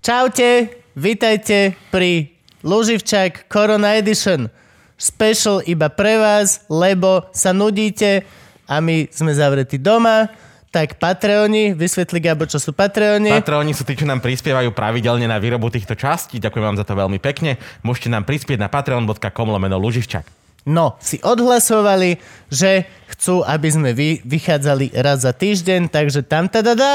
Čaute, vítajte pri Luživčák Corona Edition. Special iba pre vás, lebo sa nudíte a my sme zavretí doma. Tak Patreoni, vysvetli Gabo, čo sú Patreoni. Patroni sú tí, čo nám prispievajú pravidelne na výrobu týchto častí. Ďakujem vám za to veľmi pekne. Môžete nám prispieť na patreon.com lomeno Luživčak. No, si odhlasovali, že chcú, aby sme vy, vychádzali raz za týždeň, takže tam teda dá.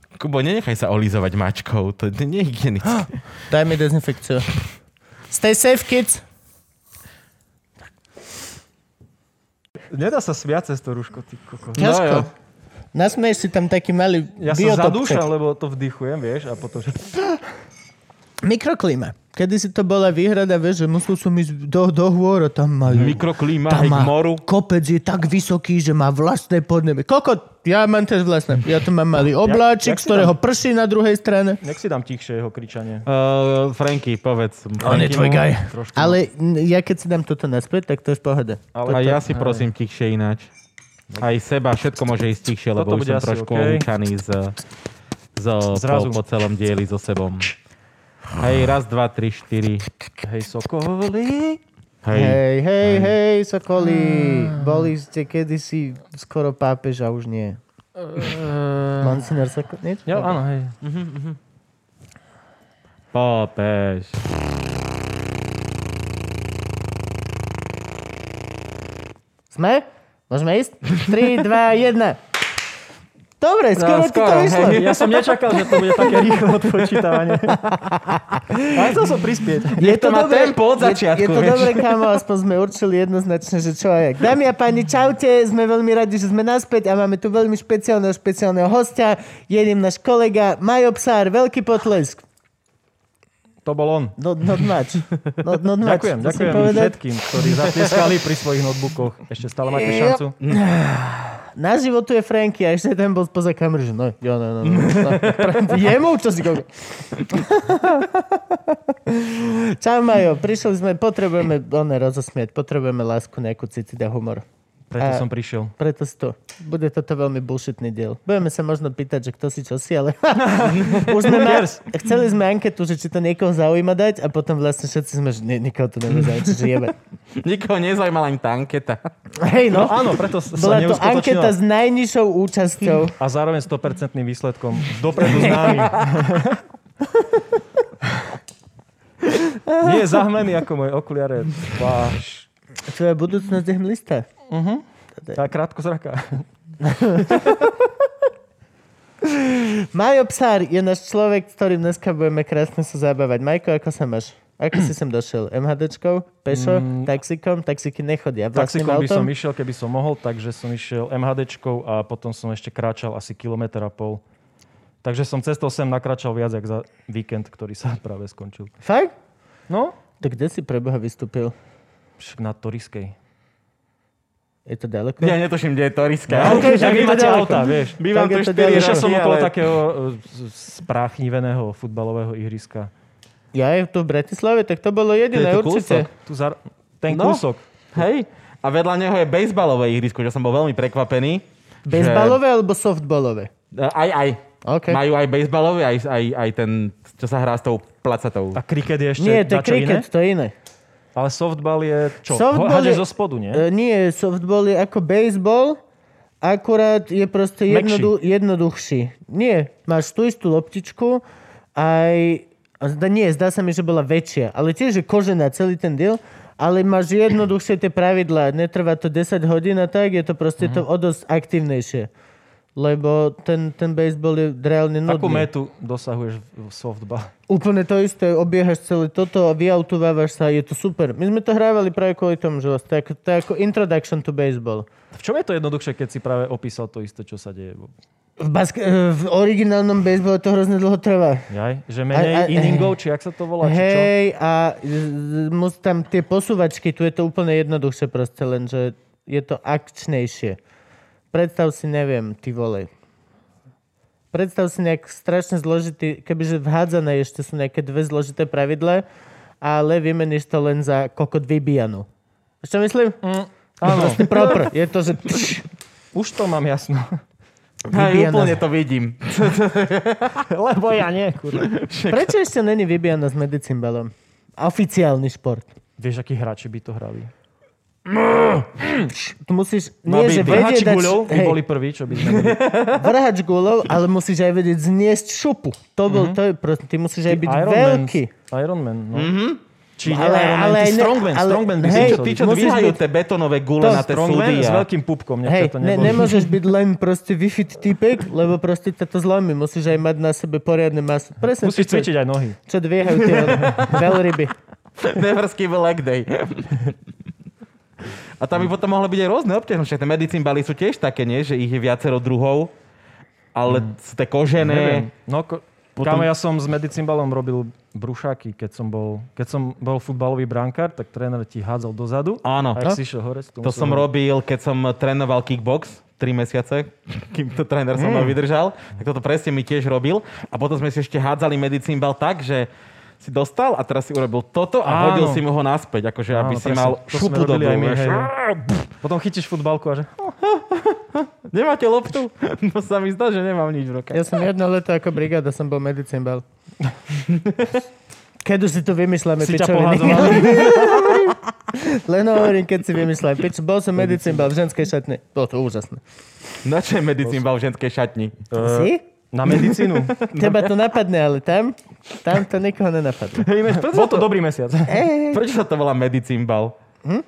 Kubo, nenechaj sa olizovať mačkou, to je nehygienické. Daj mi dezinfekciu. Stay safe, kids. Nedá sa smiať cez to rúško, ty kokos. Ja- Ťažko. jo. Nasmeješ si tam taký malý No, Ja sa zadúšam, lebo to vdychujem, vieš, a potom... Že... Mikroklima. Kedy si to bola výhrada, vieš, že musel som ísť do, do hôra, tam majú... Mikroklíma tam aj k má- moru. Kopec je tak vysoký, že má vlastné podnebie. Kokot, ja mám tiež vlastné. Ja tu mám malý obláčik, z jak si ktorého prší na druhej strane. Nech si dám tichšie jeho kričanie. Uh, Franky, povedz. On je tvoj gaj. Trošku. Ale n- ja keď si dám toto naspäť, tak to je v pohode. Ale a to- ja si prosím tichšie ináč. Aj seba, všetko môže ísť tichšie, lebo už Toto bude som asi trošku OK. okay. umúčaný z, z, po, Zrazu. po celom dieli so sebou. Hej, raz, dva, tri, štyri. Hej, sokoli. Hej. Hej, hej, hej, sokoli. Ah. Boli ste kedysi skoro pápež a už nie. Eh. Monsignor Sokol, nič? Jo, áno, hej. Popeš. Sme? Môžeme ísť? 3, 2, 1. Dobre, skoro, No, ti to vyšlo. hej. Ja som nečakal, že to bude také rýchlo odpočítavanie. Ale chcel som prispieť. Je to má tempo od Je, začiatku, je to vieš. dobre, kamo, aspoň sme určili jednoznačne, že čo a jak. Dámy a páni, čaute, sme veľmi radi, že sme naspäť a máme tu veľmi špeciálneho, špeciálneho hostia. Je ním náš kolega Majo Psár, veľký potlesk. To bol on. Not, not much. Not, not much. Ďakujem, musím ďakujem No, povedať. všetkým, ktorí zatiskali pri svojich notebookoch. Ešte stále máte šancu. Na životu je Franky a ešte ten bol spoza kamery, že no, jo, no, no, no, no. Jemu, čo si koľko. Čau Majo, prišli sme, potrebujeme one rozosmieť, potrebujeme lásku, nejakú cicit a humor. Preto A- som prišiel. Preto si to. Bude toto veľmi bullshitný diel. Budeme sa možno pýtať, že kto si čo si, ale už sme ma... cares? chceli sme anketu, že či to niekoho zaujíma dať a potom vlastne všetci sme, že nie, nikoho to nezaujíma, čiže jebe. Nikoho nezajímala ani tá anketa. Hej no, No áno, preto sa bola to neuskutočnila. anketa s najnižšou účasťou. A zároveň 100% výsledkom. Dopredu známy. Nie je zahmený ako môj okuliare. Váš. Tvoja budúcnosť je hmlistá. Tá krátkozraká. Majo Psár je náš človek, s ktorým dneska budeme krásne sa zabávať. Majko, ako sa máš? Ako si sem došiel? MHDčkou? Pešo? Taxikom? Taxiky nechodia. Vlastným Mm. Taxikom by som autom? išiel, keby som mohol, takže som išiel MHDčkou a potom som ešte kráčal asi kilometr a pol. Takže som cestou sem nakračal viac, jak za víkend, ktorý sa práve skončil. Fakt? No, Tak kde si preboha vystúpil? však na Toriskej. Je to ďaleko? Ja netuším, kde je to riska. No, Okay, Však vy máte auta, vieš. Tak Bývam je tu to 4 ďalej. roky, Išiel som okolo ale- takého e, z- spráchniveného futbalového ihriska. Ja je tu v Bratislave, tak to bolo jediné, To je to určite. Tu za... Ten No. kúsok. Hej. A vedľa neho je bejsbalové ihrisko, čo som bol veľmi prekvapený. Bezbalové alebo softbalové? E, Aj, aj. OK. Majú aj bejsbalové, aj, aj, aj ten, čo sa hrá s tou placatou. A kriket je ešte Nie, to je dačo kriket, iné? to je iné. Ale softball je čo? Softball Softball je- zo spodu, nie? E, nie, softball je ako baseball, akurát je proste Mäkší. jednodu, jednoduchší. Nie, máš tú istú loptičku, aj, A Zda, nie, zdá sa mi, že bola väčšia. Ale tiež je kožená celý ten diel. Ale máš jednoduchšie tie pravidlá. Netrvá to 10 hodín a tak. Je to proste to Mhm. o dosť aktívnejšie. Lebo ten, ten baseball je reálne nudný. Akú metu dosahuješ v v softball? Úplne to isté, obiehaš celé toto a vyautovávaš sa, je to super. My sme to hrávali práve kvôli tomu, že vlastne ako- to je ako introduction to baseball. V čom je to jednoduchšie, keď si práve opísal to isté, čo sa deje? V, baske- eh, v originálnom baseballe to hrozne dlho trvá. Jaj? Že A- a- menej inningov, či ak sa to volá, či čo? Hej, a z- z- mus tam tie posúvačky, tu je to úplne jednoduchšie proste, lenže je to akčnejšie. Predstav si, neviem, ty vole. Predstav si nejak strašne zložitý, kebyže vhádzané ešte sú nejaké dve zložité pravidla, ale vymeníš to len za kokot vybijanu. Vieš, Čo myslím? Mm, áno. Proste proper. Je to, že... Tš, Už to mám jasno. Vybíja Hej, úplne nás. to vidím. Lebo ja nie, kurva. Prečo ešte není vybijana s medicinbalom? Oficiálny šport. Vieš, akí hráči by to hrali? Tu musíš... No, Nie, že vedieť... vrhači dať- guľov by hej. boli prví, čo by sme boli. vrhač gulov, ale musíš aj vedieť zniesť šupu. To bol, mm-hmm. to je, proste, ty musíš aj byť Mhm. Iron veľký. Man, Iron Man, no. Mm-hmm. Či nie Ale- ale, Iron Man, ale ale, aj ne- Strongman, ale- Strongman by hej, hej, Tí, čo Musíš dvíhajú byť- tie betonové gule To na tie Strongman súdy s a veľkým pupkom, nech Hej, to ne, nebolo. nemôžeš byť len proste wi-fi typek, lebo proste ťa to zlomí. Musíš aj mať na sebe poriadne maso. Presne, Musíš čo, cvičiť aj nohy. čo dviehajú tie veľryby. neverský leg day. A tam by potom mohlo byť aj rôzne obťažnosti. Však tie medicínbaly sú tiež také, nie? Že ich je viacero druhov, ale sú tie Neviem. kožené. No, ko- Potom- Kámo, ja som s medicinbalom robil brušáky, keď som bol, keď som bol futbalový brankár, tak tréner ti hádzal dozadu. Áno. A ak si išiel hore, si To som robil, keď som trénoval kickbox 3 mesiace, kým to tréner som mnou Hmm. vydržal, tak toto presne mi tiež robil. A potom sme si ešte hádzali medicínbal tak, že si dostal a teraz si urobil toto a Áno. hodil si mu ho naspäť, akože aby si mal šupu dobrú. vieš. Potom chytíš futbalku a že... Nemáte loptu? No sa mi zdá, že nemám nič v ruke. Ja som jedno leto ako brigáda, som bol medicinbal. Keď už si tu vymýšľame Si ťa pičoviny. pohádzoval. Len hovorím, keď si vymýšľam. Pič, bol som medicinbal v ženskej šatne. Bolo to úžasné. Na čo je medicínbal v ženskej šatni? Eh. Si? Na medicínu. Teba to napadne, ale tam, tam to nikoho nenapadne. Bol to dobrý mesiac. Ej, Prečo sa to volá medicínbal? Hm?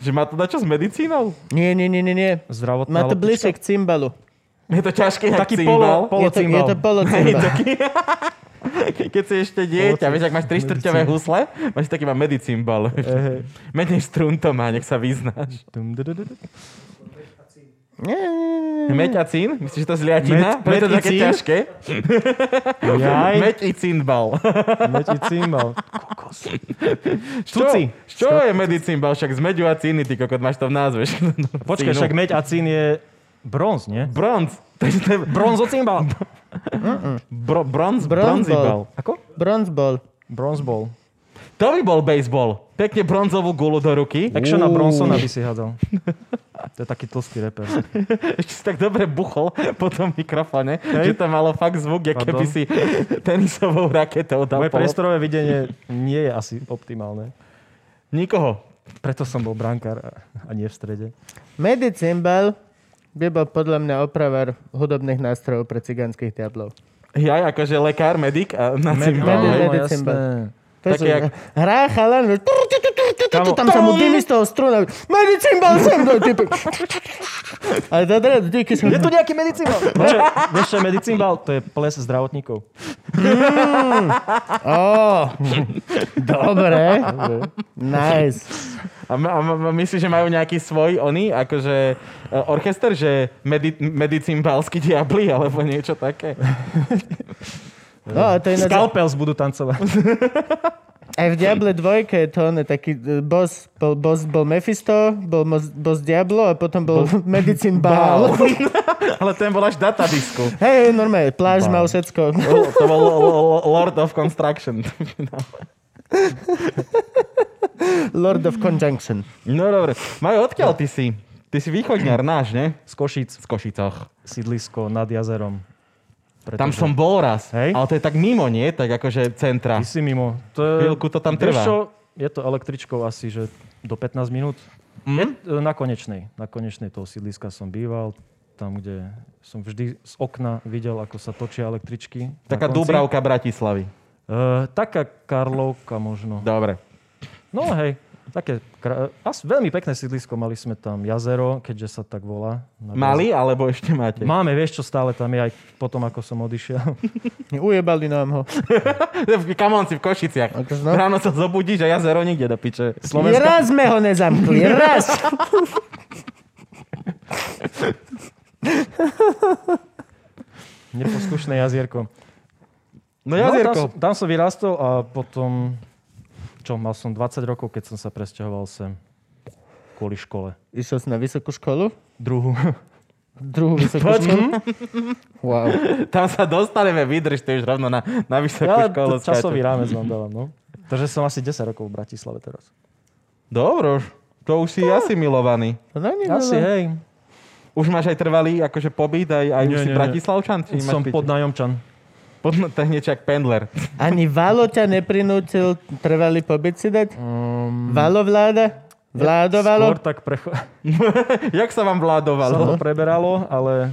Že má to na čo s medicínou? nie, nie, nie, nie, nie. Zdravotná Má to bližšie loptička. k cymbalu. Je to ťažké jak Taký cymbal. polo, Je polo to, je to polo cymbal. Keď si ešte dieťa, vieš, ak máš tri štvrťové husle, máš taký má medicímbal. Menej strún to má, nech sa vyznáš. Nie, nie, nie, nie. Meťacín? Myslíš, že to zliatina? Met- Preto je to také meticín? ťažké. Jaj, Meticínbal. medicínbal. Štuci. Čo je medicínbal? Však z meďu a cíny, ty kokot, máš to v názve. Počkaj, Cínu. však meď a cín je bronz, nie? Bronz. Takže to je Bronzocimbal. bro, bronz, Bronzbal. bronzibal. Ako? Bronze ball. Bronzball. To by bol baseball. Pekne bronzovú gulu do ruky. Actiona Bronsona by si hádzal. To je taký tlstý reper. Ešte si tak dobre buchol po tom mikrofone, že to malo fakt zvuk, jak Pardon. keby si tenisovou raketou dal Moje po- priestorové videnie nie je asi optimálne. Nikoho. Preto som bol brankár a- a nie v strede. Medicinbal by bol podľa mňa opravar hudobných nástrojov pre cigánskych diablov. Ja akože lekár, medic a na Med- cimbal. med- Áno, medicínbal. jasné. To je, Také jak- jak... Hrá chalan, že tu, tu, tu, tu, tu, tu, Kamo- tam sa mu dymi z toho struna. Medicinbal sem do typu. Ale to teda, díky som... Je tu nejaký medicínbal. Počkaj, vieš čo je medicínbal? To je ples zdravotníkov. Ó, dobre. Nice. A, m- a, m- myslíš, že majú nejaký svoj, oni, akože e, orchester, že medi- medicimbalskí diabli, alebo niečo také. No, a to je ináč... Skalpels budú tancovať. Aj v Diable 2 je to on, taký e, boss, bol, boss bol Mephisto, bol mos- boss Diablo a potom bol Medicine Baal. Ale ten bol až datadisku. Hej, normálne, pláž mal všetko. To to bol l- l- Lord of Construction. Lord of Conjunction. No dobre. Majo, odkiaľ ty si? Ty si východňar náš, ne? Z Košíc. Z Košicoch. Sídlisko nad jazerom. Pretože Tam som bol raz, Hej. ale to je tak mimo, nie? Tak akože centra. Ty si mimo. To je, Chvíľku to tam Vieš trvá. čo? Je to električkou asi, že do 15 minút. Mm? E, Na konečnej. Na konečnej toho sídliska som býval. Tam, kde som vždy z okna videl, ako sa točia električky. na Taká konci. Dubravka Bratislavy. Uh, taká Karlovka možno. Dobre. No hej, také kra- as, veľmi pekné sídlisko, mali sme tam jazero, keďže sa tak volá. Na Mali alebo ešte máte? Máme, vieš čo, stále tam je aj potom, ako som odišiel. Ujebali nám ho. Kamon si v Košiciach. Akože no. Ráno sa zobudíš a jazero nikde do piče. Raz sme ho nezamkli, raz. Neposkušné jazierko. No jazierko. No, tam, som- tam som vyrastol a potom, čo, mal som 20 rokov, keď som sa presťahoval sem. Kvôli škole. Išiel si na vysokú školu? Druhú. Druhú vysokú školu? Mhm. Wow. Tam sa dostaneme, vydrž, ty už rovno na, na vysokú Ja, školu. t- časový skáčeš. rámec vám dávam, no. Takže som asi 10 rokov v Bratislave teraz. Dobro, už. to už si asi milovaný. No, nie, no, Asi, no. hej. Už máš aj trvalý akože pobyt, aj, aj Nie, už si nie, nie. Bratislavčan? Či máš Som piču? podnájomčan. pod... To je niečo jak pendler. Ani Valo ťa neprinútil trvalý pobyt si dať? Um, Valo vláda? Vládo Valo? Skôr tak precho- jak sa vám sa to vládovalo? preberalo, ale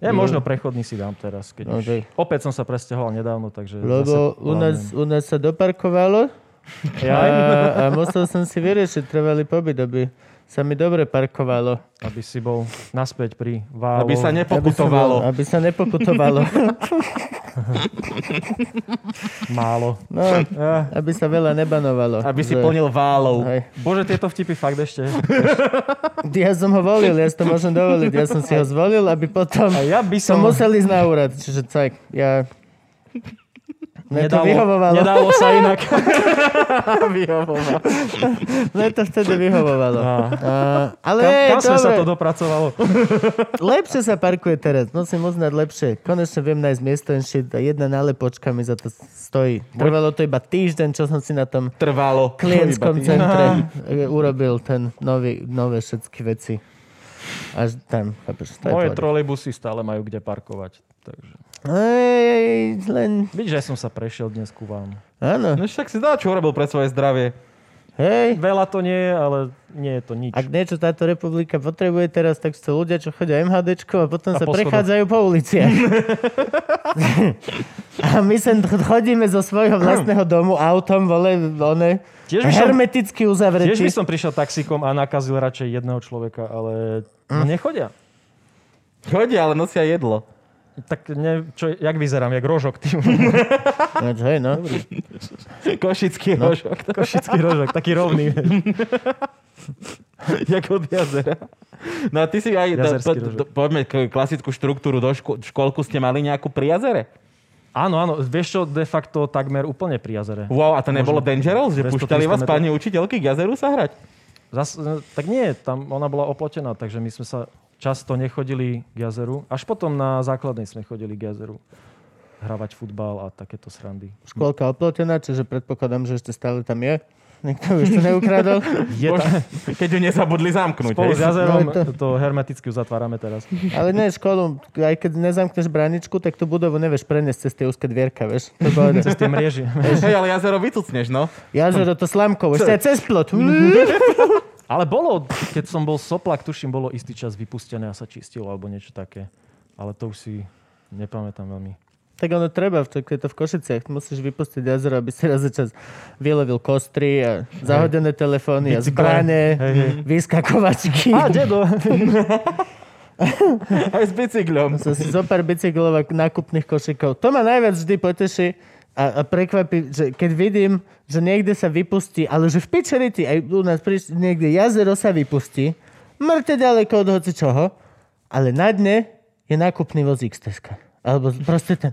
ja možno prechodný si dám teraz. Keď No, už... tak. Opäť som sa presťahoval nedávno, takže... Lebo zase u nás, u nás sa doparkovalo plánujem. a, Ja, a musel som si vyriešiť trvalý pobyt, aby sa mi dobre parkovalo. aby si bol naspäť pri válo. Aby som sa bol- nepokutovalo. aby sa nepokutovalo. Málo. No, aby sa veľa nebanovalo. Aby si Že- plnil válov. Hej. Bože, tieto vtipy fakt ešte. Ja som ho volil, ja si to môžem dovoliť. Ja som si ho zvolil, aby potom A ja by som som... musel ísť na úrad. Čiže tak, ja... Mne to Nedalo, vyhovovalo. nedalo sa inak. Mne to vtedy vyhovovalo. Á. A, ale No. Kam, je, kam sme sa dobre. to dopracovalo? lepšie sa parkuje teraz. Musím uznať lepšie. Konečne viem nájsť miesto and shit a jedna nálepočka mi za to stojí. Trvalo to iba týždeň, čo som si na tom Trvalo. klientskom Iba ty. centre e, urobil ten nový, nové všetky veci. Až tam, chápeš, to je Moje pohode. trolejbusy stále majú kde parkovať. Takže. Ej, len... Vidíš, že som sa prešiel dnes ku vám. Áno, No však si dá, čo urobil pre svoje zdravie. hej. Veľa to nie je, ale nie je to nič. Ak niečo táto republika potrebuje teraz, tak sú ľudia, čo chodia MHDčko a potom sa A po prechádzajú po uliciach. a my sem ch- chodíme zo svojho vlastného domu autom, vole, one, Tiež by som- hermeticky Tiež by uzavretí. som prišiel taxíkom a nakazil radšej jedného človeka, ale Mm. no nechodia. Chodia, ale nosia jedlo. Tak ne, čo, jak vyzerám, jak rožok, ty No, čo je, no. Košický no. rožok. košický rožok, taký rovný. jak od jazera. No a ty si aj... Do, Jazerský po, rožok. do, poďme k klasickú štruktúru. Do ško- školku ste mali nejakú pri jazere? Áno, áno, vieš čo, de facto takmer úplne pri jazere. Wow, a to nebolo Možno. Dangerous? Že 200-300 púšťali vás metrov. pani učiteľky k jazeru sa hrať? Zas, e, tak nie, tam ona bola oplotená, takže my sme sa často nechodili k jazeru. Až potom na základnej sme chodili k jazeru hravať futbal a takéto srandy. Škôlka oplotená, čiže predpokladám, že ešte stále tam je. Nikto ju ešte neukradol. Je Bož, tam, keď ju nezabudli zamknúť. spolu s hej? jazerom No je to- to hermeticky uzatvárame teraz. Ale ne, školu, aj keď nezamkneš braničku, tak tú budovu nevieš preniesť cez tie úzke dvierka, vieš. To je pohode. Cez tie mrieži. Hej, ale jazero vycucneš, no. Jazero to slamkou, ešte aj cez plot. Ale bolo, keď som bol soplak, tuším, bolo istý čas vypustené a sa čistilo alebo niečo také. Ale to už si nepamätám veľmi. Tak ono treba, v- keď je to v Košiciach, musíš vypustiť jazero, aby si raz za čas vylovil kostry a zahodené telefóny a Bicykle. zbranie, Hej, hej. vyskakovačky. A, dedo! Aj s bicyklom. Som si zo pár bicyklov a nákupných košikov. To ma najviac vždy poteší a, a prekvapí, že keď vidím, že niekde sa vypustí, ale že v Pičeriti, aj u nás priš, niekde jazero sa vypustí, mŕte ďaleko od hoci čoho, ale na dne je nákupný vozík z Teska. Alebo proste ten.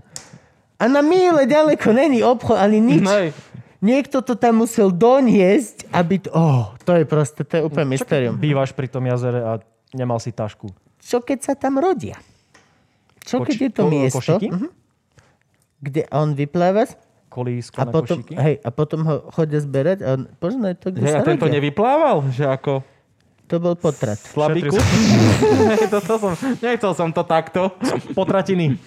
A na míle ďaleko není obchod, ani nič. No, hej. Niekto to tam musel doniesť, aby... To, oh, to je proste, to je úplne mysterium. Bývaš pri tom jazere a nemal si tašku. Čo keď sa tam rodia? Čo keď Koči- je to ko- miesto, Košiky? mhm, kde on vypláva a Kolísko na potom, košiky. hej, a potom ho chodia zberať a on, poznaj to, kde Hej, a sa tento rodia. nevyplával, že ako To bol potrat. slabý Šetri kus. Hej, toto som, nechcel som to takto. Potratiny.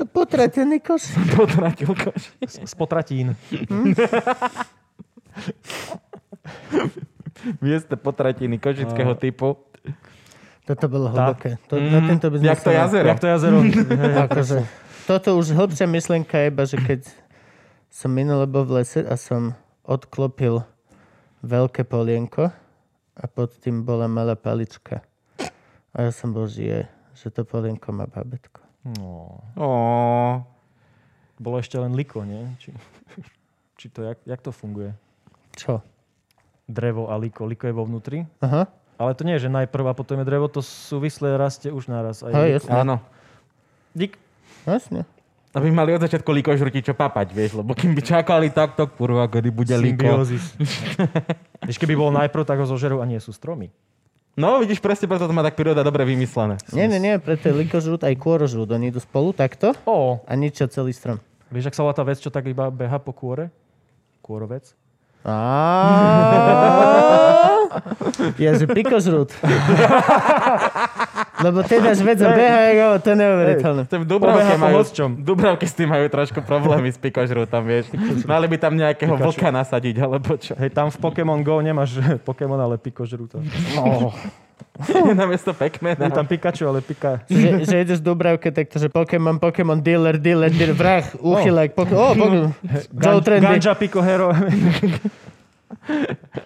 To potratený koš. Potratil koš. Z z potratín. Vieste potratiny košického typu. Toto bolo hlboké. To, na tento by sme Mm, Jak to sa- jazero. Jak to jazero. Akože, toto už hlbšia myšlenka je iba, že keď som minule bol v lese a som odklopil veľké polienko a pod tým bola malá palička. A ja som bol, že, je, že to polienko má bábetko. No. Ó, Bolo ešte len liko, nie? Či, či to, jak, jak to funguje? Čo? Drevo a liko. Liko je vo vnútri. Aha. Ale to nie je, že najprv a potom je drevo, to súvisle rastie už naraz. Aj Hej, liko. jasne. áno. Dík. Jasne. Aby mali od začiatku likožrúti čo papať, vieš, lebo kým by čakali takto, kurva, kedy bude liko. Symbiózis. Vieš, keby bol najprv, tak ho zožerú a nie sú stromy. No, vidíš, presne preto to má tak príroda dobre vymyslené. Nie, nie, nie, preto je likožrút aj kôrožrút. Oni idú spolu takto Ó, a ničia celý strom. vieš, ak sa volá tá vec, čo tak iba beha po kôre? Kôrovec? Ja, že pikožrút. Lebo ty dáš vec a beha, ja hovorím, to je neuveriteľné. To je v Dubravke Obeha po majú, hocčom. v Dubravke s tým majú trošku problémy s pikožrútom, vieš. Mali by tam nejakého vlka nasadiť, alebo čo. Hej, tam v Pokémon Go nemáš Pokémon, ale pikožrúta. Namiesto Pekmena. Je tam Pikachu, ale Pika... Že, že ideš do Dubravke, tak to, že Pokémon, Pokémon, dealer, dealer, dealer, vrah, uchylák, Pokémon, oh, Pokémon, Joe Gan- Trendy. Ganja Pico Hero.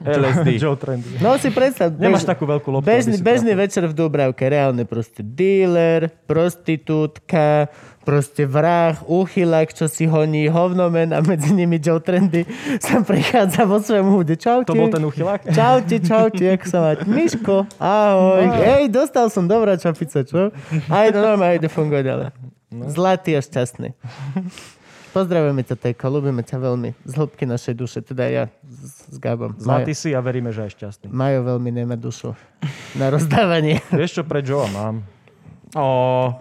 LSD. Joe Trendy. No si predstav, Nemáš bež- takú veľkú loptu. bežný, aby si bežný večer v Dubravke, reálne proste dealer, prostitútka, proste vrah, uchylák, čo si honí, hovnomen a medzi nimi Joe Trendy sa prechádza vo svojom húde. Čau trafil. To bol ten uchylák? Čaute, čaute, jak sa mať? Miško, ahoj. Ej, dostal som dobrá čapica, čo? Aj to normálne, ide fungovať ďalej. No. Zlatý a šťastný. Pozdravujeme ťa, Tejko, ľúbime ťa veľmi. Z hĺbky našej duše, teda ja s, s Gabom. Zlatý si a veríme, že aj šťastný. Majo, Majo veľmi nemá dušu na rozdávanie. Vieš čo, pre Joe mám. Ó,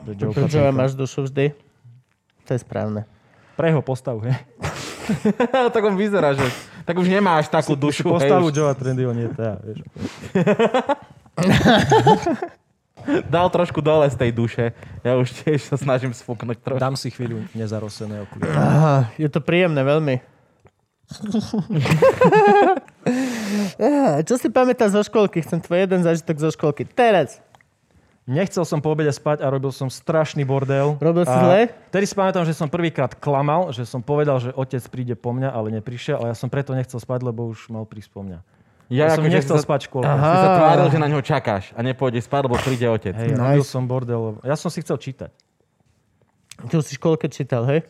Pre, Joe Prečo ja máš dušu vždy? To je správne. pre jeho postavu. He. tak on vyzerá, že... Tak už nemáš takú dušu. hej, Postavu už Joea Trendyho nie tá, vieš. Dal trošku dole z tej duše. Ja už tiež sa snažím sfúknuť trošku. Dám si chvíľu nezarosené okuliare. Aha, je to príjemné veľmi. Á, Čo si pamätáš zo školky? Chcem tvoj jeden zážitok zo školky. Teraz. Nechcel som po obede spať a robil som strašný bordel. Robil si A zle? Vtedy si pamätám, že som prvýkrát klamal, že som povedal, že otec príde po mňa, ale neprišiel a ja som preto nechcel spať, lebo už mal prísť po mňa. Ja, ja som akože nechcel sa- spať v škole. Aha. Si sa tváril, že na ňo čakáš a nepôjde spať, lebo príde otec. Nice. Hej, nice. robil som bordel. Ja som si chcel čítať. Ty už si v školke čítal, hej?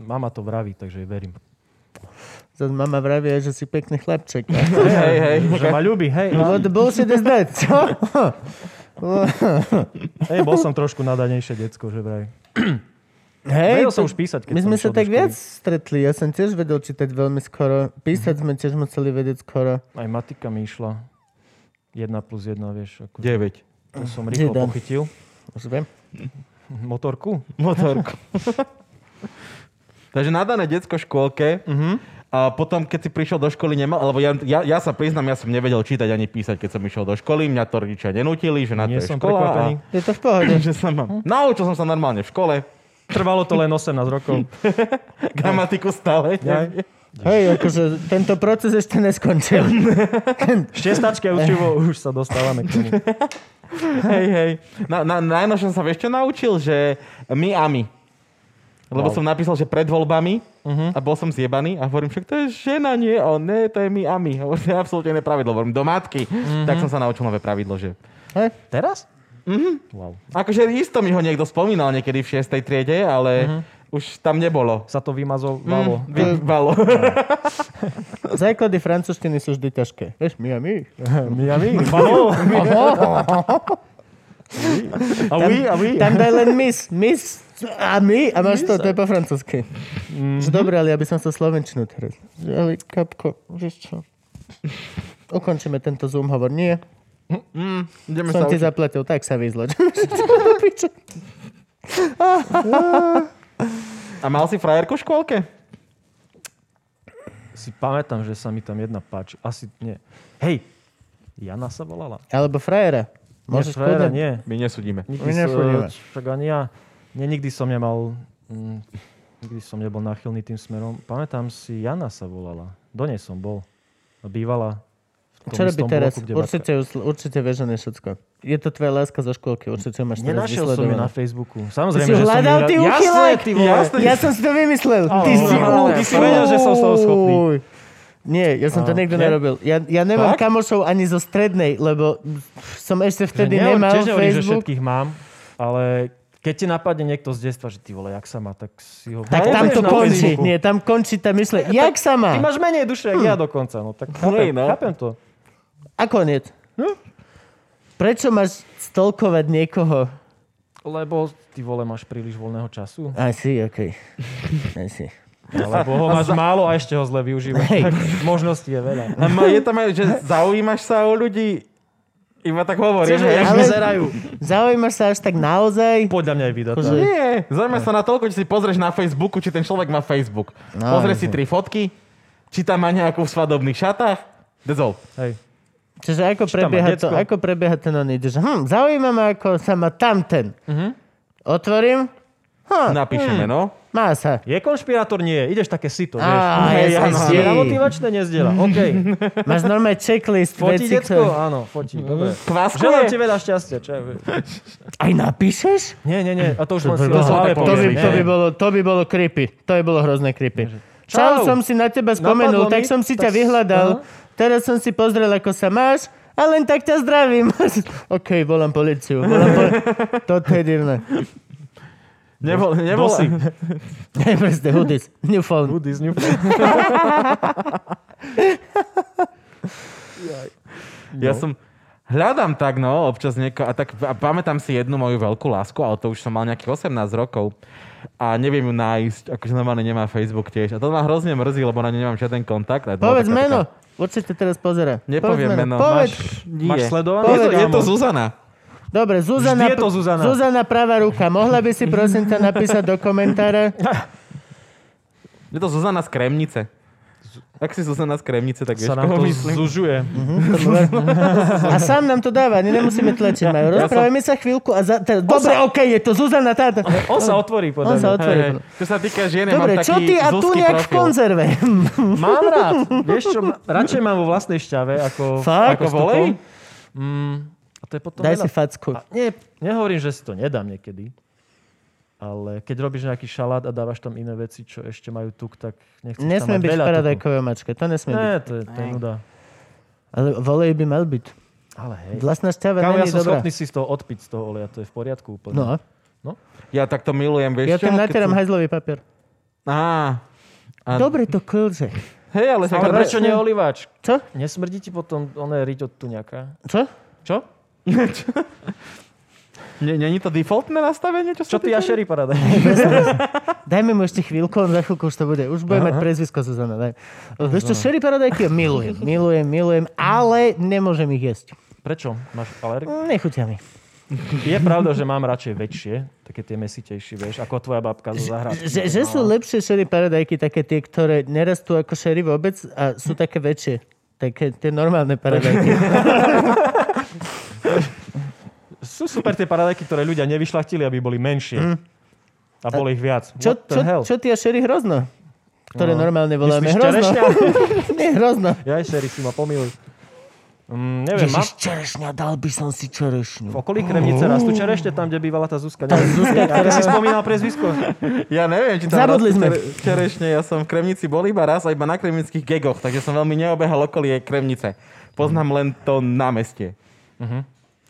Mama to vraví, takže jej verím. Zas mama vraví, že si pekný chlapček. hej, hej. Že ma ľubí, hej. No, the bullshit is that. Čo? hej bol som trošku nadanejšie decko, že vraj. Hej, Vedel som to- už písať, keď my som sme išiel sa do tak školy. viac stretli. Ja som tiež vedel čítať veľmi skoro. Písať sme tiež museli vedieť skoro. Aj matika mi išla. 1 plus 1, vieš. Ako, 9. to som rýchlo Jeden. pochytil. Už viem. Motorku? Motorku. Takže nadané detsko v škôlke. Mhm. A potom, keď si prišiel do školy, nemal, alebo ja, ja, ja, sa priznám, ja som nevedel čítať ani písať, keď som išiel do školy. Mňa to rodičia nenútili, že na to Nie je som škola. prekvapený. Je to v pohode. A, že sa mám. Naučil som sa normálne v škole. Trvalo to len 18 rokov. Gramatiku stále. Ja, neviem. Hej, akože tento proces ešte neskončil. Šestačke a učivo, už sa dostávame k tomu. Hej, hej. Na, na, najnovšie som sa vieš čo naučil, že my a my. Lebo Wow. som napísal, že pred voľbami a bol som zjebaný a hovorím, však to je žena, nie on, nie, to je my a my. Hovorím, to je absolútne iné pravidlo, hovorím, do matky. Tak som sa naučil nové pravidlo, že... Hej. Teraz? Mhm. Wow. Akože isto mi ho niekto spomínal niekedy v 6. triede, ale už tam nebolo. Sa to vymazovalo. Mhm. Mm. Vybalo. Základy francúzštiny sú vždy ťažké. Vieš, my a my. Miami? Balo? A Tam, vy, a vy. tam daj len mis, mis a my a máš to, to je po francúzsky. Mm-hmm. Dobre, ale ja by som sa slovenčinu teraz. Ale kapko, vieš čo? Ukončíme tento Zoom hovor. Nie, Mhm, Mm, ideme sa som ti učiť. zaplatil, tak sa vyzloč. A mal si frajerku v škôlke? Si pamätám, že sa mi tam jedna páči. Asi nie. Hej, Jana sa volala. Alebo frajera. Nie, Môžeš frajera, kľudne- nie. My nesudíme. Nikdy My nechodíme. som, však ani ja. Nie, nikdy som nemal... Mm, nikdy som nebol náchylný tým smerom. Pamätám si, Jana sa volala. Do nej som bol. Bývala v tom Čo robí istom teraz? bloku, kde Určite, ju sl- určite vieš o nej všetko. Je to tvoja láska zo škôlky, určite ju máš teraz Nenašiel som ju vysledovanú. na Facebooku. Samozrejme, Si ju že som hľadal, ju... ty Jasné, uchylák? ty vole. Jasné. Ja som si to vymyslel. Au, Ty si au, ty ja si som no, vedel, že som z toho schopný. Uj. Nie, ja som to Au. nikdy Nie? nerobil. Ja, ja nemám Fakt? kamošov ani zo strednej, lebo som ešte vtedy Že nehovorím- nemal tiež hovorím, že Facebook. všetkých mám, ale keď ti napadne niekto z detstva, že ty vole, jak sa má, tak si ho... Tak Hej, tam vieš, to na končí. Facebooku. Nie, tam končí tá mysle. Jak sa Ty má? máš menej duše, Hm. ako ja dokonca, no tak chápem, Hej, no. chápem to. A koniec. No? Prečo máš stolkovať niekoho? Lebo ty vole máš príliš voľného času, I see, okej. I see. alebo ho máš málo a ešte ho zle využívaš. Hej. Tak možností je veľa. A ma- je tam aj, že zaujímaš sa o ľudí. Iba tak hovorím. Chceš, že hej. ja- Ale vyzerajú. Zaujímaš sa až tak naozaj? Podľa mňa je vydatá. Akože- Nie, zaujímaš sa na toľko, či si pozrieš na Facebooku, či ten človek má Facebook. No, Pozrieš si jasne. tri fotky, či tam má nejakú v svadobných šatách. That's all. Hej. Čiže ako Či tam má prebieha, to, decko? ako prebieha ten oný, že hm, zaujíma ma, ako sa má tamten. Otvorím, hm, Napíšeme, no. má sa. Je konšpirátor? Nie. Ideš také sito, vieš. Á, hej, ja som áno, si. Zdieľa motivačné? Nezdieľa. OK. Máš normálne checklist veci, Fotí detko? ktoré... Áno, fotí. Dobre. Želám ti Kváskuje. veľa šťastia. Čo ja viem. Aj napíšeš? Nie, nie, nie. A to už To, len si by, len bolo- hlave to, by, poviem. to, by Nie. bolo, to by bolo creepy. To by bolo hrozné creepy. Čau. Čau, som si na teba spomenul, Napadlo tak mi, som si ťa tak- vyhľadal. Teraz som si pozrel, ako sa máš a len tak ťa zdravím. OK, volám policiu. Volám poli... Toto je divné. Nebol, nebol. Dosy. Presne, hudis. New phone. Woody z New- Ja som... Hľadám tak, no, občas nieko... A tak a pamätám si jednu moju veľkú lásku, ale to už som mal nejakých 18 rokov. A neviem ju nájsť, akože normálne nemá Facebook tiež. A to ma hrozne mrzí, lebo na ňu nemám žiaden kontakt. A to bola Povedz taká- meno. taká- Určite teraz pozera. Nepoviem Povedz meno. Povedz. Máš, Máš Nie. je, sledované? to, Povedz, je to kámo. Zuzana. Dobre, Zuzana, Vždy je to Zuzana. Zuzana pravá ruka. Mohla by si prosím ťa napísať do komentára? Je to Zuzana z Kremnice. Ak si Zuzana z Kremnice, tak vieš, sa nám koho to myslím. zužuje. A sám nám to dáva, ani nemusíme tlačiť. Majo. Rozprávajme sa chvíľku a za... Teda, dobre, okej, je to Zuzana táto. On sa otvorí, On podľa sa mňa. otvorí. Hej, čo sa týka žien, ja Dobre, mám čo taký ty a tu zuzský nejak v profil. konzerve? Mám rád. Vieš čo, ma- radšej mám vo vlastnej šťave ako... Fakt? Ako Ako volej? volej? Mm, a to je potom Daj veľa. si facku. A nie, nehovorím, že si to nedám niekedy. Ale keď robíš nejaký šalát a dávaš tam iné veci, čo ešte majú tuk, tak nechceš Nesmie tam mať byť veľa tuku. paradajkové mačke, to nesmie byť. Nie, to je, to je nuda. Ale volej by mal byť. Ale hej. Vlastná šťava Kámo, ja není som dobrá. schopný si z toho odpiť z toho oleja, to je v poriadku úplne. No, Ja takto milujem, vieš ja čo? tam Keď natieram som- hajzlový papier. Á, a- Dobre to klže. Hej, ale Ale prečo nie oliváč? Čo? Nesmrdí ti potom oné riť od tuňaka? Čo? Čo? Nie, nie je to defaultné nastavenie? Čo, sa Čo ty týka- a Sherry Paradise? Dajme mu ešte chvíľku, on za chvíľku už to bude. Už bude mať prezvisko Zuzana. Daj. Vieš čo, Sherry Paradajky ja milujem, milujem, milujem, ale nemôžem ich jesť. Prečo? Máš alergiu? Nechutia mi. Je pravda, že mám radšej väčšie, také tie mesitejšie, vieš, ako tvoja babka zo zahrádky. Že, že sú lepšie Sherry Paradajky, také tie, ktoré nerastú ako Sherry vôbec a Hm. sú také väčšie. Také tie normálne paradajky. Sú super tie paradajky, ktoré ľudia nevyšlachtili, aby boli menšie. A bolo ich viac. Mm. Čo, What čo, the hell? No. čo tie Sherry hrozno? Ktoré normálne voláme Myslíš hrozno. čerešňa? Nie, hrozno. Ja aj Sherry si ma pomýlil. Mm, neviem, má... Ježiš, čerešňa, dal by som si čerešňu. V okolí Kremnice rastú čerešne, tam, kde bývala tá Zuzka. Tá Zuzka, ktorá... si spomínal prezvisko. Ja neviem, či tam Zabudli rastú sme. čere- Čerešne, ja som v Kremnici bol iba raz a iba na kremnických gegoch, takže som veľmi neobehal okolie Kremnice. Poznám len to námestie.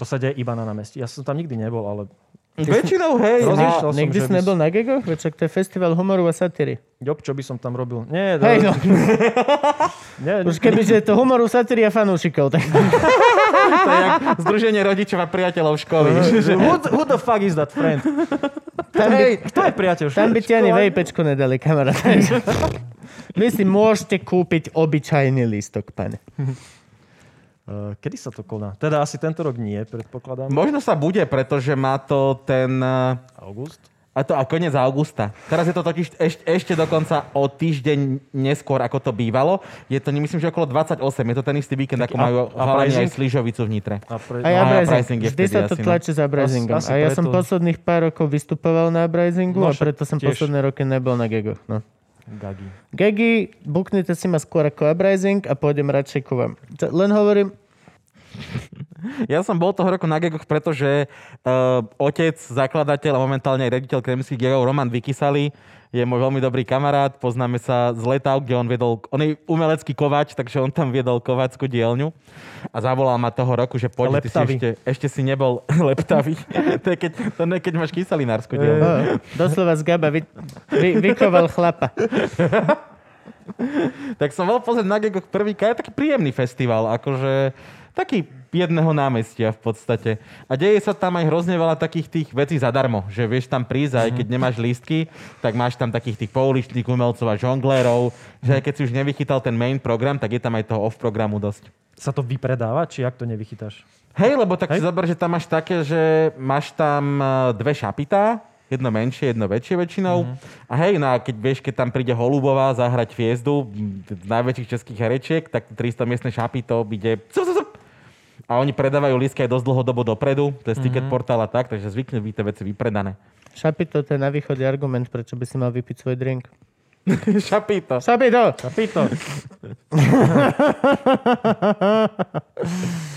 To sa deje iba na námestí. Ja som tam nikdy nebol, ale... Väčšinou, hej. no, Rozmýšľal som, no, Nikdy že si by- nebol na gegoch? Veď však to je festival humoru a satíry. Job, čo by som tam robil? Nie, Hej, no. nie, Už kebyže je to humoru, satíry a fanúšikov, tak A to je jak Združenie rodičov a priateľov školy. Že Who, the- who the fuck is that friend? tam by, Hej, Kto je priateľ? tam by ti ani Škola? vejpečko nedali, kamarát. Vy si môžete kúpiť obyčajný lístok, pane. Eh, Kedy sa to koná? Teda asi tento rok nie, predpokladám. možno sa bude, pretože má to ten... eh, August? A to a koniec augusta. Teraz je to totiž ešte, ešte dokonca o týždeň neskôr, ako to bývalo. Je to, myslím, že okolo 28. Je to ten istý víkend, ako up- majú halani aj uprising? Slížovicu v Nitre. A pre... A ja No, aj Uprising. Uprising je Vždy vtedy sa to asi, no. tlačí s Uprisingu. Asi- asi A ja som preto. posledných pár rokov vystupoval na Uprisingu a No, však preto som tiež. posledné roky nebol na gegoch. No. Gagi. Gagi, buknite si ma skôr ako Uprising a pôjdem radšej ku vám. T- Len hovorím, Ja som bol toho roku na gegoch, pretože uh, otec, zakladateľ a momentálne aj rediteľ kremských gegov Roman Vykysali je môj veľmi dobrý kamarát, poznáme sa z Letau, kde on viedol, on je umelecký kovač, takže on tam viedol kovackú dielňu a zavolal ma toho roku, že poď, ty si Leptavý. ešte, ešte si nebol leptavý. to je keď, to je keď máš kyselinárskú dielňu. no, doslova z Gaba vy, vy, vykoval chlapa. Tak som bol pozrieť na Gegoch prvýkrát, je taký príjemný festival, akože taký jedného námestia v podstate. A deje sa tam aj hrozne veľa takých tých vecí zadarmo, že vieš tam prísť, aj keď nemáš lístky, tak máš tam takých tých pouličných umelcov a žonglérov, že aj keď si už nevychytal ten main program, tak je tam aj toho off programu dosť. Sa to vypredáva, či ak to nevychytáš? Hej, lebo tak Hej. si zober, že tam máš také, že máš tam eh, dve šapitá, jedno menšie, jedno väčšie väčšinou. A hej, no a keď vieš, keď tam príde Holubová zahrať hviezdu m, z najväčších českých herečiek, tak 300 miestne šapy to ide... cup, cup, cup. A oni predávajú lístky aj dosť dlhodobo dopredu, to je z ticket portál a tak, takže zvyknú byť tie veci vypredané. Šapito, to je na východe argument, prečo by si mal vypiť svoj drink. Šapito. Šapito! Kapito.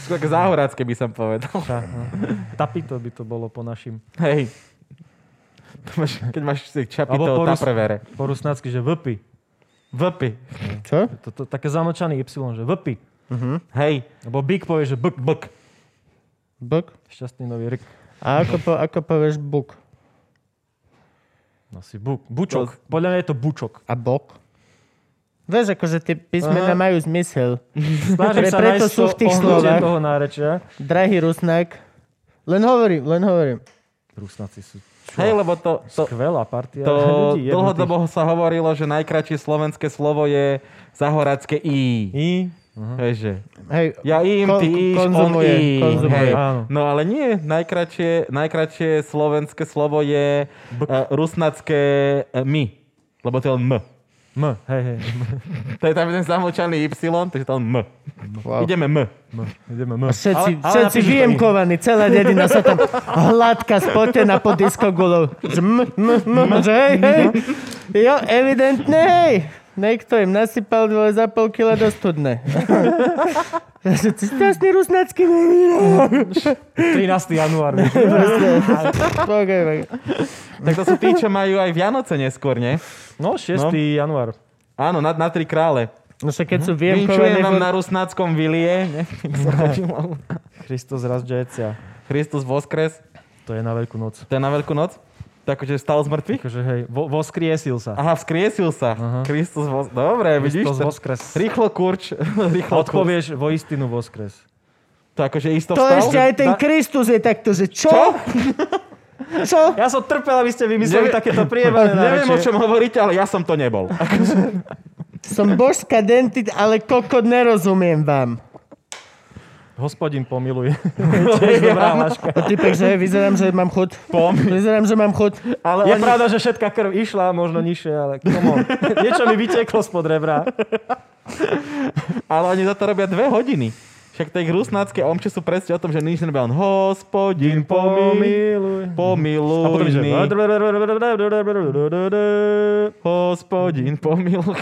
Skôr také záhorácké by som povedal. Tapito by to bolo po našim. Hej. To máš, keď máš si Alebo šapito, po tá rus- prevere. Po rusnácky, že vlpy. Vlpy. Čo? To, to, také zamlčaný Y, že vlpy. Hej. Mhm. Lebo Big povie, že bk, bk. Bok? Šťastný nový rk. A ako, po, ako povieš buk? Asi No buk. Bučok. Podľa mňa je to bučok. A bok? Vieš, akože tie písmena Aha. majú zmysel. Pre- Snažím sa preto nájsť sú to v tých ohnutie slovách. toho nárečia. Drahý Rusnak, len hovorím, len hovorím. Rusnáci sú čo? Hej, lebo to, to, skvelá partia To ľudí. jednotých. dlhodobo sa hovorilo, že najkračšie slovenské slovo je zahoracké I. I? Že, Hej, ja im, Kon- ty iš, on konzumuje, i. konzumuje. Hej. Áno. No ale nie, najkračšie, najkračšie slovenské slovo je uh, rusnacké eh, my. Lebo to je len M. M, hej, hej. To je tam ten zamlčaný Y, takže to je len M. wow. Ideme M. M, ideme M. Všetci, Ale- ale všetci napíšeš to vyjemkovaní, celá dedina sa tam hladká, spotená pod diskogulou. Že M, m, m, že hej, hej. Jo, evidentne, hej. Niekto im nasypal dvoje za pol kila do studne. Že si šťastný rusnacký nevíra. 13. január. vieš. Tak to sú tí, čo majú aj Vianoce neskôr, nie? No, No. 6. január. Áno, na, na tri krále. No však keď sú Vinčujem vyjemkovaní... vám vo- na rusnáckom vilie. Ne? Kristus razžecia. Kristus voskres. To je na veľkú noc. To je na Veľkú noc? Takže stal z mŕtvych? Akože hej, vo, voskriesil sa. Aha, vzkriesil sa. Aha. Kristus vos... Dobre, vidíš Kristus to? voskres. Rýchlo kurč. Rýchlo kurč. Odpovieš vo istinu voskres. To akože isto To vstal? ešte aj ten Kristus je takto, že čo? Čo? Ja som trpel, aby ste vymysleli Nevie- takéto priebané Neviem, o nárečie. čom hovoríte, ale ja som to nebol. Som božská dentit, ale kokot nerozumiem vám. Hospodin pomiluje. Tiež dobrá hláška. A typek, že vyzerám, že mám chuť. Vyzerám, že mám chuť. Ale Je oni... pravda, že všetká krv išla možno nižšie, ale come on. Niečo mi vyteklo spod rebra. Ale oni za to robia dve hodiny. Však tie ich rusnácké omče sú presne o tom, že nič nerobia. On hospodin pomiluj, A potom pomiluj že... mi. Mhm. Hospodin pomiluj.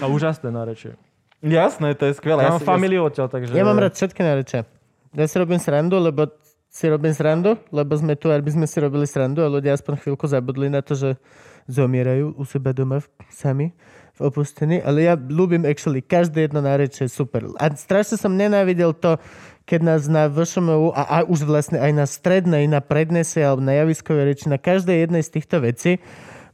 A úžasné narečie. Jasné, to je skvelé. Ja si- mám familiu odtiaľ, takže... Ja mám rád všetky narečia. Ja si robím srandu, lebo si robím srandu, lebo sme tu, aby sme si robili srandu a ľudia aspoň chvíľku zabudli na to, že zomierajú u seba doma v, sami v opustení, ale ja ľúbim actually každé jedno nárečie, super. A strašne som nenávidel to, keď nás na VŠMU a, a už vlastne aj na strednej, na prednese alebo na javiskovej reči, na každej jednej z týchto vecí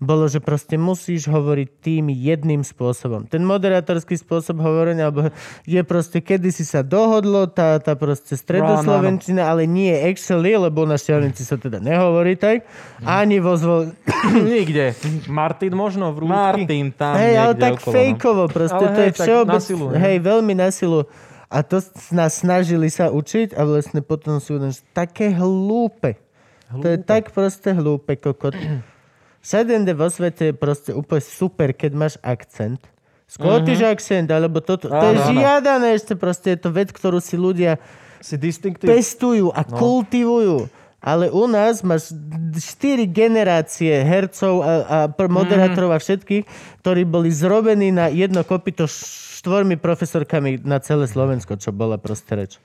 bolo, že proste musíš hovoriť tým jedným spôsobom. Ten moderátorský spôsob hovorenia alebo je proste, kedy si sa dohodlo, tá, tá proste stredoslovenčina, ale nie actually, lebo na šťavnici sa teda nehovorí tak, ani vo zvol... Nikde. Martin možno v rúdky. Martin tam Hej, ale niekde tak okolo, no. fejkovo proste, Ale to je hej, tak na silu, všeobecne. hej. Hej, veľmi na silu. A to s- nás snažili sa učiť a vlastne potom si uvedomili, že také hlúpe. To je tak proste hlúpe, kokot. Všade inde vo svete je proste úplne super, keď máš akcent. Mhm. Scottish accent, alebo toto. To je Áno, áno. žiadané ešte proste, je to vec, ktorú si ľudia Si distinctive. pestujú a kultivujú. Ale u nás máš 4 generácie hercov a, a pr- moderátorov a všetkých, ktorí boli zrobení na jedno kopito štvormi profesorkami na celé Slovensko, čo bola proste reč.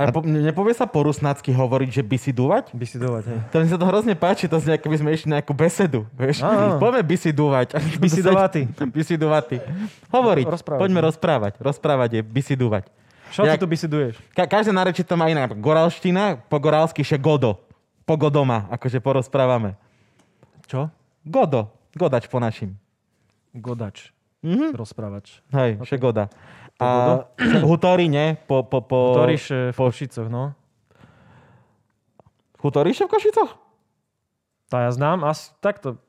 A po, nepovie sa po rusnácky hovoriť, že by si dúvať? By si dovať, hej. To mi sa to hrozne páči, to znie, ako by sme išli na nejakú besedu. Vieš? Áno. Poďme by si dúvať. By si duvatý. By si duvatý. Hovoriť. Rozprávať. Poďme rozprávať. Rozprávať je by si dúvať. Čo ty Jak- tu by si duješ? Ka- každé náreči to má iná. Goralština, po goralsky še godo. Po godoma, akože porozprávame. Čo? Godo. Godač po našim. Godač. Rozprávač. Hej, še Mhm. goda. godo? A hutori, nie? Po, po, po... Toriš v Košicoch, no. Hutoriše v Košicoch? Tá ja znám, asi, takto,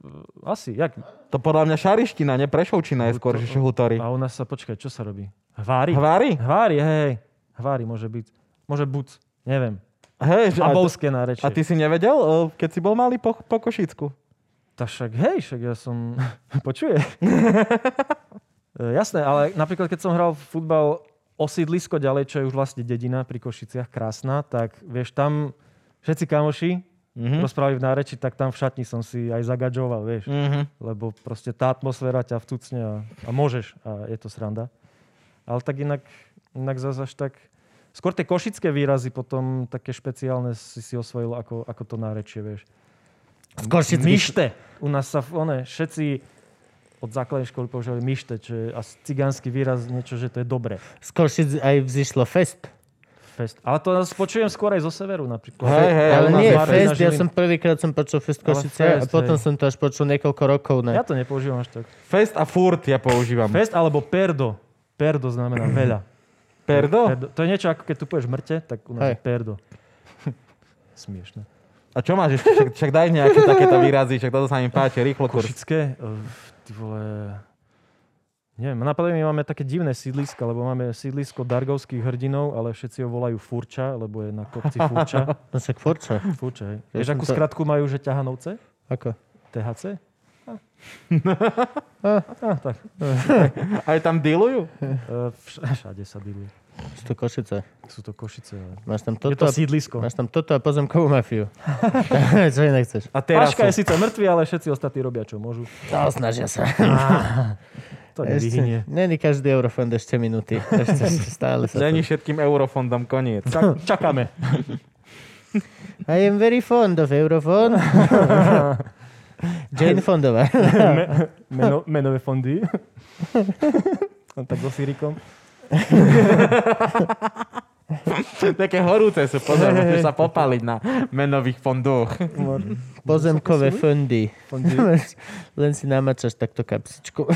asi, jak? To podľa mňa šariština, nie? Prešovčina je skôr, že še hutori. A u nás sa, počkaj, čo sa robí? Hvári? Hvári? Hvári, hej, hej. Hvári môže byť. Môže buď, neviem. Hej, že, a, to, Abovské nárečie. a ty si nevedel, eh, keď si bol malý po, po Košicku? Tá však, hej, však ja som... Počuje? E, Jasné, ale napríklad keď som hral futbal o sídlisko ďalej, čo je už vlastne dedina pri Košiciach, krásna, tak vieš, tam všetci kamoši mm-hmm. rozprávali v náreči, tak tam v šatni som si aj zagadžoval, vieš. Mhm. Lebo proste tá atmosféra ťa vcucne a, a môžeš a je to sranda. Ale tak inak, inak zase až tak... Skôr tie košické výrazy potom také špeciálne si si osvojil ako, ako to nárečie, vieš. Z Košic by- Myšte. U nás sa v- one, všetci od základnej školy používali myšte, čo je asi cigánsky výraz, niečo, že to je dobré. z Košic aj vzýšlo fest. Fest. Ale to nás počujem skôr aj zo severu napríklad. Hej, hej, ale u nás nie, Martina fest, ja som prvýkrát som počul fest Ale Košice a fest, potom hej. som to až počul niekoľko rokov. Ne. Ja to nepoužívam až tak. Fest a furt ja používam. Fest alebo perdo. Perdo znamená veľa. Perdo? perdo. To je niečo, ako keď tu povieš mŕte, tak u nás Hej. je perdo. Smiešne. A čo máš ešte? Však, však daj nejaké takéto výrazy, však toto sa mi páči, rýchlo kurz. Košické? Eh, Ty vole... Neviem, napadajú mi máme také divné sídliska, lebo máme sídlisko Dargovských hrdinov, ale všetci ho volajú Furča, lebo je na kopci Furča. No však furt, čo? Furča, hej. Ja Vieš, som akú to- skratku majú, že ťahanovce? Ako? THC? Aj tam dealujú? Eh, vš- Všade sa diluje. Sú to Košice. Sú to Košice. Ale... Máš tam Je toto, a, to sídlisko. máš tam toto a pozemkovú mafiu. čo inak chceš? A teraz Paška je síce mŕtvy, ale všetci ostatní robia, čo môžu. No, snažia sa. To Ešte, nevyhynie. není každý eurofond ešte minúty. Ešte stále sa Není to... všetkým eurofondom koniec. Čak- čakáme. I am very fond of eurofond. Jane Fondová. Me- meno, menové fondy. On tak so sírikom. Také horúce sú, pozor, môžeš sa popaliť na menových fondoch. Pozemkové fondy. fondy. Len si namačaš takto kapsičku.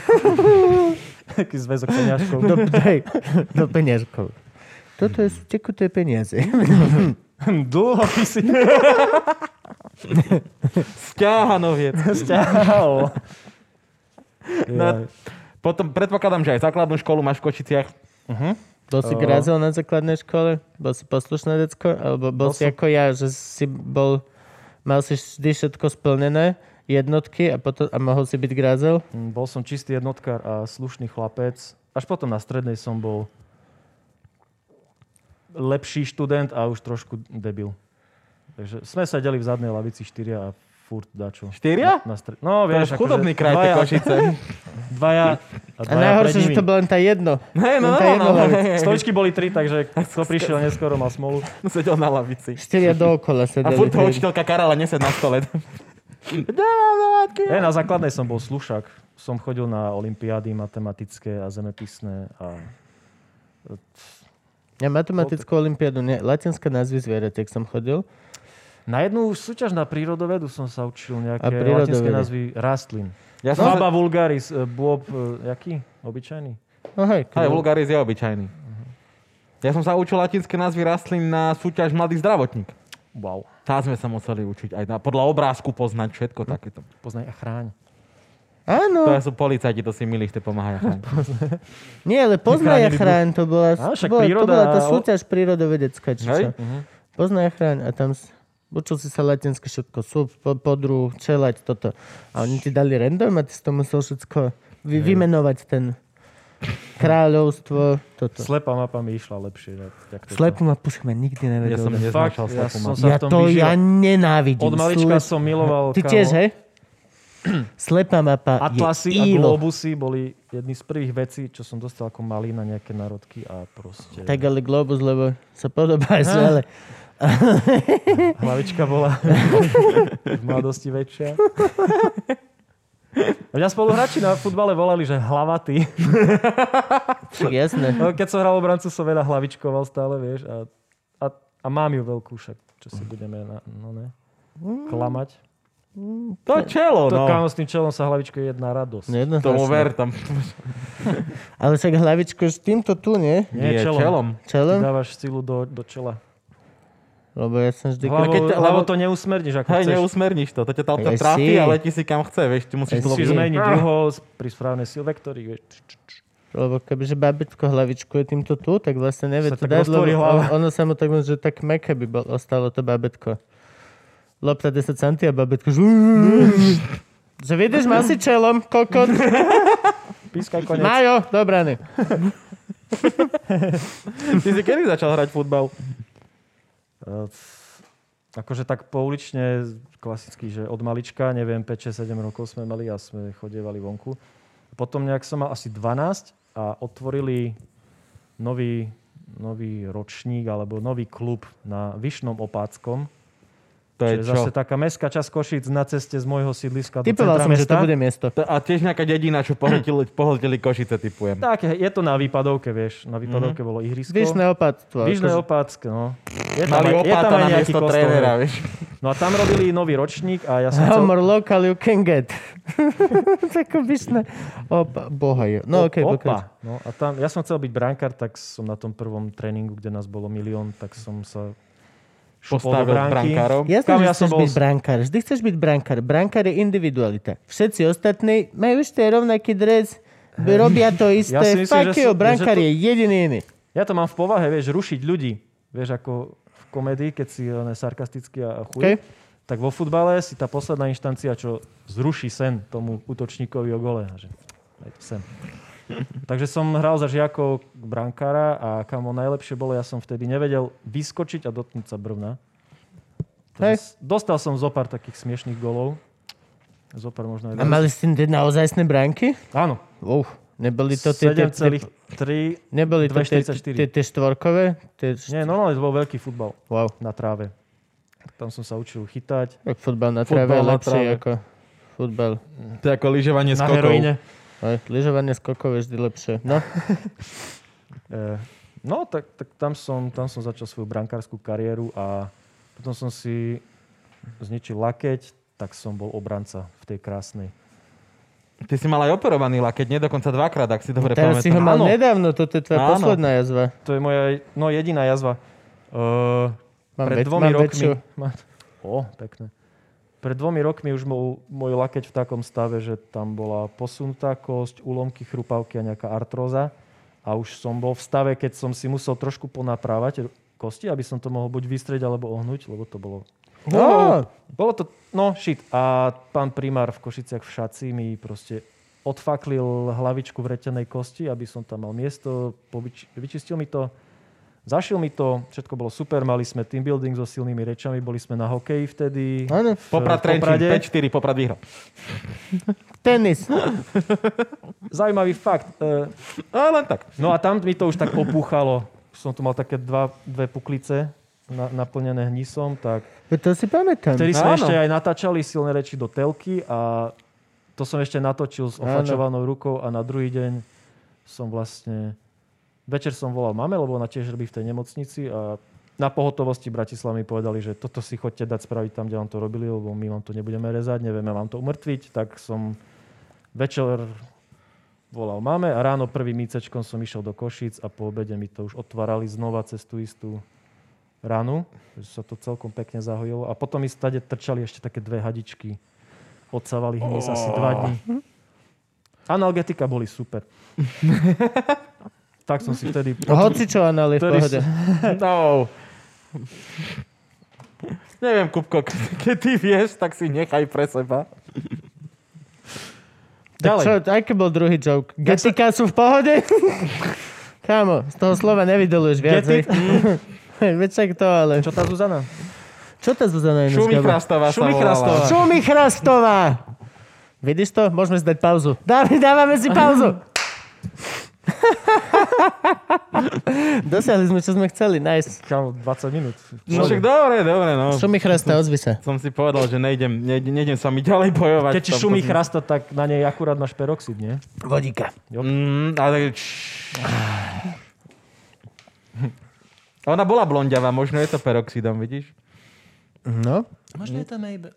Taký zväzok peňažkov. Do, daj, do peniažkov. Toto je sú tekuté peniaze. Dlhopisy. Sťahanoviec. Sťahal. No. Potom predpokladám, že aj základnú školu máš v Košiciach. Bol si grázel na základnej škole? Bol si poslušné decko? Alebo bol, Bol si som. ako ja, že si bol... Mal si vždy všetko splnené, jednotky a, potom, a mohol si byť grázel? Mm, Bol som čistý jednotkár a slušný chlapec. Až potom na strednej som bol lepší študent a už trošku debil. Takže sme sedeli v zadnej lavici štyria a furt dačo. Štyria? Na stre... No, To je vieš, akože chudobný kraj, tie dvaja, Košice. dvaja, a A dvaja pred najhoršie, nimi. že to bolo len tá jedno. Hej, no, Len no, tá no, jedna no, lavica. hej, hej. Stoličky boli tri, takže kto prišiel neskoro mal smolu. Sedel na lavici. Štyria dookola A sedeli. furt ho hej. učiteľka Karola nesed na stole. Dávam dávátky. Ja na základnej som bol slušák. Som chodil na olimpiády matematické a zemepisné. A... Ja matematickú olimpiádu, nie, latinská názvy zvieratiek som chodil. Na jednu súťaž na prírodovedu som sa učil nejaké A No, prírodovedy. latinské názvy rastlín. Ja som Faba sa... vulgaris, e, bôb, e, jaký? Obyčajný? No hej, Aj kľú. vulgaris je obyčajný. Ja som sa učil latinské názvy rastlín na súťaž Mladý zdravotník. Wow. Tá sme sa museli učiť. Aj na, podľa obrázku poznať všetko takéto. Poznaj a chráň. To Áno, sú policajti, to si milí, že pomáhajú. nie, ale poznaj a Chránili chráň, to bola, Á, však bola, to príroda mhm. bola tá a o- súťaž prírodovedecká, či čo. Hej? Poznaj a chráň a tam s- učil si sa latinské všetko, súp, po, podru, čelať, toto. A oni ti dali random a ty si to musel všetko vy, vymenovať ten kráľovstvo, toto. Slepá mapa mi išla lepšie. ne? Jak toto. Slepu ma puška ma nikdy Ja nevedel. som dať. Fakt, neznašal ja slepú som mapu. sa ja v tom to vyžil. ja nenávidím. Od malička Slep- som miloval Ty kámo, tiež, hej? no. Slepá mapa Atlasy je a ílo. globusy boli jedny z prvých vecí, čo som dostal ako malý na nejaké národky a proste Tak ale globus, lebo sa podobá aj Á. svele. hlavička bola v mladosti väčšia. Mňa spoluhráči na futbale volali, že hlavatý. Však jasné. No, keď som hral obrancu, som veľa hlavičkoval stále, vieš. A, a, a mám ju veľkú však, čo si budeme na, no ne, klamať. To čelo, To no. kámo s tým čelom sa hlavičko je jedna radosť. Tomu Nejednoznačné. ver, tam No, Ale však hlavičko s týmto tu, nie? je čelom. Ty Čelom? dávaš silu do, do čela. Lebo ja som vždy... Hlavou, keď ťa- hlavou hlavou- to neusmerníš, ako Hej, chceš. neusmerníš to. To ťa tam Hej, trafi, si. ale ti si kam chce, vieš. Ty musíš Hej, dlho... si. Musíš zmeniť uhol pri správnej sile vektorí. vieš. Lebo kebyže babetko hlavičku je týmto tu, tak vlastne nevie Sa to tak dať, lebo roztvorí hlava. on- ono sa mu tak môže, že tak meké by bol, ostalo to babetko. Lopta 10 cm a babetko že... Že vidíš, mal si čelom, kokot. Pískaj konec. Majo, dobraný. Ty si kedy začal hrať futbal? Eh, Akože tak poulične, klasicky, že od malička, neviem, 5-6-7 rokov sme mali a sme chodievali vonku. Potom nejak som mal asi 12 a otvorili nový, nový ročník alebo nový klub na Vyšnom Opáckom. To Čo je je čo? zase taká mestská časť Košic na ceste z môjho sídliska do Typoval centra som, že mesta. to bude miesto. To- A tiež nejaká dedina, čo pohltili, pohltili Košice, typujem. Tak, je to na výpadovke, vieš. Na Mhm. výpadovke mm-hmm. bolo ihrisko. Zvyšné opatstvo. Výžne akože- opácké, no. Je tam, Mali aj- je tam opáta aj na nejaký miesto kostol. trénera, vieš. No a tam robili nový ročník a ja som How chcel... more local you can get. Tako vyšné. Opa, boha je. No okej, okay, Opa. No a tam, ja som chcel byť brankár, tak som na tom prvom tréningu, kde nás bolo milión, tak som sa šupol do Postavil bránky. brankárov. Jasné, Kam že ja chceš som bol byť z- brankár. Vždy chceš byť brankár. Brankár je individualita. Všetci ostatní majú ešte rovnaký dres, b- robia to isté. si myslím, Fuck že you, som- brankár že to- je jediný iný. Ja to mám v povahe, vieš, rušiť ľudí. Vieš, ako v komedii, keď si eh, sarkastický a a chuj. Okej. Tak vo futbale si tá posledná inštancia, čo zruší sen tomu útočníkovi o gole. Že aj to sen. Takže som hral za žiakov brankára a kamo najlepšie bolo, ja som vtedy nevedel vyskočiť a dotknúť sa brvna. Takže Hej. s- dostal som zo pár takých smiešných golov. Zo pár možno aj... A mali ste naozajstné branky? Áno, Uf, neboli to tie, tie, tie, 7,3... neboli to tie, 2,44. tie, tie štvorkové? Tie, št- Nie, normálne to bol veľký futbal wow, na tráve. Tam som sa učil chytať. tak futbal na tráve Futbal je na lepšie tráve. ako futbal. To je ako lyžovanie Na skokov. heroíne. Aj, lyžovanie skokové je vždy lepšie. No, E, no, tak, tak tam, som, tam som začal svoju brankárskú kariéru a potom som si zničil lakeť, tak som bol obranca v tej krásnej. Ty si mal aj operovaný lakeť, nie dokonca dvakrát, ak si dobre teraz si ho pamätám. mal Áno. nedávno, toto je tvoja Áno. posledná jazva. To je moja no, jediná jazva. E, Mám pred väč- dvomi mám rokmi... väčšiu. Ma- O, pekné. Pred dvomi rokmi už bol môj lakeť v takom stave, že tam bola posunutá kosť, úlomky chrupavky a nejaká artróza. A už som bol v stave, keď som si musel trošku ponaprávať kosti, aby som to mohol buď vystrieť alebo ohnúť, lebo to bolo... No, Bolo to... No, shit. A pán primár v Košiciach v Šaci mi proste odfaklil hlavičku v retenej kosti, aby som tam mal miesto, povyč- vyčistil mi to. Zašil mi to, všetko bolo super, mali sme team building so silnými rečami, boli sme na hokeji vtedy. áno, v Poprad Trenčín, Poprade. 5-4, Poprad vyhral. tenis. Zaujímavý fakt. E, A len tak. No a tam mi to už tak opúchalo. Som tu mal také dva, dve puklice na, naplnené hnisom, tak Veď To si pamätám. Vtedy sme Áno. ešte aj natáčali silné reči do telky a to som ešte natočil s ofačovanou rukou a na druhý deň som vlastne... Večer som volal mame, lebo ona tiež robí v tej nemocnici a na pohotovosti Bratislava mi povedali, že toto si chodte dať spraviť tam, kde vám to robili, lebo my vám to nebudeme rezať, nevieme vám to umrtviť. Tak som večer volal mame a ráno prvým mícečkom som išiel do Košíc a po obede mi to už otvárali znova cez tú istú ranu, že sa to celkom pekne zahojilo. A potom mi stade trčali ešte také dve hadičky. Odsávali hníz asi dva dní. Analgetika boli super. tak som si vtedy... Hoci čo anali v Vtedy pohode. No. Neviem, Kupko, keď ty vieš, tak si nechaj pre seba. Tak Ďalej. čo, aký bol druhý joke? Getika sú v pohode? Kámo, z toho slova nevydoluješ viac. Get it? hej. Veď však to, ale... Mm. Čo tá Zuzana? Čo tá Zuzana je Šumy Chrastová sa Šumy Chrastová. volala. Šumi Chrastová! Vidíš to? Môžeme si dať pauzu. Dáme, dávame si pauzu. Dosiahli sme, čo sme chceli. Nice. Kámo, 20 minút. No však dobre, dobre, no. Šumi Chrasta, ozvi sa. Som si povedal, že nejdem, nejdem, nejdem sa mi ďalej Keď bojovať. v ti tomto šumí zmysle. chrasta, tak na nej akurát máš peroxid, nie? Vodíka. Mm, a tak... čš. Ona bola blondiava, možno je to peroxidom, vidíš? No. Možno je to Mabel.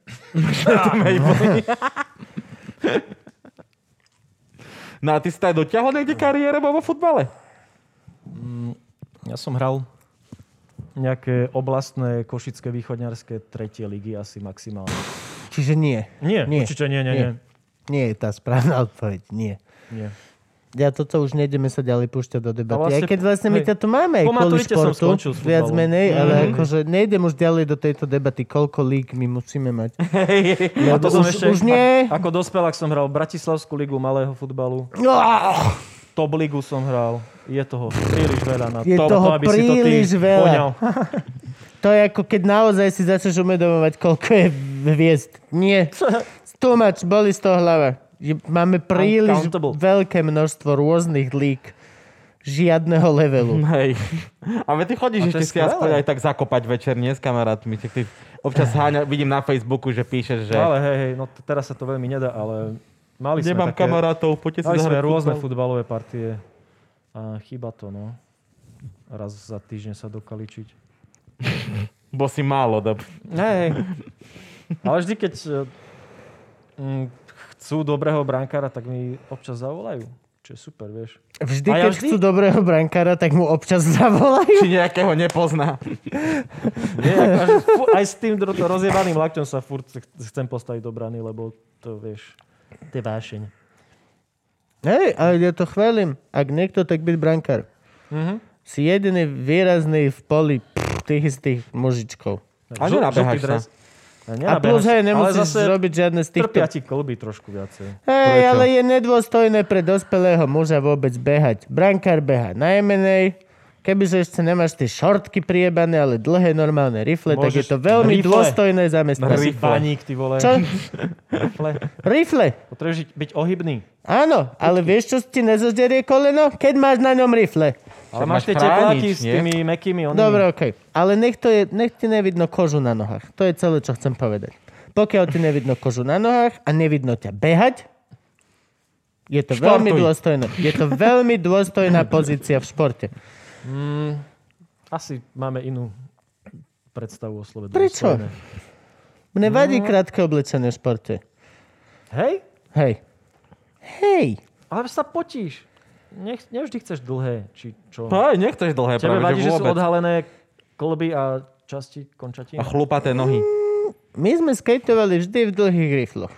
No a ty si to aj dotiahol niekde kariére vo futbale? Ja som hral nejaké oblastné košické východňarské tretie ligy asi maximálne. Čiže nie. Nie, Nie. určite nie, nie, Nie. nie. Nie je tá správna odpoveď. Nie. nie. Ja toto už nejdeme sa ďalej púšťať do debaty. A vlastne- Vlastne, aj keď vlastne my hej. ťa tu máme aj Po kvôli maturite som športu, skončil s futbalom. viac menej, ale akože nejdem už ďalej do tejto debaty, koľko lík my musíme mať. A Lebo to som No, už, ešte, už nie. a- Ako dospelák som hral Bratislavskú ligu malého futbalu, No, ah, top ligu som hral. Je toho príliš veľa na Je to, toho to, aby si to ty príliš veľa. poňal. To je ako keď naozaj si začneš uvedomovať, koľko je hviezd. Nie. Too much, boli z toho hlava. Je- Máme príliš Uncountable. veľké množstvo rôznych lík žiadneho levelu. Hej. A veď ty chodíš A to ešte je si skvelé. Eh. aspoň aj tak zakopať večer, nie s kamarátmi. Tak ty občas háňa, vidím na Facebooku, že píšeš, že Ale hej, hej, no t- teraz sa to veľmi nedá, ale mali sme nemám také, kamarátov, poďte si mali sme zahrať rôzne futbal. futbalové partie a chyba to, no. Raz za týždeň sa dokaličiť. Bo si málo. Dob. Hej. Ale vždy, keď eh, mm, chcú dobrého brankára, tak mi občas zavolajú. Čo je super, vieš. Vždy, A ja keď vždy- chcú dobrého brankára, tak mu občas zavolajú. Či nejakého nepozná. Nie, ako až, fu- aj s tým dro- rozjebaným lakťom sa furt ch- chcem postaviť do brany, lebo to, vieš, to je vášeň. Hej, ale ja to chválim. Ak niekto, tak byť brankár. Mhm. Si jediný výrazný v poli pff, tých istých mužičkov. A nenabehaš sa. A plus, hej, nemusíš robiť žiadne z týchto Trpia ti kolby trošku viacej. Hej, Prečo? ale je nedôstojné pre dospelého muža vôbec behať. Brankár beha najmenej. Kebyže ešte nemáš tie šortky priebané, ale dlhé normálne rifle, tak je Môžeš- to veľmi rifle. dôstojné Teraz si zamestnanie. baník, ty vole. Čo? Rifle. Rifle. Potrebuješ žiť- byť ohybný. Áno, ale vieš, čo ti nezožerie koleno? Keď máš na ňom rifle. Ale máš Však máš tie chrániť, tepláky s nie? tými mekými. Onými. Dobre, okej. Ale nech, to je, nech ti nevidno kožu na nohách. To je celé, čo chcem povedať. Pokiaľ ti nevidno kožu na nohách a nevidno ťa behať, je to Športuj. veľmi dôstojné. Je to veľmi dôstojná pozícia v športe. Asi máme inú predstavu o slove. Prečo? dôstojné. Mne vadí krátke oblečenie v športe. Hej? Hej. Hej. Ale sa potíš. Nech, nevždy chceš dlhé, či čo. Hej, nechceš dlhé Tebe No, práve, vadí, že že sú vôbec. odhalené kolby a časti končatín? A chlupaté nohy. My sme skateovali vždy v dlhých rifloch.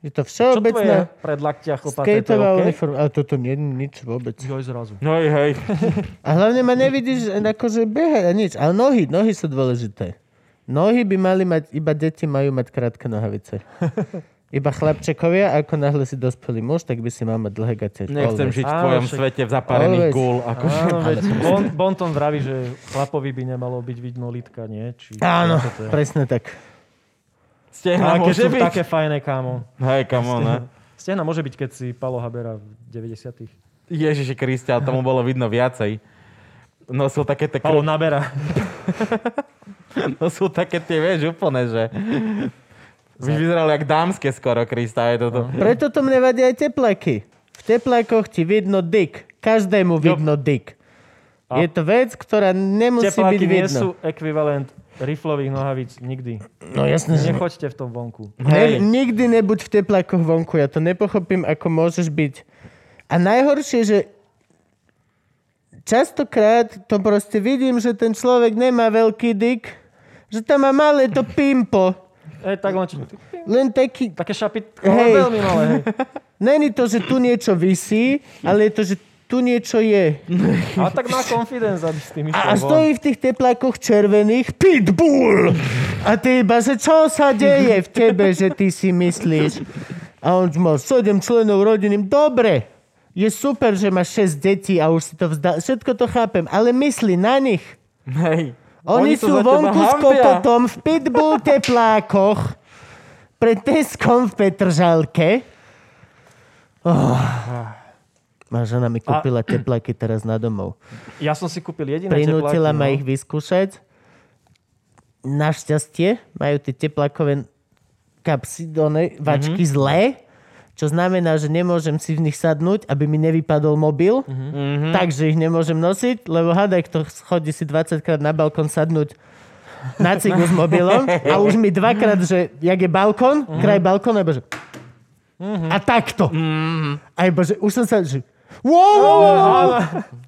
Je to Čo to je všeobecná pred laktia chlpaté? To je skateová OK? uniforma. Ale toto nie je nič vôbec. Joj, zrazu. Hej, hej. A hlavne ma nevidíš akože behať a nič. Ale nohy, nohy sú dôležité. Nohy by mali mať, iba deti majú mať krátke nohavice. Iba chlapčekovia, ako náhle si dospelý muž, tak by si mal mať dlhé gate. Nechcem Always. žiť v Áno, tvojom však- svete v zaparených Always. gul. Akože. Áno, veď bon, Bonton vraví, že chlapovi by nemalo byť vidno lítka, nie? Či, Áno, čo to je? presne tak. Stehna Ale keď môže sú byť. také fajné, kámo. Hej, come on, ne? Stehna môže byť, keď si Palo Habera v 90 Ježiši Kriste, ale tomu bolo vidno viacej. Nosil také tie, Palo krú... nabera. nosil také tie, vieš, úplne, že... Už vyzeral jak dámske skoro, Krista, je toto. Preto to mne vadia aj tepláky. V teplákoch ti vidno dyk. Každému vidno dyk. Je to vec, ktorá nemusí byť Tepláky nie vidno. sú ekvivalent riflových nohavíc nikdy. No jasne, že Nechoďte v tom vonku. Ne, Hej. nikdy nebuď v teplákoch vonku, ja to nepochopím, ako môžeš byť. A najhoršie, že častokrát to proste vidím, že ten človek nemá veľký dyk, že tam má malé to pimpo, E, tak len, čo- len taký... také šapitko, Hej. hey. veľmi malé. Hej. Není to, že tu niečo vysí, ale je to, že tu niečo je. Ale tak má confidence, aby s tým A, a išiel von. stojí v tých teplákoch červených Pitbull! A ty iba, že čo sa deje v tebe, že ty si myslíš? A on mal 7 členov rodiny. Dobre, je super, že máš 6 detí a už si to vzdal. Všetko to chápem, ale mysli na nich. Hej. Oni, Oni sú sa za teba vonku s hambia. kokotom v pitbull teplákoch pred Teskom v Petržalke. Oh. Má žena mi kúpila tepláky teraz na domov. Ja som si kúpil jediné Prinútila tepláky, ma no. ich vyskúšať. Našťastie majú tie teplákové kapsy, Mhm. one, vačky mm-hmm. zlé, čo znamená, že nemôžem si v nich sadnúť, aby mi nevypadol mobil, Mhm. mm-hmm. takže ich nemôžem nosiť, lebo hadaj, kto chodí si 20 krát na balkón sadnúť na cigu s mobilom a už mi dvakrát, že jak je balkón, Mhm. kraj balkóna, bože, a takto. Mhm. Aj bože, už som sa... Že... Wow, wow, wow, wow.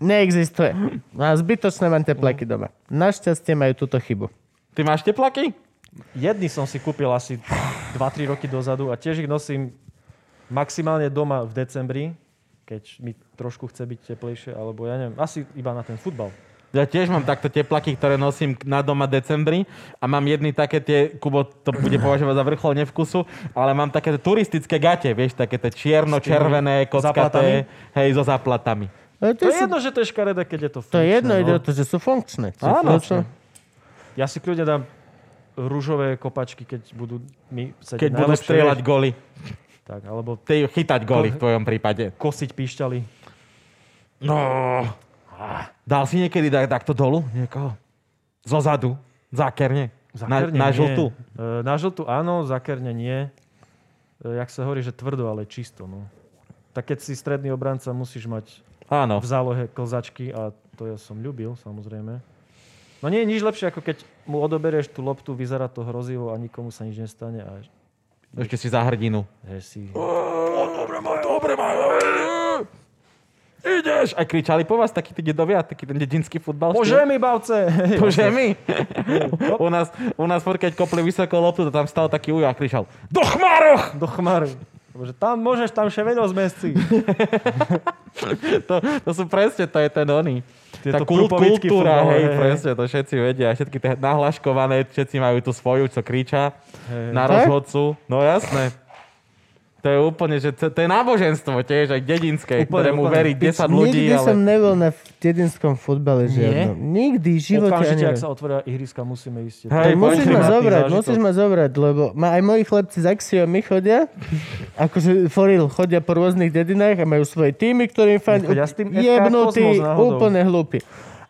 Neexistuje. No A zbytočné mám tepláky doma. Našťastie majú túto chybu. Ty máš teplaky? Jedny som si kúpil asi 2-3 roky dozadu a tiež ich nosím maximálne doma v decembri, keď mi trošku chce byť teplejšie, alebo ja neviem, asi iba na ten futbal. Ja tiež mám takto teplaky, ktoré nosím na doma decembri a mám jedny také tie, Kubo to bude považovať za vrchol nevkusu, ale mám také tie turistické gate, vieš, také tie čierno-červené, kockaté, hej, so zaplatami. Ale To je si- jedno, že to je škaredé, keď je to to je funkčné, jedno no. vlastne. ide o to, že sú funkčné. Sú Áno. funkčné. Ja si kľudne dám rúžové kopačky, keď budú mi sedieť Keď budú najlepšie, strieľať vieš. goly. Tak, alebo Ty chytať goly v tvojom prípade. kosiť píšťaly. No. Dal si niekedy tak, takto dolu niekoho? Zo zadu? Zákerne? Zákerne na, na nie. žltú? E, Na žltú áno, zákerne nie. E, Jak sa hovorí, že tvrdo, ale čisto. No. Tak keď si stredný obranca, musíš mať Áno. v zálohe klzačky a to ja som ľúbil, samozrejme. No nie je nič lepšie, ako keď mu odoberieš tú loptu, vyzerá to hrozivo a nikomu sa nič nestane a Ešte si za hrdinu. že si... Dobre ma, dobre ma. Ideš! A kričali po vás takí tí dedovia, taký ten dedinský futbal. Bože mi, bavce! Bože mi! u nás, u nás furt, keď kopli vysoko loptu, to tam stal taký ujo a kričal Do chmároch! Do chmaru. Bože, tam môžeš, tam ševedo zmesci. To, to sú presne, to je ten oný. Tá Tieto kul- prúpovičky kultúra, futbalové, hej, hej. presne, to všetci vedia. Všetky tie nahlaškované, všetci majú tú svoju, čo kriča Hej. na rozhodcu. No jasné. To je úplne, že to, to je náboženstvo tiež, aj Úplne, dedinské, ktorému úplne. verí 10 ľudí, Nikdy som ale... nebol na v- dedinskom futbale žiadnom. Nikdy v živote ani Okamžite, ak raz. sa otvoria ihriska, musíme ísť. Tak Hej, musíš ma Konzervatívny zobrať, zážitok. musíš ma zobrať, lebo ma aj moji chlapci z Axiomy chodia, akože foril, chodia po rôznych dedinách a majú svoje týmy, ktorým fan Nechodia s tým FK jebnutý, Kozmos náhodou. úplne hlúpi.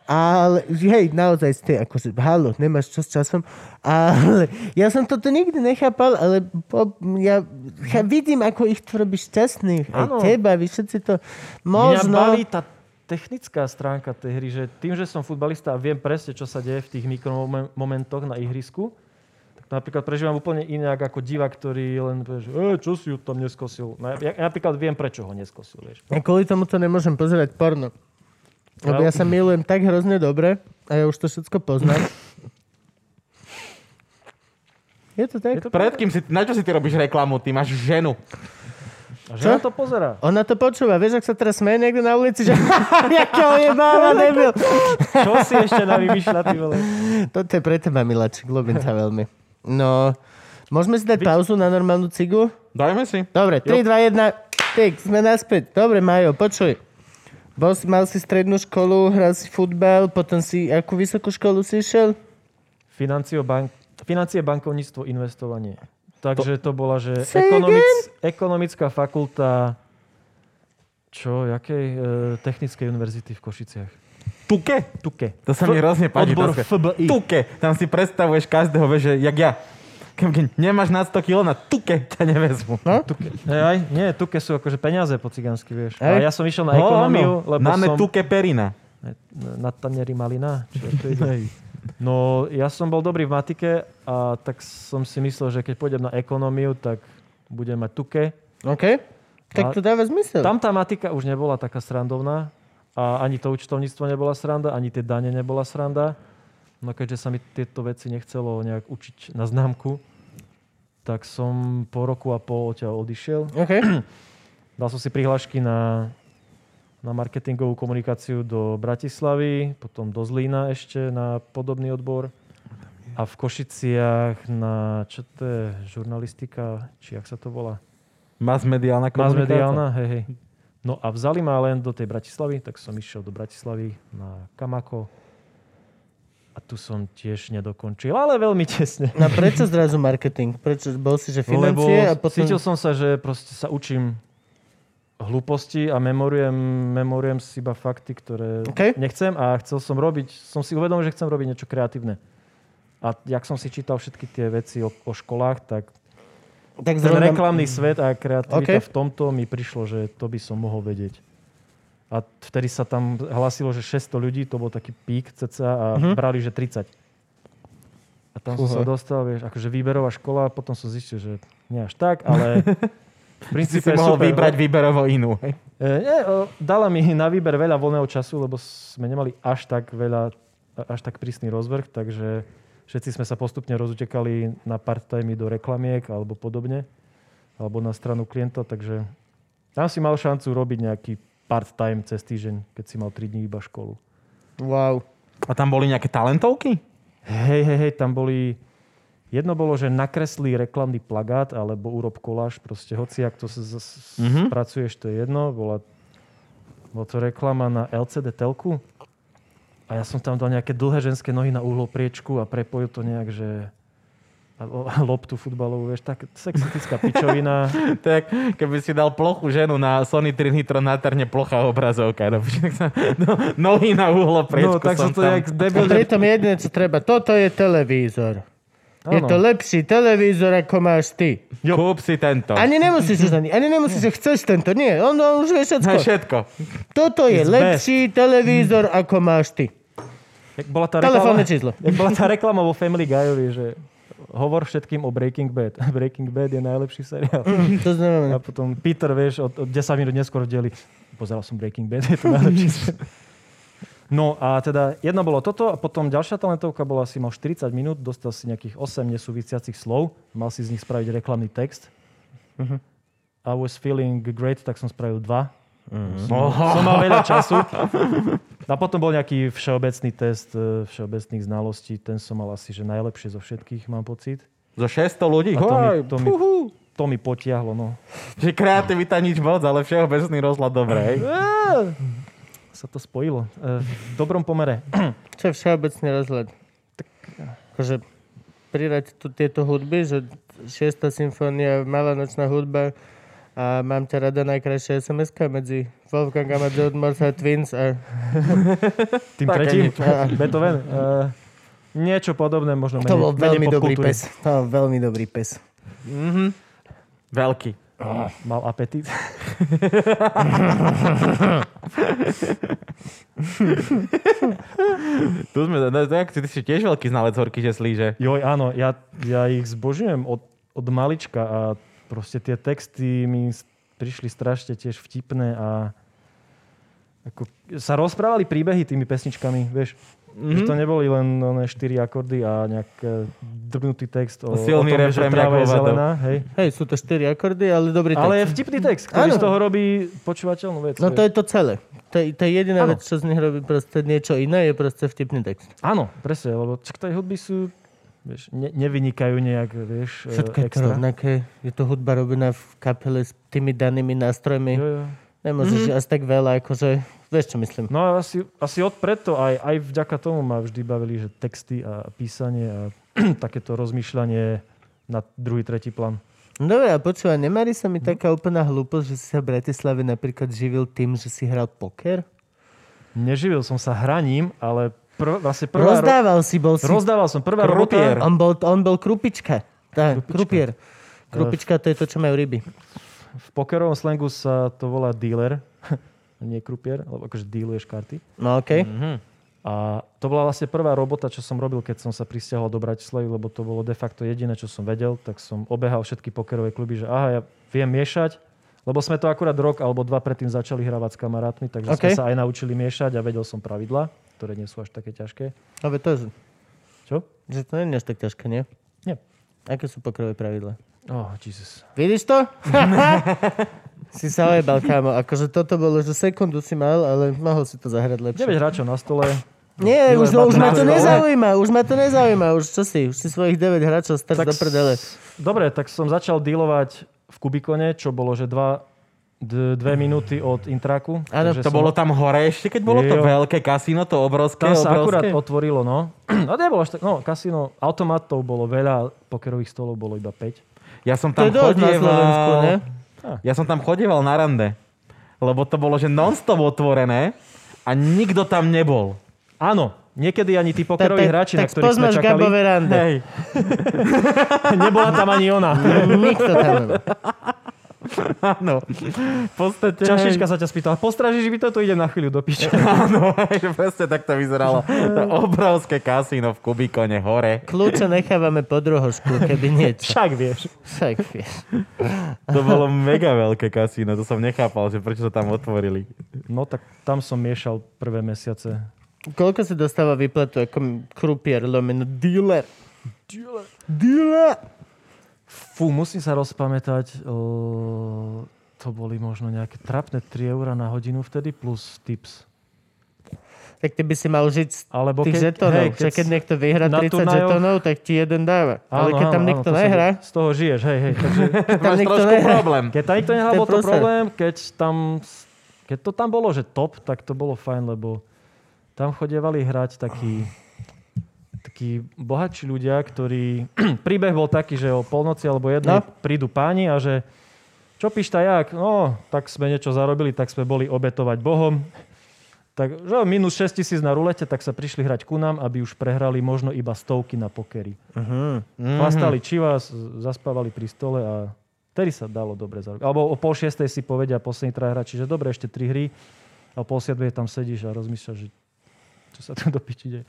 Ale hej, naozaj ste, akože, halo, nemáš čo s časom. Ale ja som toto nikdy nechápal, ale po, ja cha, vidím, ako ich to robí šťastných. Aj Áno. teba, vy všetci to... Mňa Možno... baví tá technická stránka tej hry, že tým, že som futbalista a viem presne, čo sa deje v tých mikromomentoch na ihrisku, tak napríklad prežívam úplne inak ako divák, ktorý len povie, že e, čo si ju tam neskosil. No, ja, ja napríklad viem, prečo ho neskosil. Vieš. A No, kvôli tomu to nemôžem pozerať porno. Lebo ja sa milujem tak hrozne dobre a ja už to všetko poznám. Je to tak? Je to Pred kým si, na čo si ty robíš reklamu? Ty máš ženu. A že na Čo? to pozera. Ona to počúva. Vieš, ak sa teraz smeje niekto na ulici, že jakého jebáva nebyl. Čo si ešte na vymýšľa, ty vole? Toto je pre teba, Miláčik. Ľúbim ťa veľmi. No, môžeme si dať pauzu na normálnu cigu? Dajme si. Dobre, 3, 2, 1, tak, sme naspäť. Dobre, Majo, počuj. Bol si, mal si strednú školu, hral si futbal, potom si, akú vysokú školu si išiel? Financio bank, financie, bankovníctvo, investovanie. Takže to, bola, že Say again? ekonomic, ekonomická fakulta čo, jakej e, technickej univerzity v Košiciach? Tuke? Tuke. To sa mi hrozne páči. odbor to sa- FBI. Tuke. Tam si predstavuješ každého, vieš, že jak ja. Keď nemáš nad 100 kg na tuke, ťa nevezmu. Tuke. Hej, aj, nie, tuke sú akože peniaze po cigánsky, vieš. Hej. A ja som išiel na Ho, ekonómiu, áno. lebo No, Máme som... tuke perina. Na tanieri malina. Čo to ide? No, ja som bol dobrý v matike a tak som si myslel, že keď pôjdem na ekonómiu, tak budem mať tuke. OK. A- Tak to dáva zmysel. Tam tá matika už nebola taká srandovná a ani to účtovníctvo nebola sranda, ani tie dane nebola sranda. No keďže sa mi tieto veci nechcelo nejak učiť na známku, tak som po roku a pol odtiaľ odišiel. OK. Dal som si prihlášky na, na marketingovú komunikáciu do Bratislavy, potom do Zlína ešte na podobný odbor a v Košiciach na, čo to je, žurnalistika, či jak sa to volá? Masmediálna komunikácia. Masmediálna, hej, hej. No a vzali ma len do tej Bratislavy, tak som išiel do Bratislavy na Kamako. A tu som tiež nedokončil, ale veľmi tesne. No prečo zrazu marketing? Prečo bol si, že Lebo financie a potom... cítil som sa, že proste sa učím hlúposti a memorujem, memorujem si iba fakty, ktoré OK. nechcem a chcel som robiť, som si uvedomil, že chcem robiť niečo kreatívne. A jak som si čítal všetky tie veci o, o školách, tak tak ten zrovna- reklamný svet a kreativita OK. okay. v tomto mi prišlo, že to by som mohol vedieť. A vtedy sa tam hlasilo, že 600 ľudí, to bol taký pík cca a uh-huh. brali, že 30. A tam som Fúha. sa dostal, vieš, akože výberová škola, potom som zistil, že nie až tak, ale v Si princípe si je mohol super. vybrať výberovo inú. hej? E, nie, o, dala mi na výber veľa voľného času, lebo sme nemali až tak veľa, až tak prísny rozvrh, takže všetci sme sa postupne rozutekali na part-time do reklamiek alebo podobne, alebo na stranu klienta, takže tam si mal šancu robiť nejaký part-time cez týždeň, keď si mal 3 dní iba školu. Wow. A tam boli nejaké talentovky? Hej, hej, hej, tam boli... Jedno bolo, že nakreslí reklamný plagát alebo urob koláž, proste hociak to sa z- z- Mhm. spracuješ, to je jedno. Bola, bola to reklama na LCD telku a ja som tam dal nejaké dlhé ženské nohy na uhlopriečku a prepojil to nejak, že a lo- a loptu futbalovú, vieš, tak sexistická pičovina. Tak, keby si dal plochu ženu na Sony 3 Nitro naterne plochá obrazovka. No, tak sa, no, nohy na uhlo no, priečku tak som to tam. nejak A debil. pritom jediné, čo treba, toto je televízor. Je Áno. to lepší televízor, ako máš ty. Kúp si tento. Ani nemusíš už ani, ani nemusíš, že chceš tento. Nie, on, on už vie Hej, všetko. všetko. Toto je It's lepší televízor, ako máš ty. Jak bola tá Telefónne číslo. reklama, jak bola tá reklama vo Family Guyovi, že hovor všetkým o Breaking Bad. Breaking Bad je najlepší seriál. To znamená. A potom Peter, vieš, od, od 10 minút neskôr v dieli, pozeral som Breaking Bad, je to najlepší svet. No a teda jedna bolo toto a potom ďalšia talentovka bola si mal 40 minút, dostal si nejakých 8 nesúvisiacich slov, mal si z nich spraviť reklamný text. I was feeling great, tak som spravil dva. Som, som mal veľa času. A potom bol nejaký všeobecný test e, všeobecných znalostí, ten som mal asi, že najlepšie zo všetkých, mám pocit. Zo 600 ľudí. A to mi, Hoj, to mi, puhu. to mi potiahlo, no. Že kreativita nič moc, ale všeobecný rozhľad dobre. hej? Á, sa to spojilo. E, V dobrom pomere. Čo je všeobecný rozhľad? Akože prirať tu tieto hudby, že 6. symfónia, malá nočná hudba a mám ťa rada najkrajšia sms medzi Wolfgang Amadeus Mozart Twins a Tým Také tretím, niečo. Beethoven. E, Niečo podobné, možno menej, to bol menej veľmi dobrý popkultúry. pes. To bol veľmi dobrý pes. Veľký. Mal apetít. Tu sme, no, tak, ty si tiež veľký znalec horky, že slíže. Joj, áno, ja, ja ich zbožujem od, od malička a proste tie texty mi s- prišli strašne tiež vtipné a ako, sa rozprávali príbehy tými pesničkami, vieš. Mm-hmm. Že Mhm. to neboli len one štyri akordy a nejak e, drbnutý text o, Silný o tom, že refrén, jak tráva je vo Vadov. zelená. Hej. Hej, sú to 4 akordy, ale dobrý Ale je text. vtipný text, ktorý Áno. z toho robí počúvateľnú vec. No to vieš. je to celé. To, je- to je jediná Áno. vec, čo z nich robí proste niečo iné, je proste vtipný text. Áno, presne, lebo čak tej hudby sú, vieš, ne, nevynikajú nejak, vieš, Všetko e, je to extra. rovnaké. Je to hudba robená v kapele s tými danými nástrojmi. Jo, jo. Nemôžeš mm-hmm. asi tak veľa, akože... Vieš, čo myslím? No a asi, asi od preto, aj, aj vďaka tomu ma vždy bavili, že texty a písanie a takéto rozmýšľanie na druhý, tretí plán. No Dobre, a počúva, nemarí sa mi taká úplná hlúposť, že si sa v Bratislave napríklad živil tým, že si hral poker? Neživil som sa hraním, ale prv, vlastne prvá... ro- Rozdával si, bol si... rozdával som prvá Krupier. robota. On bol, on bol krupička. Tá, krupier. Krupička to je to, čo majú ryby. V pokerovom slangu sa to volá dealer. Nie krupier, lebo akože dealuješ karty. No okej. Okay. A to bola vlastne prvá robota, čo som robil, keď som sa pristiahol do Bratislavy, lebo to bolo de facto jediné, čo som vedel, tak som obehal všetky pokerové kluby, že aha, ja viem miešať, lebo sme to akurát rok alebo dva predtým začali hravať s kamarátmi, takže OK. okay. sme sa aj naučili miešať a vedel som pravidla, ktoré nie sú až také ťažké. Ale to, je- Čo? že to nie je až tak ťažké, nie? Nie. Aké sú pokerové pravidla? Oh, Jesus. Vidíš to? si sa ojebal, kámo. Akože toto bolo, že sekundu si mal, ale mohol si to zahrať lepšie. 9 hráčov na stole. Nie, Milé už, už ma to baternáctko. nezaujíma, už ma to nezaujíma, už čo si, už si svojich 9 hráčov strč do Tak prdele. s- Dobre, tak som začal dealovať v Kubikone, čo bolo, že dva, d- dve minúty od Intraku. Áno, Takže To som- bolo tam hore ešte, keď bolo Jo. to veľké kasíno, to obrovské, Tam sa akurát obrovské. otvorilo, no. A nebolo až tak, no, kasíno, automatov bolo veľa, pokerových stolov bolo iba 5. Ja som To je tam dosť na Slovensku, ne? chodieval... Ja som tam chodieval na rande. Lebo to bolo, že non-stop otvorené a nikto tam nebol. Áno, niekedy ani tí pokeroví Pepe, hráči, na tak ktorých sme spoznáš čakali, Gabové rande. Hej. nebola tam ani ona. Nikto tam nebol. Áno. V podstate... Čašička sa ťa spýtala, postražíš mi toto, idem na chvíľu do piče. Áno, hej, že presne tak to vyzeralo. To obrovské kasíno v Kubikone hore. Kľúče nechávame pod rohošku, keby niečo. Však vieš. Však vieš. To bolo mega veľké kasíno, to som nechápal, že prečo to tam otvorili. No tak tam som miešal prvé mesiace. Koľko sa dostáva výplatu ako krupier, lomeno dealer? Dealer. Fú, musím sa rozpamätať. eh, to boli možno nejaké trapné 3 eurá na hodinu vtedy plus tips. Tak ty by si mal žiť z Alebo tých keď- žetónov. hej, Hej, keď keď s- niekto vyhra na 30 turnajoch- žetónov, tak ti jeden dáva. Ale keď tam nikto to sa- nehrá, Z toho žiješ, hej, hej. Takže keď tam Máš nikto trošku nehrá, problém. keď tam nikto nehrá, To je bol to prúser. problém. Keď tam, keď to tam bolo, že top, tak to bolo fajn, lebo tam chodievali hrať takí takí bohatší ľudia, ktorí... Príbeh bol taký, že o polnoci alebo jednej No. prídu páni a že čo pišta jak? No, tak sme niečo zarobili, tak sme boli obetovať Bohom. Tak, že minus 6 tisíc na rulete, tak sa prišli hrať ku nám, aby už prehrali možno iba stovky na pokery. Mhm. Uh-huh. Vlastali čivas, zaspávali pri stole a vtedy sa dalo dobre zarobiť. Alebo o pol šiestej si povedia poslední traja hráči, že dobre, ešte tri hry a o pol siedmej tam sedíš a rozmýšľaš, že čo sa tu do piči deje.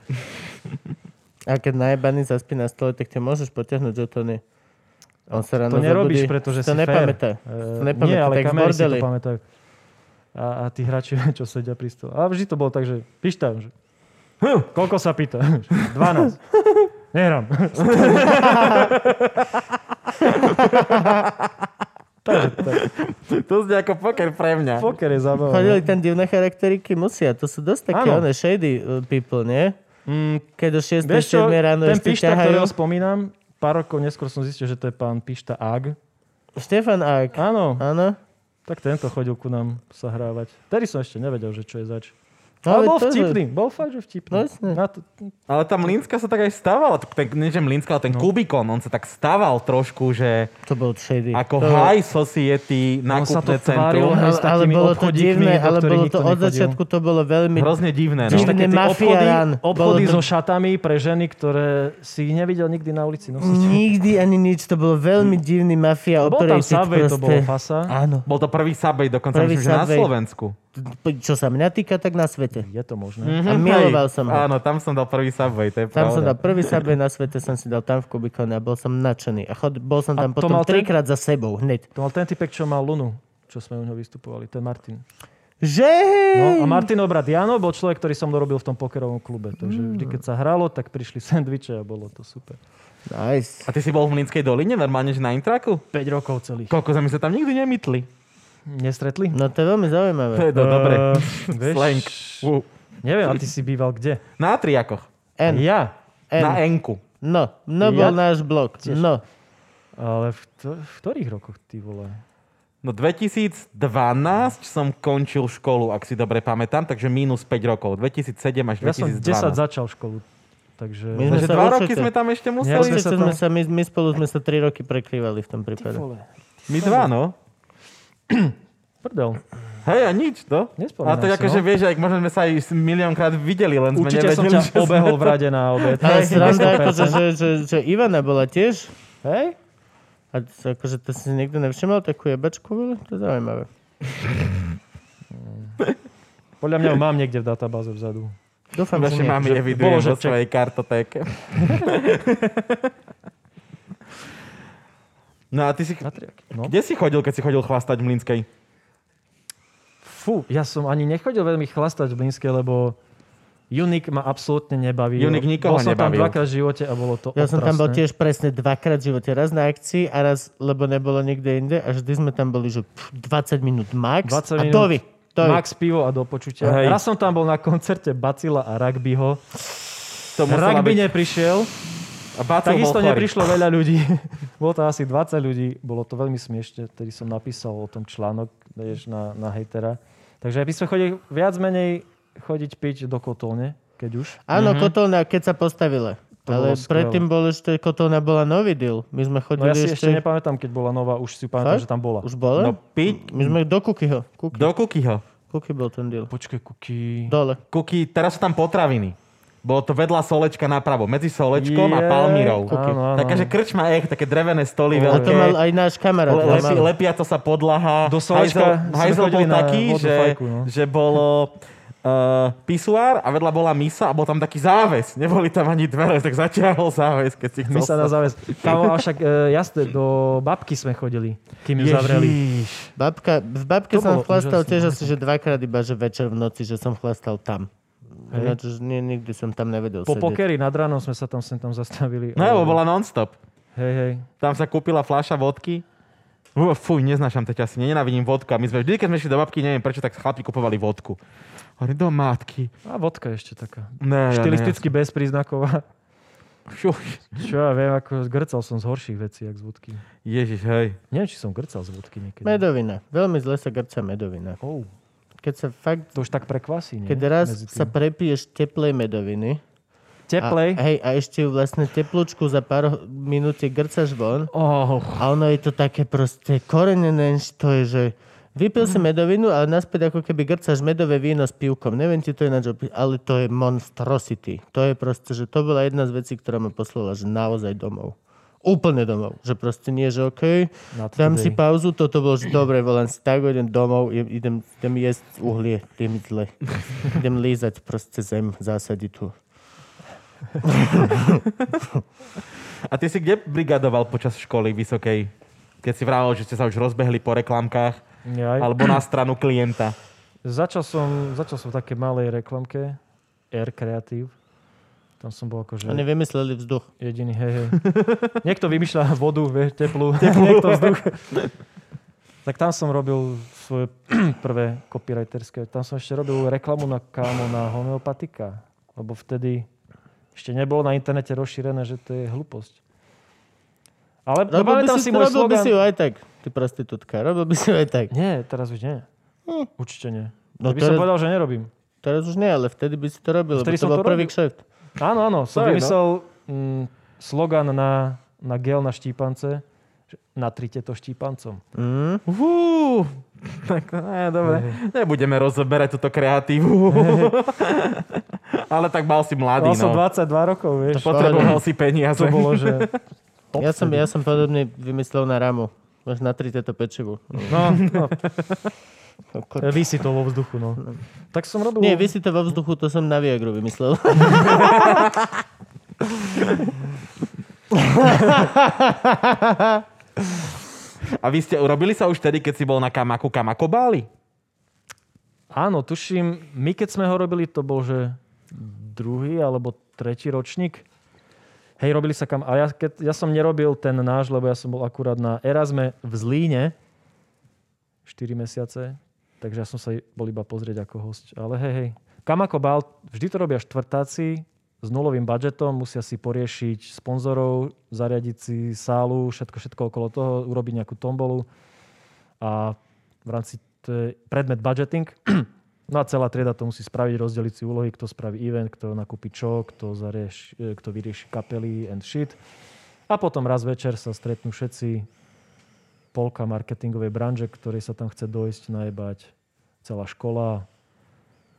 a keď najebaný zaspí na stole, tak ti môžeš potiahnuť žetóny. On sa ráno To nerobíš, zabudí. pretože to si nepamätá. Fair. To Eh, nepamätá, Nie, ale tak v kamery si to bordeli. pamätajú. A, a tí hráči, čo sedia pri stole. A vždy to bolo tak, že píšta, že "Hm, koľko sa pýta? 12. Nehrám. Takže tak, To znie ako poker pre mňa. poker je zábava. Chodili tam divné charakteriky, musia. To sú dosť také No, Áno. one shady uh, people, nie? Mm, Keď do 6. vieš čo, 7. ráno ten ešte Pišta, ktorého ťahajú. spomínam, pár rokov neskôr som zistil, že to je pán Pišta Ag. Štefan Ark. Áno, Áno. tak tento chodil ku nám sa hrávať. Vtedy som ešte nevedel, že čo je zač. No, veď Ale bol to, že- vtipný, bol fakt, že vtipný. No jasne. Na to, Ale tá Mlínska sa tak aj stávala. Ten, nie že Mlínska, ale ten no. Kubikon, on sa tak stával trošku, že To bol shady. ako to... high sa society to nákupné Ale, tvárilo. centrum. s ale takými bolo to obchodíkmi, divné, do ale ktorých bolo to nikto od nechodil. začiatku, to bolo veľmi... Hrozne divné, no. Divné. tie obchody, mafián. obchody Bolo so to- šatami pre ženy, ktoré si ich nevidel nikdy na ulici nosiť. Nikdy ani nič, to bolo veľmi divný mafia Bol Mm, tam operated Subway, to proste. bolo fasa. Áno. Bol to prvý Subway dokonca, Prvý myslím, že na Subway. Slovensku. Čo sa mňa týka, tak na svete. Je to možné. Mhm, A miloval hej. som ho. Áno, tam som dal prvý Subway, to je Tam som pravda. dal prvý Subway na svete, som si dal tam v Kubikone a bol som nadšený. A chod, bol som A tam to potom mal ten- trikrát za sebou, hneď. To mal ten typek, čo mal Lunu čo sme u neho vystupovali, ten Martin. Že? No a Martin Obrad Jano bol človek, ktorý som dorobil v tom pokerovom klube. Takže vždy, keď sa hralo, tak prišli sendviče a bolo to super. Nice. A ty si bol v Mlínskej doline, normálne, že na Intraku? 5 rokov celých. Koľko sme sa tam nikdy nemytli. E, Nestretli? No to je veľmi zaujímavé. To je to, no, dobre. Eh, vieš, Slang. Uh. Neviem, a ty si býval kde? Na triakoch. N, Ja. N. E. Na Enku. No, no bol náš blok. No. Ale v, to- v ktorých rokoch ty vole? No 2012 som končil školu, ak si dobre pamätám, takže minus 5 rokov. 2007 až Ja som 10 2012. začal školu. Takže... My Takže sme sa 2 roky určite- sme tam ešte Ja sme museli. sa Určite sme tam- sa, my, my spolu sme sa 3 roky prekrývali v tom prípade. My dva, no. Prdel. Hej, a nič, no. Nespomínam A to si, akože no. vieš, ak možno sme sa aj s- miliónkrát videli, len sme Určite som nevedeli, ťa že sme- obehol v rade na obed. Ale Hej, sranda, akože, 100%. že, že, že Ivana bola tiež. Hej? A to- akože to si nikto nevšimal, takú jebačku, vole? to je zaujímavé. Podľa mňa ho mám niekde v databáze vzadu. Dúfam, že Naše nie. mami evidujem bolo, že vo svojej kartotéke. No a ty si... Na triaky. No. Kde si chodil, keď si chodil chlastať v Mlinskej? Fú, ja som ani nechodil veľmi chlastať v Blínske, lebo Unik ma absolútne nebaví. Unik Bol nikoho som tam nebavil. dvakrát v živote a bolo to Ja som tam bol otrasné. tiež presne dvakrát v živote. Raz na akcii a raz, lebo nebolo nikde inde. A vždy sme tam boli, že pff, 20 minút max. 20 a minút. dovi. dovi. Max pivo a do počutia. Hej. Raz som tam bol na koncerte Bacila a Rugbyho. To musela Rugby byť- neprišiel, A Bacov bol takisto chorý. neprišlo veľa ľudí. Bolo tam asi 20 ľudí, bolo to veľmi smiešne, ktorý som napísal o tom článok vieš, na, na hejtera. Takže aby sme chodili viac menej chodiť piť do kotolne, keď už. Áno, mm-hmm. kotolna, keď sa postavila. Mhm. To Ale bolo skvelé. predtým bol ešte, kotolna bola nový deal. My sme No chodili ja si ešte nepamätám, keď bola nová, už si ju pamätám, Fakt? že tam bola. Už bola? No piť My sme do Kukyho. Kuky. do Kukyho. Kuky bol ten deal. Počkaj, Kuky. Dole. Kuky, teraz sú tam potraviny. Bolo to vedľa solečka napravo, medzi solečkom a Je, palmírou. áno, áno, Takáže áno. krčma, ech, také drevené stoly A veľké. to mal aj náš kamarát. Le- to lepi, mal. lepia to sa podlaha. Do Slovenska sme hajzel bol chodili na taký, vodnú že, fajku, no. že bolo uh, pisuár a vedľa bola misa a bol tam taký záves. Neboli tam ani dvere, tak zatiahol záves, keď si chcel. My sa na záväz. Kámo, a však e, jasne, do babky sme chodili, kým ju zavreli. Ježiš. Babka, v babke To som bolo chlastal úžasné, tiež asi, že dvakrát iba, že večer v noci, že som chlastal tam. Ináč už nie, nikdy som tam nevedel Po sedieť. pokeri nad ránom sme sa tam sem tam zastavili. No lebo bola non-stop. Hej, hej. Tam sa kúpila fľaša vodky. Ú, Fuj, neznášam to asi, nenávidím vodku. A my sme vždy, keď sme išli do babky, neviem prečo, tak chlapi kupovali vodku. Hovorím, do matky. A vodka ešte taká. Ne, Štilisticky bezpríznaková. Ne, Šuj. Čo ja viem, ako grcal som z horších vecí, jak z vodky. Ježiš, hej. Neviem, či som grcal z vodky niekedy. Medovina. Veľmi zle sa grca medovina. Oh, Keď sa fakt, to už tak prekvasí, nie? keď raz Medzi tým. sa prepiješ teplej medoviny, Teplej. A, hej, a ešte ju vlastne teplúčku za pár minút je grcaš von Oh, a ono je to také proste korenené, že to je, že vypil si medovinu, ale naspäť ako keby grcaš medové víno s pivkom. Neviem ti to ináč opísať, ale to je monstrosity. To je proste, že to bola jedna z vecí, ktorá ma poslala, že naozaj domov. Úplne domov. Že proste nie, že okej, Not dám si today. pauzu, toto bolo, že dobre, volám si tak, idem domov, jem- idem, idem jesť uhlie, idem zle. idem lízať proste zem, zásadi tu. A ty si kde brigadoval počas školy vysokej? Keď si vravel, že ste sa už rozbehli po reklamkách jaj. alebo na stranu klienta. Začal som, začal som v takej malej reklamke, Air Creative. Tam som bol akože Oni vymysleli vzduch. jediný, hej, hej. Niekto vymýšľa vodu, vieš, teplú, niekto vzduch. tak tam som robil svoje prvé copywriterské. Tam som ešte robil reklamu na kámo na homeopatika. Lebo vtedy ešte nebolo na internete rozšírené, že to je hlúposť. Ale no, Robil, by pamätám si, si, si, môj robil by slogan. si ju aj tak, ty prostitútka. Robil by si ju aj tak. Nie, teraz už nie. Určite nie. No No, by teraz- som povedal, že nerobím. Teraz už nie, ale vtedy by si to robil, lebo Vtedy to som bol to prvý robil. kšeft. Áno, áno, som no. Sorry, vymyslel mm, slogan na, na gel na štípance, že natrite to štípancom. Mm. Uú, tak ne, dobre. Nebudeme rozoberať túto kreatívu. Ale tak mal si mladý, Mal som no. 22 rokov, vieš. Potreboval si peniaze. To bolo, že... top Ja, som, vtedy. ja som podobne vymyslel na ramu. Máš na tri tieto pečivu. No, no, Kokot. vysí to vo vzduchu, no. Tak som robil... Nie, vy si to vo vzduchu, to som na Viagru vymyslel. A vy ste urobili sa už vtedy, keď si bol na Kamaku Kamakobáli? Áno, tuším, my keď sme ho robili, to bol, že druhý alebo tretí ročník. Hej, robili sa kam... A ja, keď, ja som nerobil ten náš, lebo ja som bol akurát na Erasme v Zlíne 4 mesiace, takže ja som sa bol iba pozrieť ako host. Ale hej, hej. Kamako Bal, vždy to robia štvrtáci s nulovým budžetom, musia si poriešiť sponzorov, zariadiť si sálu, všetko, všetko okolo toho, urobiť nejakú tombolu a v rámci to je predmet budgeting. No a celá trieda to musí spraviť, rozdeliť si úlohy, kto spraví event, kto nakúpi čo, kto, zarieš, e, kto vyrieši kapely and shit. A potom raz večer sa stretnú všetci polka marketingovej branže, ktorej sa tam chce dojsť, najebať celá škola.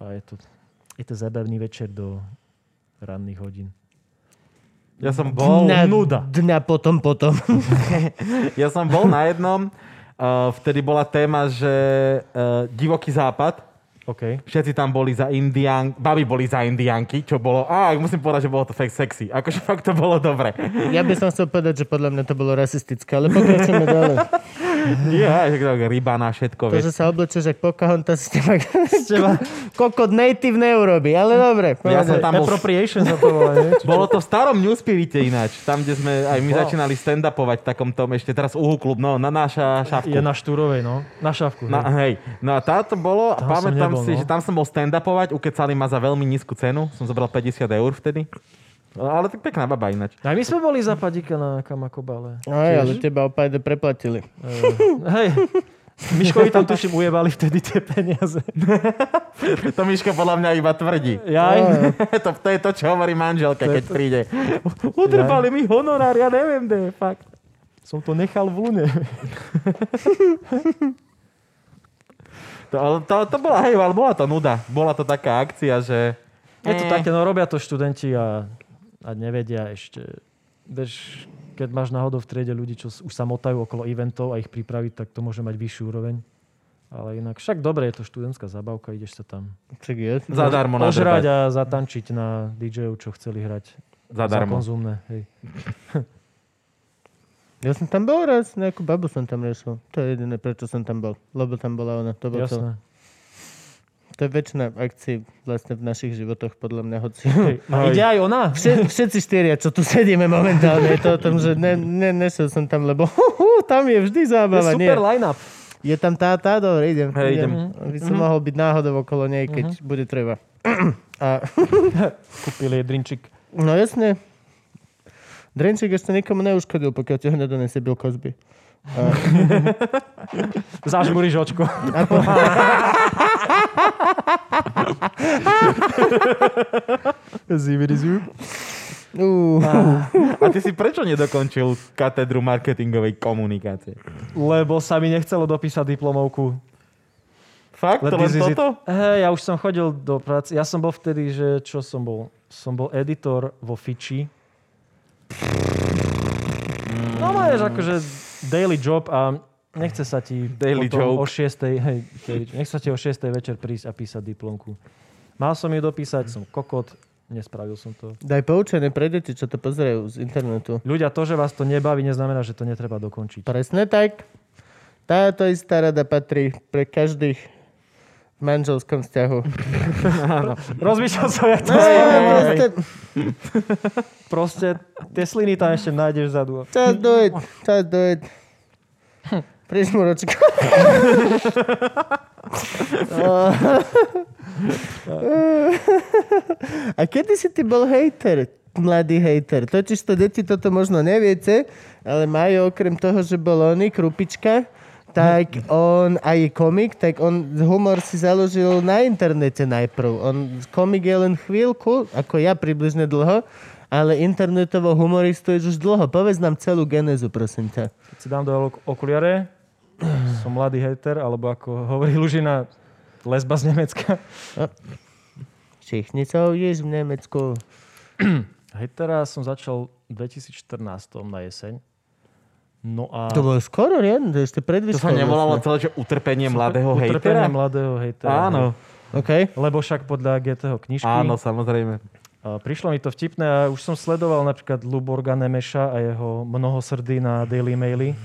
A je to, je to zábavný večer do ranných hodín. Ja som bol... nuda. Dňa potom, potom. Ja som bol na jednom, uh, vtedy bola téma, že uh, divoký západ, OK. všetci tam boli za indian, baby boli za indianky, čo bolo, a musím povedať, že bolo to fakt sexy. Akože fakt to bolo dobre. Ja by som chcel povedať, že podľa mňa to bolo rasistické, ale pokračujeme ďalej. Ja, že tak ryba na To, všetko, vieš. že sa oblečeš jak Pocahontas, z teba, z teba kokot native neurobi, ale dobre. Ja som povedz. tam bol... Appropriation sa to volá, nie? Či- Bolo to v starom Newspirite ináč, tam, kde sme aj my začínali stand-upovať v takom tom, ešte teraz Uhu klub, no, na náša šafku. Je na štúrovej, no. Na šavku. Na, hej. No a táto bolo, a Tam som pamätám nebol, si, no. že tam som bol stand-upovať, ukecali ma za veľmi nízku cenu, som zobral 50 eur vtedy. No, Ale tak pekná baba ináč. Aj my sme boli za padíka na Kamakobale. Aj, No, ale teba opajde preplatili. Eh, Hej, Miškovi tam tuším ujebali vtedy tie peniaze. To Miško podľa mňa iba tvrdí. Jaj. to, to je to, čo hovorí manželka, To je keď to. príde. Udrbali mi honorár, ja neviem, kde je fakt. Som to nechal v lune. To, ale to, to bola, hej, ale bola to nuda. Bola to taká akcia, že... Je to Eh. také, no robia to študenti a, a nevedia ešte. Vieš, keď máš náhodou v triede ľudí, čo s- už sa motajú okolo eventov a ich pripraviť, tak to môže mať vyšší úroveň. Ale inak, však dobre, je to študentská zabavka, ideš sa tam Tak je. Zadarmo ožrať nadrbať. a zatančiť na DJ-ov, čo chceli hrať. Za Zadarmo. konzumné, hej. Ja som tam bol raz, nejakú babu som tam riešil. To je jediné, prečo som tam bol. Lebo tam bola ona. To, bol to. Jasné. to je väčšina akcií vlastne v našich životoch, podľa mňa, hoci. Hej. A ide aj ona? Vše- Všetci štyria, čo tu sedíme momentálne, je to o tom, že ne, ne, nešiel som tam, lebo hu, hu, tam je vždy Je zábava. super nie. line-up. Je tam tá, tá, dobre, idem. Hej, idem. By som Mhm. mohol byť náhodou okolo nej, keď bude treba. A, Kúpili jej drinčik. no jasne, Drenčík ešte nikomu neuškodil, pokiaľ ti ho nedonesie Bill Cosby. Zažmúriš očko. A po- Zivirizu. Ú, A ty si prečo nedokončil katedru marketingovej komunikácie? Lebo sa mi nechcelo dopísať diplomovku. Fakt? Let To len this is it. toto? Hej, ja už som chodil do práce. Ja som bol vtedy, že čo som bol? Som bol editor vo Fiči. No máš akože daily job a nechce sa ti Daily potom joke. o 6. Hej, daily, nech sa ti o 6. večer prísť a písať diplomku. Mal som ju dopísať, som kokot, nespravil som to. daj poučené pre deti, čo to pozerajú z internetu. Ľudia, to, že vás to nebaví, neznamená, že to netreba dokončiť. Presne tak. Táto istá rada patrí pre každých v manželskom vzťahu. Rozmýšľal som, jak to Hej, spravil. proste, Proste tie sliny tam ešte nájdeš vzadu. čas dojeť, čas dojeť. Prišmuročko. A kedy si ty bol hejter? Mladý hejter. Totiž to deti toto možno neviete, ale Majo okrem toho, že bol oný, Krupička, tak on aj komik, tak on humor si založil na internete najprv. On komik je len chvíľku, ako ja približne dlho, ale internetovo humoristu je už dlho. Povedz nám celú genézu, prosím ťa. si dám do ok- okuliare, som mladý hejter, alebo ako hovorí Lužina, lesba z Nemecka. Všichni sa ujíš v Nemecku. Hejtera som začal v 2014 na jeseň. No a... To bolo skoro, riadne, to ešte vlastne. pred To sa výškou nevolalo celé, že utrpenie mladého Utrpenie hejtera? mladého hejtera. Áno, vlastne. OK. Lebo však podľa GTho knižky. áno, samozrejme. A prišlo mi to vtipné a už som sledoval napríklad Luborga Nemeša a jeho mnohosrdý na Daily Maily.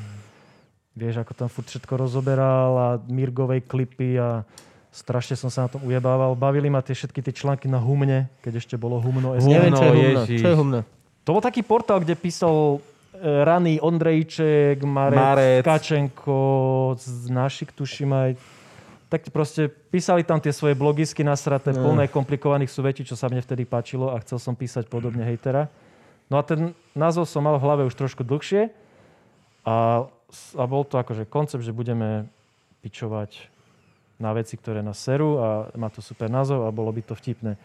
Vieš, ako tam furt všetko rozoberal a Mirgovej klipy a strašne som sa na tom ujebával. Bavili ma tie všetky tie články na humne, keď ešte bolo humno. SK. Neviem, čo je Humno, humno. No, Ježiš. Čo je humno? To bol taký portál, kde písal e, raný Ondrejček, Marec, Marec. Marec. Kačenko, z našich tuším aj. Tak proste písali tam tie svoje blogisky nasraté, no. plné komplikovaných súvetí, čo sa mne vtedy páčilo a chcel som písať podobne hejtera. No a ten názov som mal v hlave už trošku dlhšie a, a bol to akože koncept, že budeme pičovať na veci, ktoré nás serú a má to super názov a bolo by to vtipné.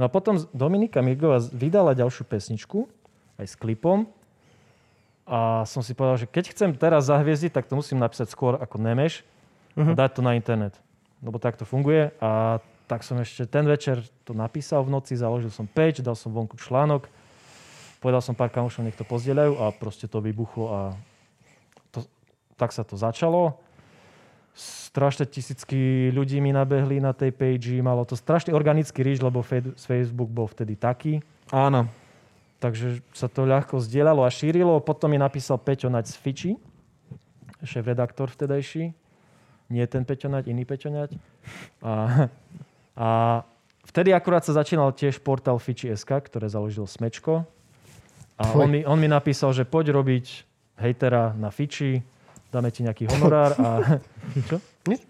No a potom Dominika Mirgová z- vydala ďalšiu pesničku, aj s klipom. A som si povedal, že keď chcem teraz zahviezdiť, tak to musím napísať skôr ako Nemeš a dať to na internet. Lebo tak to funguje. A tak som ešte ten večer to napísal v noci, založil som page, dal som vonku článok, povedal som pár kamošom, nech to pozdieľajú a proste to vybuchlo a to, tak sa to začalo strašne tisícky ľudí mi nabehli na tej page, malo to strašný organický ríž, lebo Fed- Facebook bol vtedy taký, Áno. takže sa to ľahko zdieľalo a šírilo. Potom mi napísal Peťo Naď z Fiči, šéf-redaktor vtedajší. Nie ten Peťo Naď, iný Peťo Naď. A, a vtedy akurát sa začínal tiež portál Fiči.sk, ktoré založil Smečko. A Fuj. on mi, on mi napísal, že poď robiť hejtera na Fiči, dáme ti nejaký honorár a... Čo? Nič.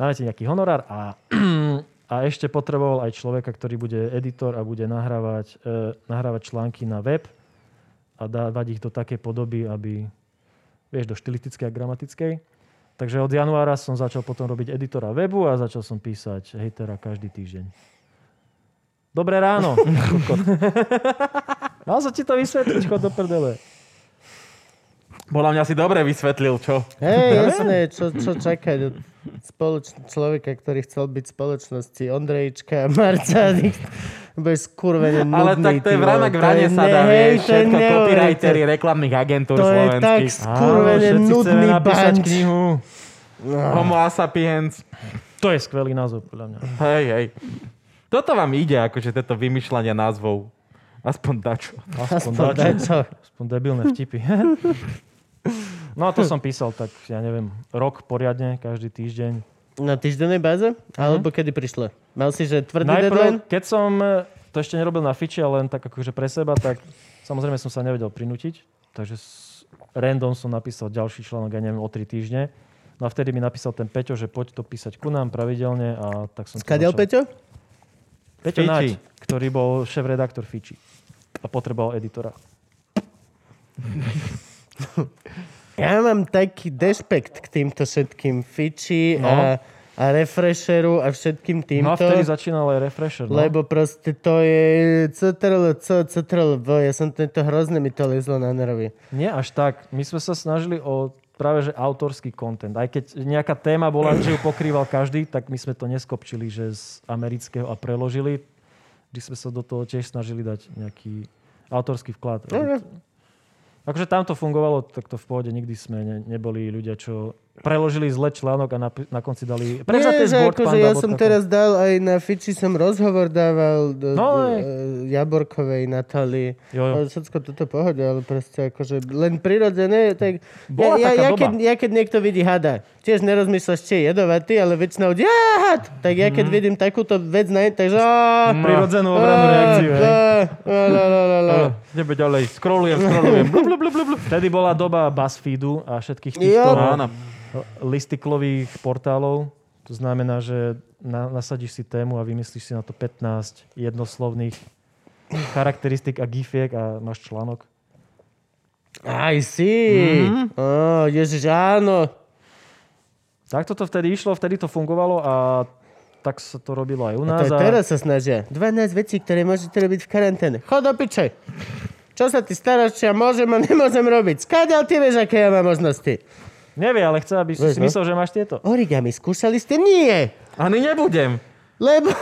Dáme ti nejaký honorár a, a A ešte potreboval aj človeka, ktorý bude editor a bude nahrávať, eh, nahrávať články na web a dávať ich do takej podoby, aby, vieš, do štilistickej a gramatickej. Takže od januára som začal potom robiť editora webu a začal som písať hejtera každý týždeň. Dobré ráno. kokot. Mal som ti to vysvetliť, chod do prdele. Podľa mňa si dobre vysvetlil, čo? Hej, jasné, čo, čo čakať od spoloč- človeka, ktorý chcel byť v spoločnosti Ondrejčka a Marca. Bez kurvene nudný. Ale tak to je ty vrana vole, k vrane je sa ne- dá, hej, to vieš, je všetko copywriteri neuveriteľné. reklamných agentúr To je tak slovenských. skurvene Áno, všetci chceme nudný napísať banč. knihu. Homo asapiens. To je skvelý názov, podľa mňa. Hej, hej. Toto vám ide, akože tieto vymýšľania názvov. Aspoň dačo. Aspoň, Aspoň dačo. dačo. Aspoň debilné vtipy. No a to som písal tak, ja neviem, rok poriadne, každý týždeň. Na týždennej Mhm. báze? Alebo kedy prišla? Mal si, že tvrdý deadline? Najprv, keď som eh, to ešte nerobil na Fiči, ale len tak akože pre seba, tak samozrejme som sa nevedel prinútiť, takže s- random som napísal ďalší článok, ja neviem, o tri týždne. No a vtedy mi napísal ten Peťo, že poď to písať ku nám pravidelne a tak som to Skadiel, začal. Peťo? Peťo Fiči. Naď, ktorý bol šéf-redaktor Fiči a potreboval editora. Ja mám taký dešpekt k týmto všetkým No. Fiči a, a Refresheru a všetkým týmto. No a vtedy začínal aj Refresher. No? Lebo proste to je CTRL, C, CTRL, V. Ja som tento hrozne mi to lezlo na nervy. Nie až tak. My sme sa snažili o práve že autorský content. Aj keď nejaká téma bola, že ju pokrýval každý, tak my sme to neskopčili, že z amerického a preložili. Vždy sme sa do toho tiež snažili dať nejaký autorský vklad. No, Akože tam to fungovalo, tak to v pohode. Nikdy sme ne, neboli ľudia, čo preložili zle článok a na, na konci dali... Prečo Nie, že z akože Boardpanda ja som bodka com. teraz dal aj na Fiči som rozhovor dával do, No, do, aj. e, Jaborkovej Natalii. Jo, jo. Ale Všetko toto pohode, ale proste akože len prirodzené. Tak, Bola ja, ja, taká ja, doba. keď, ja keď niekto vidí hada, tiež nerozmýšľaš, či je jedovatý, ale väčšinou ja had! Tak ja keď vidím takúto vec, na, takže... á, Prirodzenú á, obranú reakciu. hej. á, á, lá, lá, lá, lá. Ideme ďalej. Scrollujem, scrollujem. Blub, blub, blub, blub. Vtedy bola doba BuzzFeedu a Jo. všetkých týchto... Áno. listiklových portálov. To znamená, že na, nasadíš si tému a vymyslíš si na to 15 jednoslovných charakteristik a gifiek a máš článok. I see. Á, Ježiš, áno. Tak toto vtedy išlo, vtedy to fungovalo a tak sa to robilo aj u To je, nás. a- teraz sa snažia. 12 vecí, ktoré môžete robiť v karanténe. Chod do piče. Čo sa ty staráš, čo ja môžem a nemôžem robiť? Skáďal ty vieš, aké ja mám možnosti. Nevie, ale chce, aby si Vieš, si no. myslel, že máš tieto. Origami skúšali ste? Nie. Ani nebudem. Lebo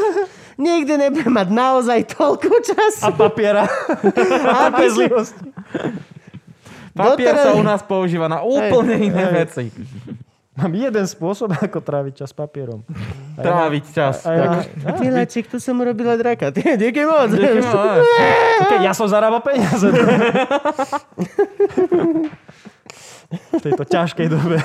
nikdy nebudem mať naozaj toľko času. A papiera. A Trpezlivosť. Papier Doteraz- sa u nás používa na úplne iné veci. Mám jeden spôsob, ako tráviť čas papierom. Aj na- Tráviť čas. aj na- Miláčik, tu som robila draka. Ty, Díky moc. Počkaj, ja som zarábal peniaze. v tejto ťažkej dobe.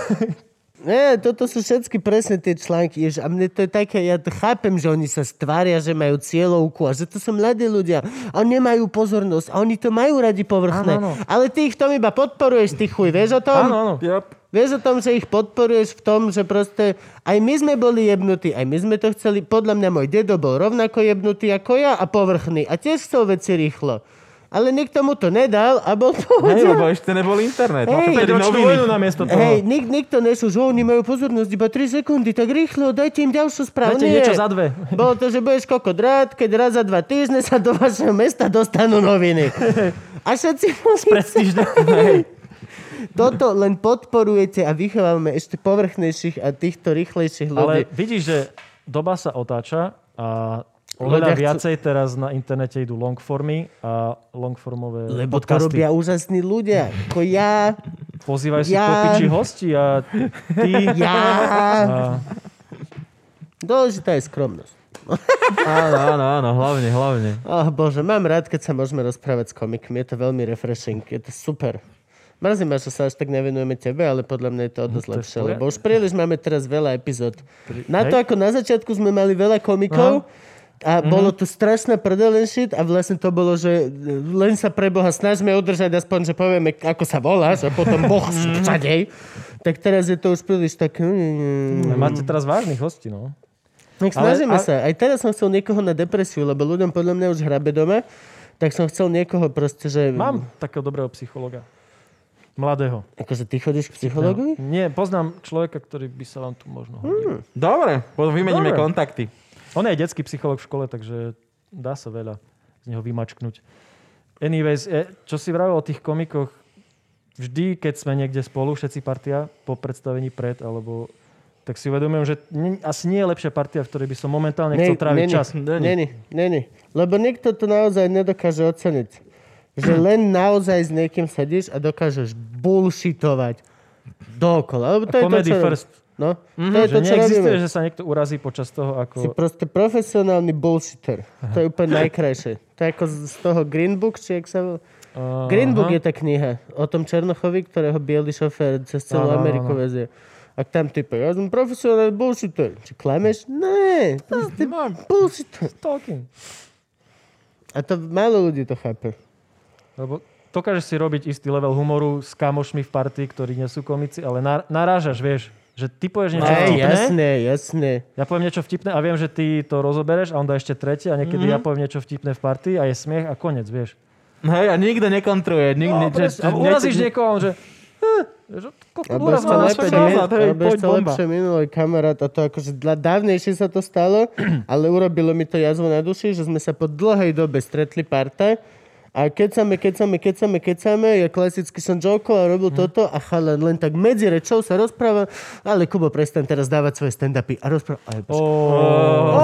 Nie, toto sú všetky presne tie články. Jež, a mne to je také, ja to chápem, že oni sa stvária, že majú cieľovku a že to sú mladí ľudia a nemajú pozornosť a oni to majú radi povrchné. Áno, áno. Ale ty ich v tom iba podporuješ, ty chuj, vieš o tom? Áno, áno. Yep. Vieš o tom, že ich podporuješ v tom, že proste aj my sme boli jebnutí, aj my sme to chceli. Podľa mňa môj dedo bol rovnako jebnutý ako ja a povrchný a tiež chcel veci rýchlo. Ale nikto mu to nedal a bol to... Hej, lebo ešte nebol internet. No Hej. Vtedy Päťročnú noviny. vojnu namiesto toho. Hej, nik, nikto nesú, že oni majú pozornosť iba 3 sekundy, tak rýchlo, dajte im ďalšiu správu. Dajte Nie. niečo za dve. Bolo to, že budeš kokot rád, keď raz za dva týždne sa do vašeho mesta dostanú noviny. A všetci Pred týždňom. Toto len podporujete a vychovávame ešte povrchnejších a týchto rýchlejších Ale ľudí. vidíš, že doba sa otáča a Ľudia oveľa chcú- viacej teraz na internete idú longformy a longformové Lebo to podcasty. robia úžasní ľudia, ako ja, Pozývajú si Ja. popiči hosti a ty... ja. Dôležitá je skromnosť. Áno, áno, áno, hlavne, hlavne. Oh, bože, mám rád, keď sa môžeme rozprávať s komikmi. Je to veľmi refreshing, je to super. Mrzí ma, že sa až tak nevenujeme tebe, ale podľa mňa je to o dosť No, je v lepšie, poriadku. lebo už príliš máme teraz veľa epizód. Na to, Hej. Mhm. ako na začiatku sme mali veľa komikov, a bolo tu strašná prdelen shit a vlastne to bolo, že len sa pre Boha snažme udržať aspoň, že povieme, ako sa voláš a potom Boh všadej. Tak mm, teraz je to už príliš tak... Máte teraz vážnych hostí, no. Tak Ale- snažíme a- ale, sa. Aj teraz som chcel niekoho na depresiu, lebo ľuďom podľa mňa už hrabe doma, tak som chcel niekoho proste, že... Mám takého dobrého psychologa. Mladého. Akože ty chodíš k psychologovi? Nie, poznám človeka, ktorý by sa vám tu možno Hm. hodil. Dobre, potom vymeníme Dobre. kontakty. On je aj detský psycholog v škole, takže dá sa veľa z neho vymačknúť. Anyways, e, čo si vravil o tých komikoch, vždy, keď sme niekde spolu, všetci partia, po predstavení pred, alebo tak si uvedomujem, že n- asi nie je lepšia partia, v ktorej by som momentálne chcel tráviť není, čas. Není, není. Lebo nikto to naozaj nedokáže oceniť. Že len naozaj s niekým sedíš a dokážeš bullshitovať dookola. Lebo to je to, Comedy čo robí- first. Mhm, No, to je Že to, čo neexistuje, robíme. že sa niekto urazí počas toho, Si ako... proste profesionálny bullshitter. To je úplne najkrajšie. To je ako z z toho Green Book, či jak sa... vol- Aha. Green Book je tá kniha o tom Černochovi, ktorého bielý šofér cez celú Áno, áno, Ameriku áno. vezie. A tam type, ja som profesionálny bullshitter. Či klameš? Ne, ty si bullshitter. Talking. A to málo ľudí to chápe. Lebo dokážeš si robiť istý level humoru s kamošmi v partii, ktorí nie sú komici, ale nar- narážaš, vieš, že ty povieš niečo Hej, vtipné, jasné, jasné. ja poviem niečo vtipné a viem, že ty to rozobereš a on dá ešte tretie a niekedy mm-hmm. ja poviem niečo vtipné v partii a je smiech a koniec, vieš. Hej, a nikto nekontruje. Nikto, No, ne- že- presne, a že- urazíš ne- niekoho, a on že... "Eh, že kokot, Alebo uraz ešte ma, lepšie, spadne." mi- nazad, no, hej, alebo poď ešte bomba. lepšie minulý kamarát a to akože dla- dávnejšie sa to stalo, ale urobilo mi to jazvo na duši, že sme sa po dlhej dobe stretli parta a kecame, kecame, kecame, kecame, ja klasicky som jokoval, robil Mhm. toto a chalan len tak medzi rečou sa rozprával, ale Kubo, prestan teraz dávať svoje stand-upy a rozprával, ale Ó,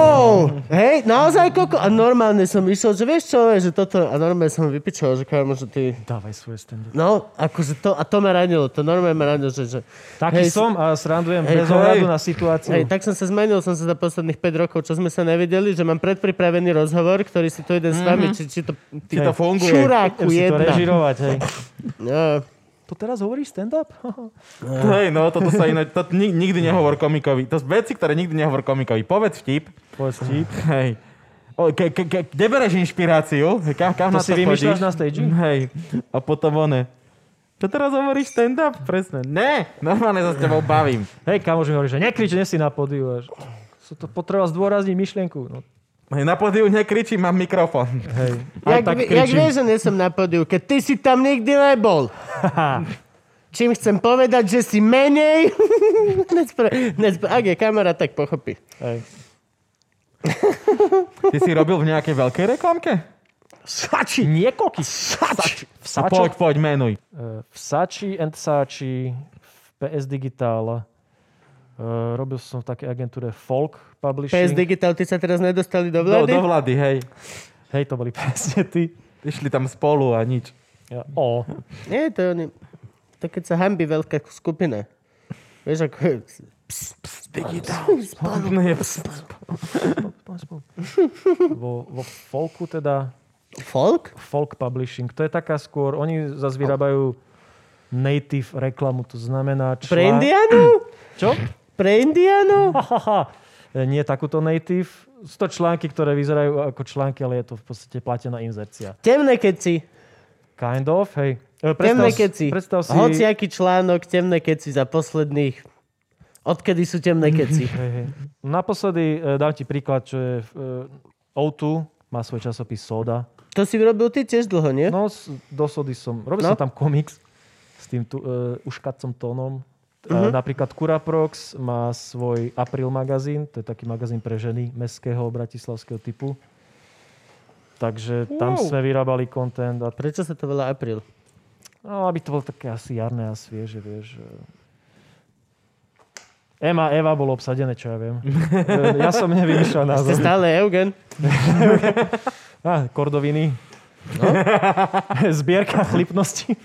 Oh, hej, naozaj koko. A normálne som išiel, že vieš čo, že toto, a normálne som vypičoval, že kámo, že ty... Dávaj svoje stand No, akože to, a to ma ranilo, to normálne ma ranilo, že, že Taký Hej, som a srandujem hej, bez hej. ohľadu na situáciu. Hej, tak som sa zmenil, som sa za posledných 5 rokov, čo sme sa nevideli, že mám predpripravený rozhovor, ktorý si tu jeden s Mhm. vami, či, či to... Ty to funguje. Čuráku si to jedna. režirovať, hej. No, To teraz hovoríš stand-up? Hej, no toto sa ináč, to ni- nikdy nehovor komikovi. To sú veci, ktoré nikdy nehovor komikovi. Povedz vtip. Povedz Hm. vtip. Hej. O, ke, ke, ke, kde bereš inšpiráciu? Kam, kam To Hm, na si to vymýšľaš chodíš? na stage? Hej. A potom one. Čo teraz hovoríš stand-up? Presne. Ne, normálne sa s tebou bavím. Hej, kamož mi hovorí, že nekrič, nie si na podiu. Až. Sú to potreba zdôrazniť myšlienku. No, Hej, na podiu nekričím, mám mikrofón. hej, aj jak, tak vi- jak kričím. vieš, že nie som na podiu, keď ty si tam nikdy nebol. Čím chcem povedať, že si menej... Nespre- nespre- Ak je kamera, tak pochopí. Hej. Ty si robil v nejakej veľkej reklamke? Sači! Niekoľký Sači! v A Sačo. poď, poď, menuj. Eh, V Sači and Sači, v PS Digital. eh, Robil som v takej agentúre Folk PS Publishing. Digital, ty sa teraz nedostali do Do, vlády? No, do vlády, hej. Hej, to boli presne ty. Išli tam spolu a nič. Ja, o, Nie, to je oni... To keď sa hambi veľká skupina. Vieš, ako... je- Spolu. Je, poďme spolu. vo, vo Folku teda Folk? folk publishing. To je taká skôr, oni zase vyrábajú native reklamu, to znamená člá... Pre Indianu? Čo? Pre Indianu? Hahaha. E, Nie takúto native. Sú to články, ktoré vyzerajú ako články, ale je to v podstate platená inzercia. Temné keci. Kind of, hej. E, Temné si- keci. Predstav si... Hociaký článok, temné keci za posledných... Odkedy sú temné keci? Hej, hej. Naposledy e, dám ti príklad, čo je v, e, O2, má svoj časopis Soda. To si robil ty tiež dlho, nie? No, s- do Sody som... Robil No. som tam komiks s tým tu, uh, uškacom tónom. Mhm. Uh-huh. Napríklad Kuraprox má svoj April magazín, to je taký magazín pre ženy mestského bratislavského typu. Takže tam Wow. sme vyrábali kontent a Prečo sa to volá apríl? No, aby to bolo také asi jarné a svieže, vieš. Ema, Eva bolo obsadené, čo ja viem. E, ja som nevymýšľal Ste názov. stále Eugen? Á, kordoviny. No. Zbierka chlipnosti.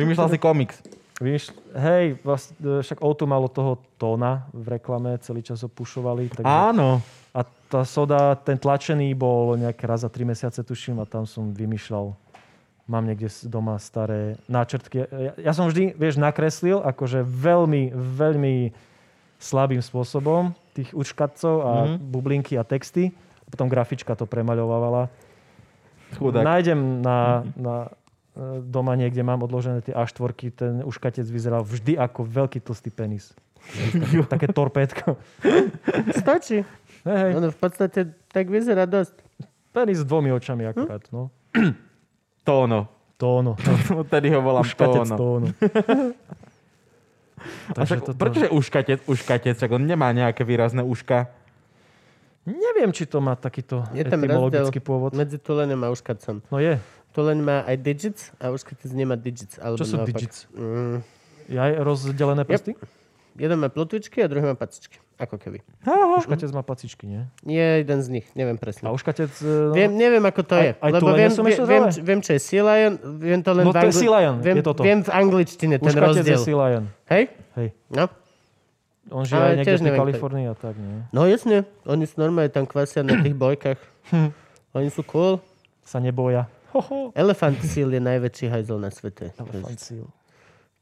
Vymýšľal si komiks. Víš, hej, vlast, e, však O2 malo toho tóna v reklame, celý čas ho pušovali. Takže, Áno. a tá soda, ten tlačený bol nejak raz za tri mesiace, tuším, a tam som vymýšľal. Mám niekde s- doma staré náčrtky. Ja, ja som vždy, vieš, nakreslil akože veľmi, veľmi slabým spôsobom tých učkacov a mm-hmm. bublinky a texty. A potom grafička to premaľovávala. Chudák. Nájdem na, na e, doma niekde mám odložené tie A4, ten uškatec vyzeral vždy ako veľký tlstý penis. Také torpédko. Stačí. Hej, hej. Ono v podstate tak vyzerá dosť. Penis s dvomi očami akurát, no. Tóno. To ono. Tedy ho volám Škatec Tóno. to ono. A Takže však, toto- Prečo je uškatec, uškatec? Však on nemá nejaké výrazné uška. Neviem, či to má takýto Je tam etymologický rozdiel pôvod. medzi tulenom a uškacom. No je. Tulen má aj digits a uškatec nemá digits. Alebo Čo sú naopak. digits? Mm, Ja aj rozdelené prsty? jeden má plotvičky a druhý má pacičky. Ako keby. Uškatec má pacičky, nie? Je jeden z nich, neviem presne. A uškatec... e, No, Viem, neviem, ako to Aj- je. aj lebo tulene viem, sú vie- ešte viem, zdravé? č- viem, čo je sea lion, viem to len v No to je sea lion, viem, je toto. Viem v angličtine ten uškatec je rozdiel. Sea Lion. Hej? Hej. No. On žije Ale aj niekde tiež v tej neviem, Kalifornii a tak, nie? No jasne, oni sú normálne tam kvasia na tých bojkách. Hm. oni sú cool. Sa neboja. Hoho. Elefant seal je najväčší hajzel na svete. Elefant seal.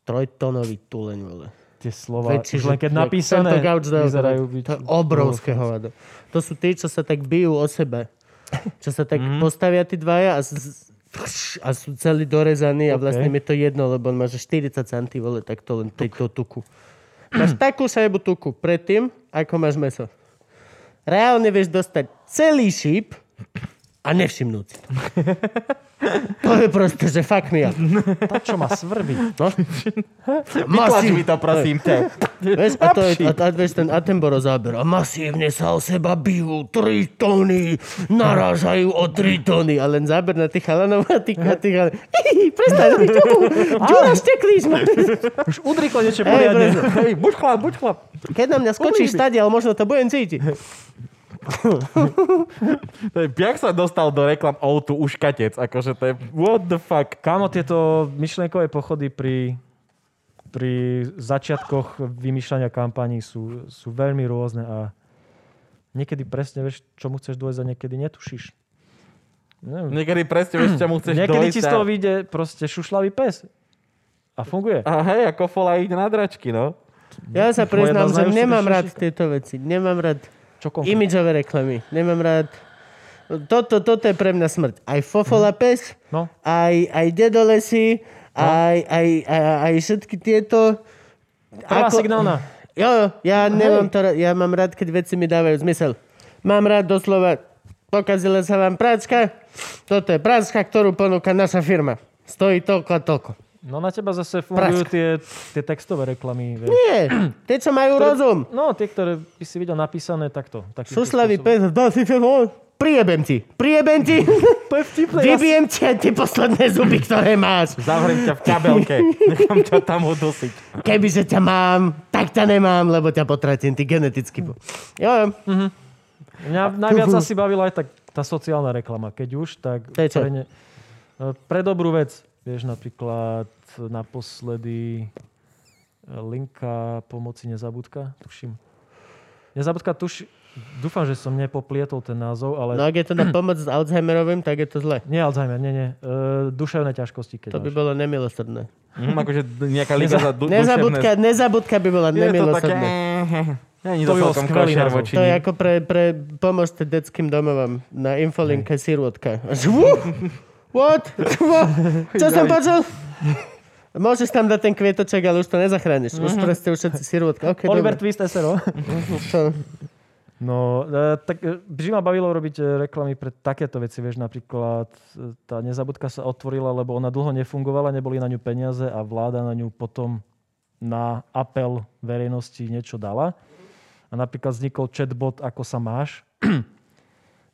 Trojtonový tuleň, vole. Tie slova, Väčší, už len že- keď jak napísané, tento gauč dá- vyzerajú byť... To je obrovské hovado. To sú tí, čo sa tak bijú o sebe. Čo sa tak Mhm. postavia tí dvaja a, z, z- a sú celí dorezaní a vlastne OK. mi to jedno, lebo on má že 40 cm, vole, tak to len tejto tuku. Máš takú šajbu tuku predtým, ako máš meso. Reálne vieš dostať celý šíp a nevšimnúť si to. To je proste, že fuck me up. Tá, čo ma svrbí. No. Vytlač Masív- mi to, prosím ťa. Vieš, a, to je, a, a vieš, ten Attenborough záber. A masívne sa o seba bijú, tri tony, narážajú o tri tony. A len záber na tých chalanov a tých, a tých chalanov. Hihi, prestaň, robiť ťupu, ďura šteklíš. ma. Už udriklo niečo Hej, poriadne. presne. Hej, buď chlap, buď chlap. Keď na mňa skočíš stade, ale možno to budem cítiť. To je, jak sa dostal do reklam O2 uškatec? Akože to je, what the fuck? Kámo, tieto myšlenkové pochody pri, pri začiatkoch vymýšľania kampaní sú, sú veľmi rôzne a niekedy presne vieš, čomu chceš dôjsť a niekedy netušíš. Neviem. Niekedy presne vieš, čomu chceš niekedy dojsť. ti z a- toho vyjde proste šušlavý pes. A funguje. A hej, ako fola ide na dračky, no. Ja sa Moja priznám, jedna z že najúžitejších nemám rád šik- tieto veci. Nemám rád Čo konkrétne? imidžové reklamy. Nemám rád... Toto, toto je pre mňa smrť. Aj fofola pes, No, aj, aj dedolesy, aj, aj, aj, aj všetky tieto... prvá Ako- signálna. Jo, jo, ja nemám to rád. Ja mám rád, keď veci mi dávajú zmysel. Mám rád doslova, pokazila sa vám práčka, toto je práčka, ktorú ponúka naša firma. Stojí toľko a toľko. No na teba zase fungujú tie, tie textové reklamy. Vieš. Nie, tie, čo majú rozum. No, tie, ktoré by si videl napísané takto. takýmto Suslavý pes, spôsobom. dal si sa von. Priebem ti, priebem ti, To je vtipné. ja si- vybijem ti aj tie posledné zuby, ktoré máš. Zavriem ťa v kabelke. Nechám ťa tam udusiť. Kebyže ťa mám, tak ťa nemám, lebo ťa potratím, ty geneticky. po- Jo, jo. Mňa najviac asi bavila aj tak tá sociálna reklama. Keď už, tak... To je čo? pre ne- E, Pre dobrú vec. Vieš, napríklad naposledy e, linka pomoci nezabudka, tuším. Nezabudka, tuš... Dúfam, že som nepoplietol ten názov, ale... No No. ak je to na pomoc s Alzheimerovým, tak je to zle. Nie Alzheimer, nie, nie. E, duševné ťažkosti, keď To by máš. bolo nemilosrdné. Hm, akože nejaká liga za du- Nezabudka, nezabudka by bola duševné- Je to také... eh, eh, nemilosrdná. Ja nie To to by bol celkom skvelý košer názov. voči To je nim. ako pre, pre pomôžte detským domovom na infolinke sirotka. Až wuh! What? What? Čo som počul? Môžeš tam dať ten kvietoček, ale už to nezachrániš. Už proste už všetci sirotka. Okay, Mhm. Oliver dobre. Twist SRO. To- No, e, tak e, vždy ma bavilo robiť e, reklamy pre takéto veci, vieš, napríklad e, tá nezabudka sa otvorila, lebo ona dlho nefungovala, neboli na ňu peniaze a vláda na ňu potom na apel verejnosti niečo dala. A napríklad vznikol chatbot Ako sa máš,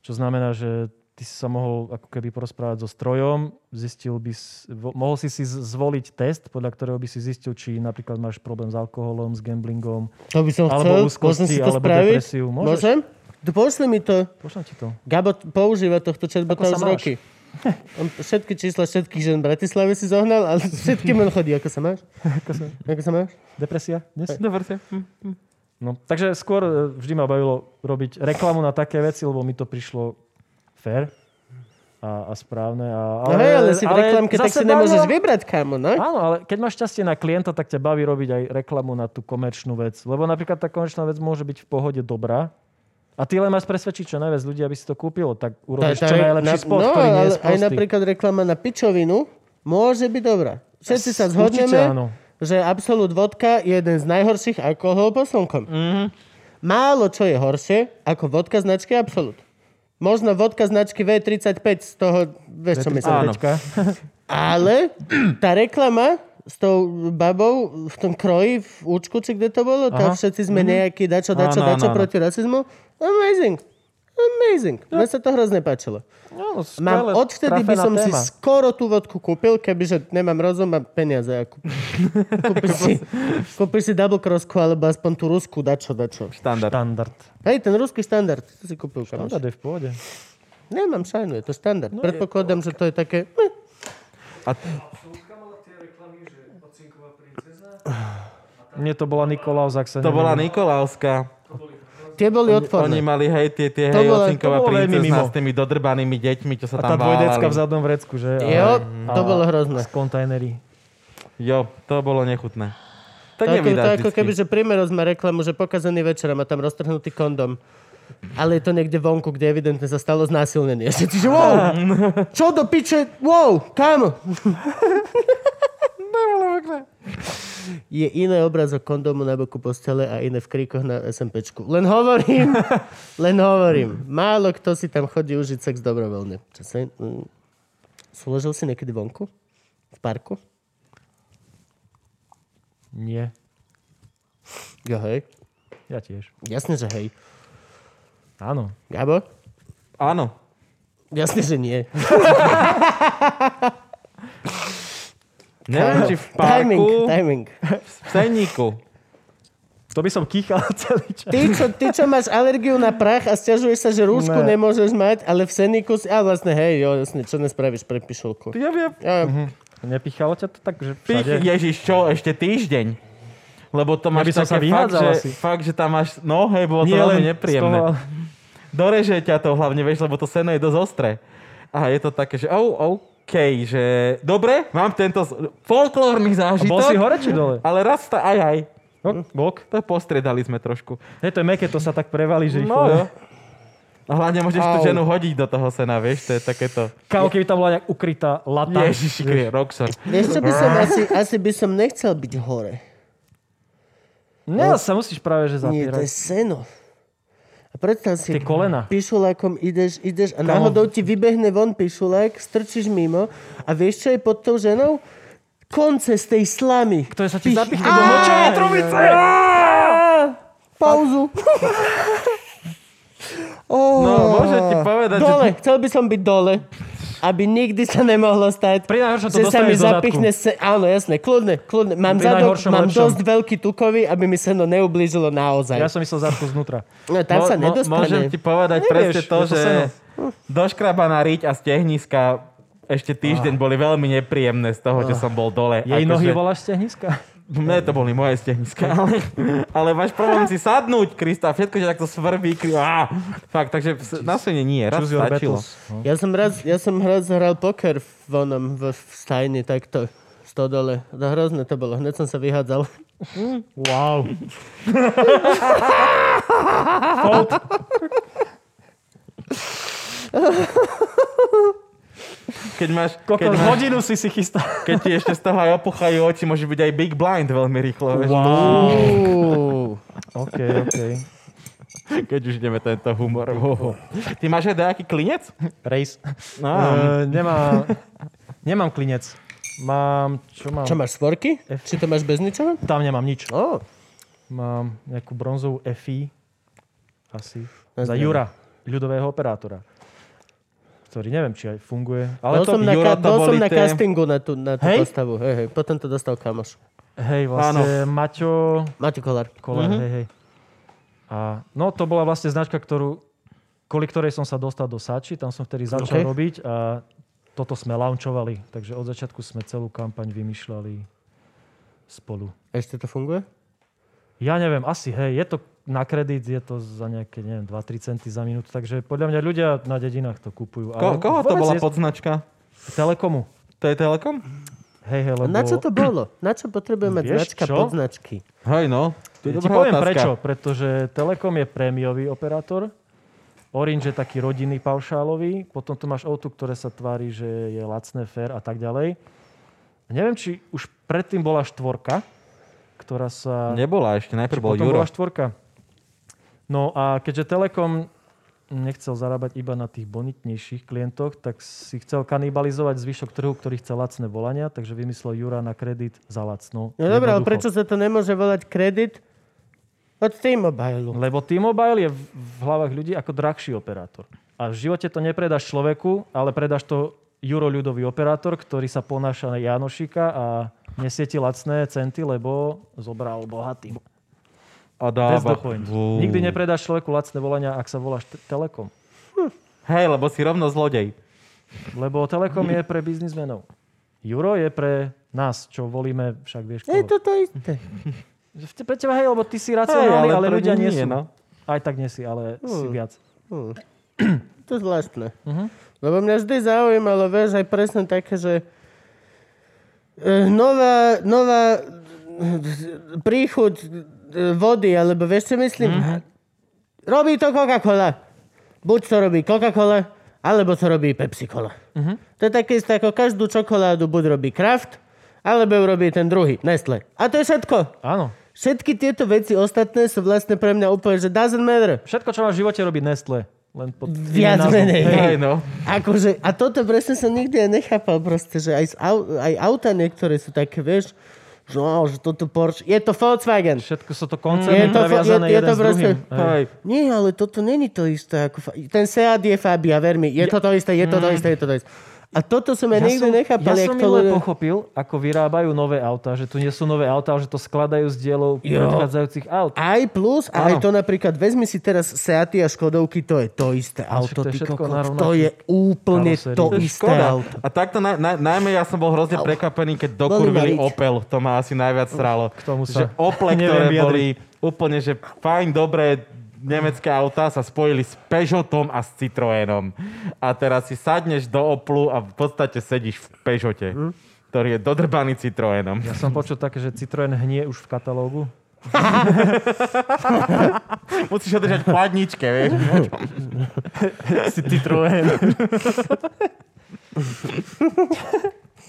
čo znamená, že ty si sa mohol ako keby porozprávať so strojom, zistil by, s- vo- mohol si si z- zvoliť test, podľa ktorého by si zistil, či napríklad máš problém s alkoholom, s gamblingom, To by som chcel. alebo Môžem si úzkosti, to alebo spraviť? depresiu. Môžeš? Môžem? D- Pošli mi to. Pošlem ti to. Gabo t- používa tohto Ako chatbota sa už máš? roky. On všetky čísla všetkých žen v Bratislave si zohnal, ale všetkým on chodí. Ako sa máš? Ako sa máš? Depresia dnes? Dobre, si- hm. No, takže skôr e, vždy ma bavilo robiť reklamu na také veci, lebo mi to prišlo fair a, a správne. A, No hej, ale si v reklamke, tak si zase nemôžeš bavilo- vybrať, kámo, no? Áno, ale keď máš šťastie na klienta, tak ťa baví robiť aj reklamu na tú komerčnú vec. Lebo napríklad tá komerčná vec môže byť v pohode dobrá, a ty len máš presvedčiť čo najviac ľudí, aby si to kúpilo, tak urobíš čo re- najlepší na- spot, no, ktorý nie je ale aj sprostý. napríklad reklama na pičovinu môže byť dobrá. Všetci sa Určite zhodneme, áno. že Absolut vodka je jeden z najhorších alkoholov po slnkom. Mhm. Mm-hmm. Málo čo je horšie ako vodka značky Absolut. Možno vodka značky V35 z toho, vieš čo myslím. Áno. Pečka. Ale tá reklama s tou babou v tom kroji, v účku, či kde to bolo, tam všetci sme nejakí dačo, dačo, Áno, áno, dačo áno. proti rasizmu. Amazing. Amazing. Mne sa to hrozne páčilo. No, Mám, skvelé, odvtedy by trafená som si téma. skoro tú vodku kúpil, kebyže nemám rozum, mám peniaze. A kúp- kúpiš, si, kúpiš si double crossku, alebo aspoň tú rusku, dačo, dačo. Štandard. Štandard. Hej, ten ruský štandard, to si kúpil. kamoš. Štandard je v pôde. Nemám šajnu, je to štandard. Predpokladám, že to je také... meh. Mne to bola Nikolaus, ak sa To bola nemýlim. Nikolauska. Tie boli Oni odporné. mali hej, tie, tie To hej, bola- ocinková to bolo veľmi princezna mimo. s tými dodrbanými deťmi, čo sa A tá tam dvojdecka v válali. zadnom vrecku, že? Jo, A- to a- bolo hrozné. Z kontajnery. Jo, to bolo nechutné. To To ako, nevydá to ako vždycky. keby, že Primeros má reklamu, že pokazaný večer a má tam roztrhnutý kondom. Ale je to niekde vonku, kde evidentne sa stalo znásilnenie. Všetci, že wow, čo do piče, wow, kam? Je iné obrazok kondomu na boku postele a iné v kríkoch na SMPčku. Len hovorím, len hovorím. Málo kto si tam chodí užiť sex dobrovoľne. Čo sa, mm, Súložil si niekedy vonku? V parku? Nie, Ja hej. ja tiež. Jasne, že hej. Áno. Gabo? Áno. Jasne, že nie. Neviem, či v Timing, parku, timing. v Seníku. To by som kýchal celý čas. Ty čo, ty, čo máš alergiu na prach a stiažuješ sa, že rúšku Ne. ne. nemôžeš mať, ale v seniku si... A vlastne, hej, jo, jasne, čo nespravíš pre pišulku. Ja viem. Mhm. Ja, Nepichalo ťa to tak, že Pich, všade? Ježiš, čo, ešte týždeň? Lebo to by máš som sa také fakt, vyhádzal že, asi. fakt, že tam máš... No, hej, bolo to veľmi nepríjemné. toho- Doreže ťa to hlavne, vieš, lebo to seno je dosť ostré. A je to také, že oh, OK, že dobre, mám tento z- folklórny A bol si zážitok, hore či dole? ale raz tá, aj, aj, No, bok. to postriedali sme trošku. Hej, to je meké, to sa tak prevalí, že ich No, jo. A hlavne môžeš tú Au. ženu hodiť do toho sena, vieš, to je takéto... Kámo, keby tam bola nejak ukrytá lata. Ježiši, krie, Roxor. vieš, čo by som asi, asi by som nechcel byť hore. Ne, sa musíš práve, že Nie, to je zapierať. seno. A predstav si, Tie kolena. pišulákom ideš, ideš a náhodou ti vybehne von pišulák, strčíš mimo a vieš, čo je pod tou ženou? Konce z tej slamy. Ktoré sa ti Pich- zapichne do močovej trubice. Pauzu. Oh, No, môžem ti povedať, že... dole, chcel by som byť dole, aby nikdy sa nemohlo stať, Pri najhoršom to že sa dostaneš mi do zadku. zapichne se... Áno, jasné, kľudne, kľudne. Mám Pri zadok, najhoršom mám lepšom. dosť veľký tukový, aby mi seno neublížilo naozaj. Ja som myslel zadku znútra. No, tam sa nedostane. môžem ti povedať Nevieš, presne to, je to že seno. doškrabaná riť a stehniska ešte týždeň boli veľmi nepríjemné z toho, že som bol dole. Jej Akože- nohy voláš stehniska? Ne, to boli moje stehniska, ale, ale máš problém si sadnúť, Krista, všetko ťa takto svrbí. Kri... Á, fakt, takže s- na svene nie, raz Choose your stačilo. battles. No. Ja som raz, ja som raz hral poker v onom, v, v stajni, takto, v stodole. To hrozné to bolo, hneď som sa vyhádzal. Wow. Keď máš, keď, Kokos, máš, hodinu si si chystal. keď ti ešte z toho aj opuchajú oči, môže byť aj big blind veľmi rýchlo. Vieš, Uú. OK, OK. keď už ideme tento humor. Wow. Ty máš aj nejaký klinec? Race. No, Uh, nemá, nemám klinec. Mám, čo mám? Čo máš, svorky? Či to máš bez ničoho? Tam nemám nič. Oh. Mám nejakú bronzovú FI. Asi. Ja Za neviem. Jura, ľudového operátora. Ktorý neviem, či aj funguje. Ale Ale bol to... som, na, Juro, ka- to bol som boli na tie- castingu na tú, na tú Hej? postavu. Hej, hej. Potom to dostal kamoš. Hej, vlastne Maťo... Maťo Kolár. Mhm. Kolár, Mhm. hej, hej. A, no, to bola vlastne značka, ktorú, kvôli ktorej som sa dostal do Sači, tam som vtedy OK. začal robiť a toto sme launchovali. Takže od začiatku sme celú kampaň vymýšľali spolu. Ešte to funguje? Ja neviem, asi, hej, je to na kredit, je to za nejaké, neviem, 2-3 centy za minútu, takže podľa mňa ľudia na dedinách to kupujú. ko, koho No, to vôbec bola je- podznačka? Telekomu. To je Telekom? Hej, hej, lebo... Na čo to bolo? Na čo potrebujeme mať Vieš značka čo? pod značky? Hej, no. To je Ja ti dobrá poviem otázka. prečo. Pretože Telekom je prémiový operátor, Orange je taký rodinný paušálový, potom tu máš o ktoré sa tvári, že je lacné, fair a tak ďalej. Neviem, či už predtým bola štvorka, ktorá sa... Nebola ešte, najprv bol potom Juro. bola štvorka. No a keďže Telekom nechcel zarábať iba na tých bonitnejších klientoch, tak si chcel kanibalizovať zvyšok trhu, ktorý chce lacné volania, takže vymyslel Jura na kredit za lacnú. No dobré, ale Jednoducho. prečo sa to nemôže volať kredit od T-Mobile? Lebo T-Mobile je v- v hlavách ľudí ako drahší operátor. A v živote to nepredáš človeku, ale predáš to juroľudový operátor, ktorý sa ponáša na Janošika a nesie ti lacné centy, lebo zobral bohatým. A That's dáva. the point. Bú. Nikdy nepredáš človeku lacné volania, ak sa voláš te- Telekom. Hej, lebo si rovno zlodej. Lebo Telekom je pre biznismenov. Juro je pre nás, čo volíme však vieš Je koho. to to isté. Že v- Pre teba, hej, lebo ty si racionálny, Hej, ale, pre ľudia mňa nie sú. No. Aj tak nie si, ale si Hmm. viac. Hm. To je zvláštne. Lebo mňa vždy zaujímalo, vieš, aj presne také, že e, nová, nová e, príchuť e, vody, alebo vieš, čo myslím? Robí to Coca-Cola. Buď to robí Coca-Cola, alebo to robí Pepsi-Cola. To je také isté, ako každú čokoládu buď robí Kraft, alebo ju robí ten druhý, Nestle. A to je všetko. Áno. Všetky tieto veci ostatné sú vlastne pre mňa úplne, že doesn't matter. Všetko, čo má v živote, robí Nestle. Len pod iným Viac názvom. menej. Hej, Hej, no. Akože, a toto presne som nikdy aj nechápal proste, že aj, z au, aj auta niektoré sú také, vieš, že, no, že toto Porsche, je to Volkswagen. Všetko sú to Je koncerny to- previazané je- je jeden to s proste- druhým. Hej. Hej. Nie, ale toto není to isté. Ako fa- ten Seat je Fabia, ver mi, je to to isté, je to to isté, je to to isté. A toto som ja, nikdy som, nechápal, Mhm. ja jak som to milé ľudia- pochopil, ako vyrábajú nové autá, že tu nie sú nové autá, ale že to skladajú z dielov predchádzajúcich aut. Aj plus, a aj to napríklad, vezmi si teraz Seaty a Škodovky, to je to isté auto, to ty je všetko kokos, na to rovnaký je úplne karosérii. to To To je isté škoda. auto. A takto naj, naj, najmä ja som bol hrozne prekvapený, keď dokurvili Boli maliť. Opel. To ma asi najviac sralo. K tomu sa Že Opel, ktoré neviem vyjadriť. boli úplne, že fajn, dobré nemecké autá sa spojili s Peugeotom a s Citroenom. A teraz si sadneš do Oplu a v podstate sedíš v Peugeote, ktorý je dodrbaný Citroenom. Ja som počul také, že Citroen hnie už v katalógu. Musíš ho držať v chladničke, vieš. si Citroen.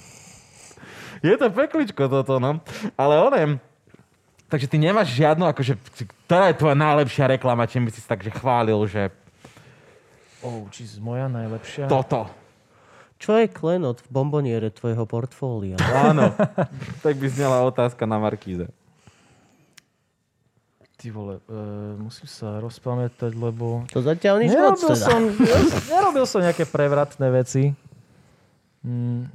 Je to pekličko toto, no. Ale onem. Takže ty nemáš žiadnu, akože, ktorá je tvoja najlepšia reklama, čím by si sa takže chválil, že Oh, jeez, moja najlepšia. toto. Čo je klenot v bomboniere tvojho portfólia? Áno. tak by znela otázka na Markíze. Ty vole, e, musím sa rozpamätať, lebo... To zatiaľ nič moc Nerobil teda. som, nerobil som nejaké prevratné veci. Mm,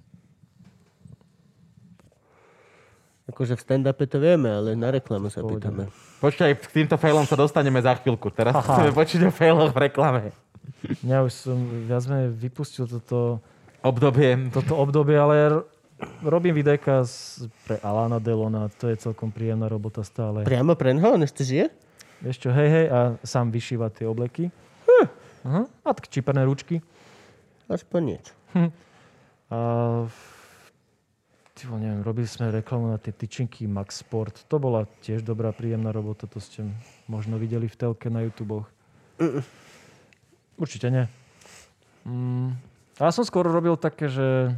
Akože v stand-upe to vieme, ale na reklamu sa pýtame. Počkaj, k týmto failom sa dostaneme za chvíľku. Teraz chceme počuť o failoch v reklame. ja už som viac menej vypustil toto Obdobie. toto obdobie, ale r- robím videjka s- pre Alana Delona, to je celkom príjemná robota stále. Pre... Priamo pre neho? On ešte žije? Vieš čo, hej, hej, a sám vyšíva tie obleky. Hm. A tak čiperné ručky. Aspoň niečo. A... v- Ty vole, neviem, robili sme reklamu na tie tyčinky Max Sport. To bola tiež dobrá, príjemná robota, to ste možno videli v telke na YouTube. Určite nie. Mm. A ja som skôr robil také, že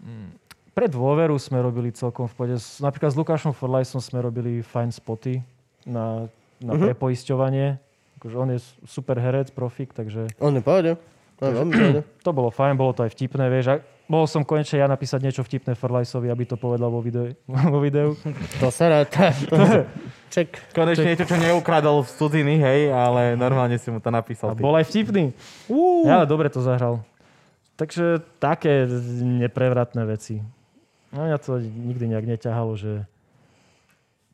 mm, pre dôveru sme robili celkom v pohode. S- Napríklad s Lukášom Forlajsom sme robili fajn spoty na, na prepoisťovanie. Akože on je s- super herec, profik, takže On je pohode. On je veľmi pohode. to bolo fajn, bolo to aj vtipné, vieš. A mohol som konečne ja napísať niečo vtipné Forlajsovi, aby to povedal vo videu. Vo videu. To sa ráta. To sa... Ček. Konečne niečo, čo neukradol z cudziny, hej, ale normálne si mu to A napísal. Ty. bol aj vtipný. Ja, ale dobre to zahral. Takže také neprevratné veci. No mňa to nikdy nejak neťahalo, že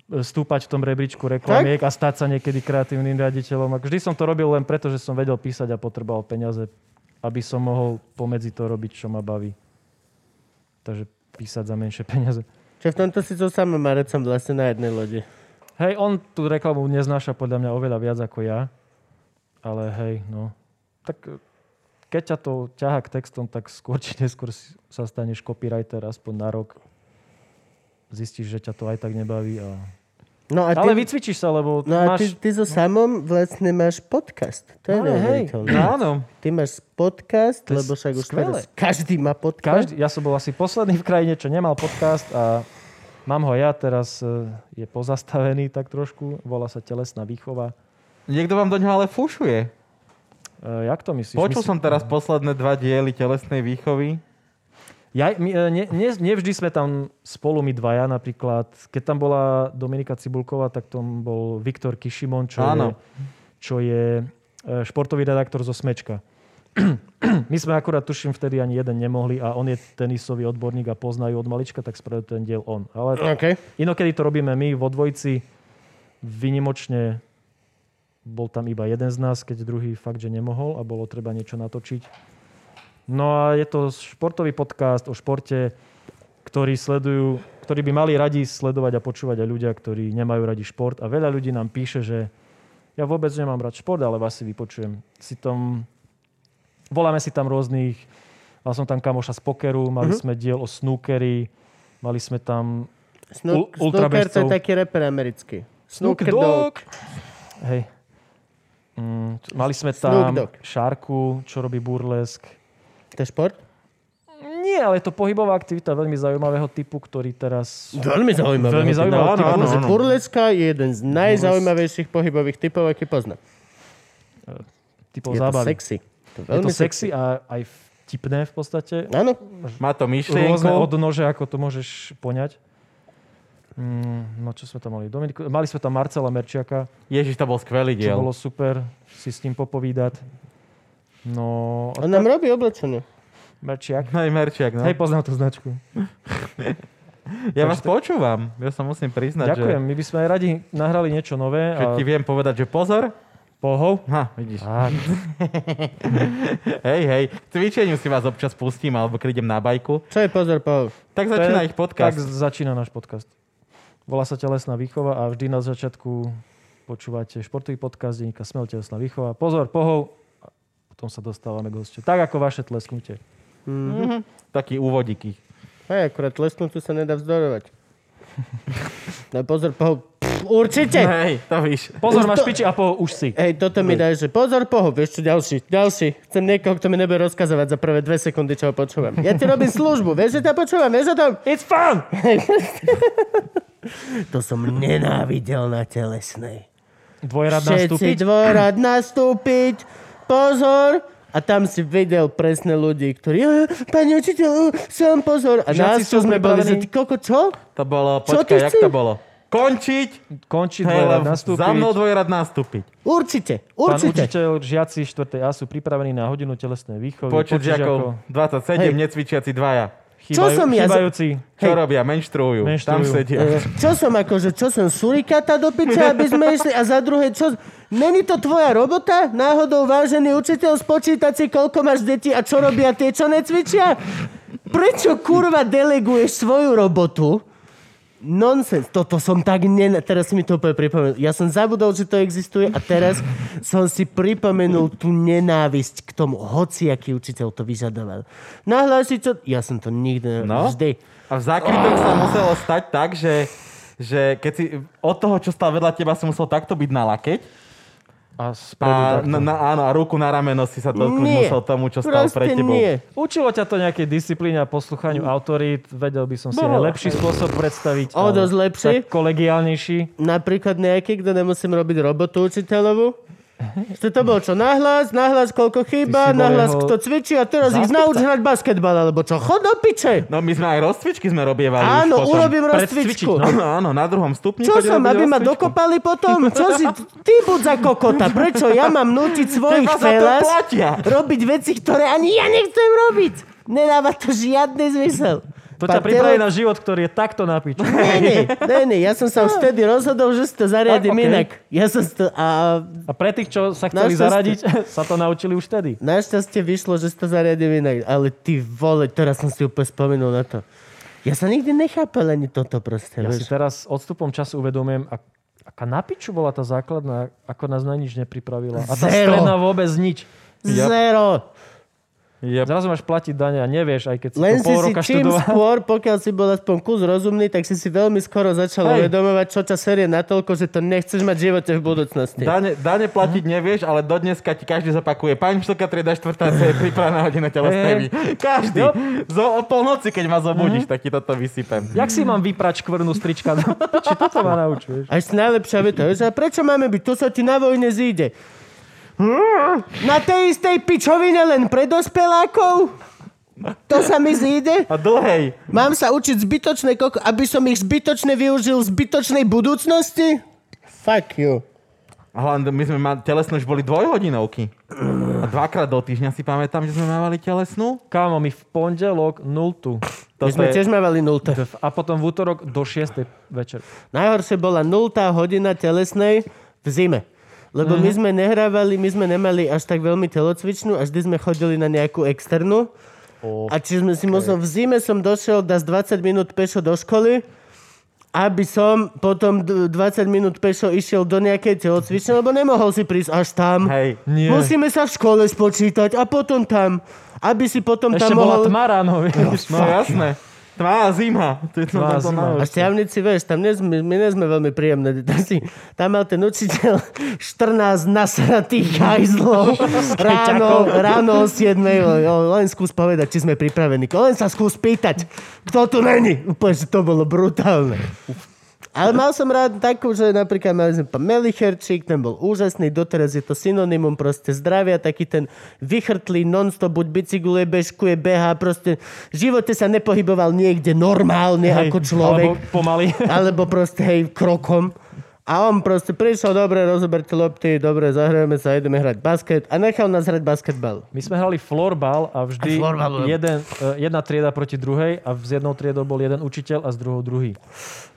stúpať v tom rebríčku reklamiek a stať sa niekedy kreatívnym riaditeľom. A vždy som to robil len preto, že som vedel písať a potreboval peniaze, aby som mohol pomedzi to robiť, čo ma baví. Takže písať za menšie peniaze. Čiže v tomto si to samé Marecom vlastne na jednej lodi. Hej, on tú reklamu neznáša podľa mňa oveľa viac ako ja. Ale hej, no. Tak e, keď ťa to ťaha k textom, tak skôr či neskôr si- sa staneš copywriter aspoň na rok. Zistíš, že ťa to aj tak nebaví a No a ty, Ale vycvičíš sa, lebo no a ty, máš... ty so samom vlastne máš podcast. To je Áno, hej. neuveriteľné. No áno. Ty máš podcast, je lebo však už skvelé. teraz každý má podcast. Každý, ja som bol asi posledný v krajine, čo nemal podcast a mám ho ja, teraz e, je pozastavený tak trošku. Volá sa Telesná výchova. Niekto vám do ňoho ale fúšuje. E, jak to myslíš? Počul Myslí- som teraz posledné dva diely telesnej výchovy. Ja, my, e, ne, ne, nevždy sme tam spolu my dvaja napríklad. Keď tam bola Dominika Cibulková, tak tam bol Viktor Kišimon, čo je, Áno. čo je e, športový redaktor zo Smečka. My sme akurát, tuším, vtedy ani jeden nemohli a on je tenisový odborník a poznajú od malička, tak spravil ten diel on. Ale OK. inokedy to robíme my vo dvojici. Vynimočne bol tam iba jeden z nás, keď druhý fakt, že nemohol a bolo treba niečo natočiť. No a je to športový podcast o športe, ktorý sledujú, ktorí by mali radi sledovať a počúvať aj ľudia, ktorí nemajú radi šport. A veľa ľudí nám píše, že ja vôbec nemám rád šport, ale vás si vypočujem. Si tam, voláme si tam rôznych, mal som tam kamoša z pokeru, mali sme diel o snookery, mali sme tam Snook, U- ultrabežcov. snooker to je taký reper americký. Snook Snooker dog. Hej. Mm, t- mali sme Snoop tam Dogg. Šárku, čo robí burlesk. To je šport? Nie, ale je to pohybová aktivita veľmi zaujímavého typu, ktorý teraz... Veľmi zaujímavé. Veľmi No, zaujímavý Áno, typ. áno. Burleska je jeden z najzaujímavejších pohybových typov, aký poznám. typov Je to zábavy. sexy. To Je to sexy a aj vtipné v podstate. Áno. Má to Rôzne myšlienku. odnože, ako to môžeš poňať. Mm, no čo sme tam mali? Dominiku, mali sme tam Marcela Merčiaka, Ježiš, to bol skvelý čo diel. bolo super si s ním popovídať. No, On nám robí oblečenie. Merčiak. Aj Merčiak, no. Hej, poznám tú značku. ja vás počúvam. Ja sa musím priznať, Ďakujem, my by sme aj radi nahrali niečo nové. že čo A... ti viem povedať, že pozor. Pohov? Ha, vidíš. Tak, Hej, hej. K cvičeniu si vás občas pustím, alebo keď idem na bajku. Čo je pozor, Pavel? Tak začína To je- ich tak podcast. začína náš podcast. Volá sa Telesná výchova a vždy na začiatku počúvate športový podcast denníka Smel Telesná výchova. Pozor, pohov. A potom sa dostávame k hostiu. Tak ako vaše tlesknutie. Taký úvodík ich. Hej, akurát lesnúcu sa nedá vzdorovať. No pozor, pohov. Pff, určite! Hej, to víš. Už Pozor, máš to- piči a pohov už si. Hej, toto mi daj, že pozor, pohov, ešte ďalší, ďalší. Chcem niekoho, kto mi nebude rozkazovať za prvé dve sekundy, čo ho počúvam. Ja ti robím službu, vieš, že ťa počúvam, vieš o tom? It's fun! To som nenávidel na telesnej. Dvojrad Všetci nastúpiť. dvorad nastúpiť, pozor! A tam si videl presne ľudí, ktorí, "Eh, pani učiteľ, som pozor. A Žiaci nás sú čo sme boli, že pripravení. ty koko, čo? To bolo, Čo ty počkaj, jak chceš? to bolo? Končiť, Končí hej, dvojrad lebo nastúpiť. za mnou dvojrad nastúpiť. Určite, Pán určite. učiteľ, žiaci 4. A sú pripravení na hodinu telesnej výchovy. Počet žiakov 27, Hej. necvičiaci dvaja. Čo som ja za- Chýbajúci. Hej. Čo robia? Menštruujú. Tam Menštruujú. sedia. Čo som akože, čo som surikata do piče, aby sme išli a za druhé, čo... Není to tvoja robota? Náhodou, vážený učiteľ, spočítať si, koľko máš detí a čo robia tie, čo necvičia? Prečo kurva deleguješ svoju robotu? Nonsens. Toto som tak nen... Teraz si mi to úplne pripomenul. Ja som zabudol, že to existuje a teraz som si pripomenul tú nenávisť k tomu. Hociaký učiteľ to vyžadoval. Nahlási čo... Ja som to nikdy... No. Vždy. A v zákrytok sa muselo stať tak, že, že keď si od toho, čo stal vedľa teba, si musel takto byť na lakeť. A spredu A, takto. na, na, áno, a ruku na rameno si sa dotknúť Nie. musel tomu, čo stal Proste pred tebou. nie. Učilo ťa to nejakej disciplíne a posluchaniu autorít. Vedel by som si Bolo. aj lepší spôsob Mm. predstaviť. O ale dosť lepší. Tak kolegiálnejší. napríklad nejaký, kto nemusím robiť robotu učiteľovú. Že to bol čo? Nahlas, nahlas, koľko chýba, Ty si bol nahlas, jeho kto cvičí a teraz ich nauč hrať basketbal, alebo čo? Chod do piče! No my sme aj rozcvičky sme robievali Áno, už potom. urobím Predcvičiť, rozcvičku. no. Áno, áno, na druhom stupni. Čo chodili som, robiť aby ma rozcvičku. dokopali potom? Čo si, ty buď za kokota, prečo ja mám nútiť svojich Teba za to felas platia. robiť veci, ktoré ani ja nechcem robiť? Nedáva to žiadny zmysel. To ťa Pán pripraví Telo- na život, ktorý je takto na piči. Nie, nie, nie, nie, ja som sa už vtedy rozhodol, že si to zariadím okej. inak. Ja som si to... A A pre tých, čo sa Našťastie. chceli zaradiť, sa to naučili už vtedy. Našťastie vyšlo, že si to zariadil inak, ale ty vole, teraz som si úplne spomenul na to. Ja sa nikdy nechápal ani toto proste, Ja si vieš. teraz odstupom času uvedomujem, ak- aká na piču bola tá základná, ako nás na nič nepripravila. A tá Zero. stredná vôbec nič. Zero. Yep. Zrazu máš platiť dane a nevieš, aj keď si Len si to pol si roka čím študoval. skôr, pokiaľ si bol aspoň kus rozumný, tak si si veľmi skoro začal Hej. uvedomovať, čo ťa serie natoľko, že to nechceš mať v živote v budúcnosti. Dane, dane Hm? platiť nevieš, ale do dneska ti každý zapakuje. Pani štvrtá trieda, štvrtá C, pripravená hodina Eh, telesprevy. no. Každý. Zo, o polnoci, keď ma Hm? zobudíš, tak ti toto vysypem. Jak si mám vyprať škvrnu strička? Či toto ma naučíš? Až najlepšia veta, vieš, a prečo máme byť? Tu sa ti na vojne zíde. Mm, Na tej istej pičovine len pre dospelákov? To sa mi zíde? A dlhej. Mám sa učiť zbytočné koko, aby som ich zbytočne využil v zbytočnej budúcnosti? Fuck you. A hlavne my sme mali, telesnú už boli dvojhodinovky. A dvakrát do týždňa si pamätám, že sme mávali telesnú. Kámo, my v pondelok nultu. My sme tiež mávali nulté. A potom v útorok do 6. večer. Najhoršie bola 0. hodina telesnej v zime. Lebo my sme nehrávali, my sme nemali až tak veľmi telocvičnú a vždy sme chodili na nejakú externú. A či sme si možno v zime som došiel da z 20 minút pešo do školy, aby som potom d- 20 minút pešo išiel do nejakej telocvične, lebo nemohol si prísť až tam. Hej. Nie. Musíme sa v škole spočítať a potom tam. Aby si potom Ešte tam mohol... bola tma ráno, vieš. No jasné. Tmá a zima. To je to, Tmá a to, zima. to A šťavnici, vieš, tam nie sme, my nie sme veľmi príjemné. Tam, si, tam mal ten učiteľ 14 nasratých hajzlov ráno, ráno o 7. O- o, Len skús povedať, či sme pripravení. Len sa skús pýtať, kto tu není. Úplne, že to bolo brutálne. Ale mal som rád takú, že napríklad mali sme pán Melicherčík, ten bol úžasný, doteraz je to synonymum proste zdravia, taký ten vychrtlý non-stop, buď bicykluje, bežkuje, beha, proste v živote sa nepohyboval niekde normálne ako človek. Alebo pomaly. Alebo proste hej, krokom. A on proste prišiel, dobre, rozoberte lopty, dobre, zahrajeme sa, ideme hrať basket a nechal nás hrať basketbal. My sme hrali florbal a A vždy florbal bol- jeden, eh, jedna trieda proti druhej a s jednou triedou bol jeden učiteľ a s druhou druhý.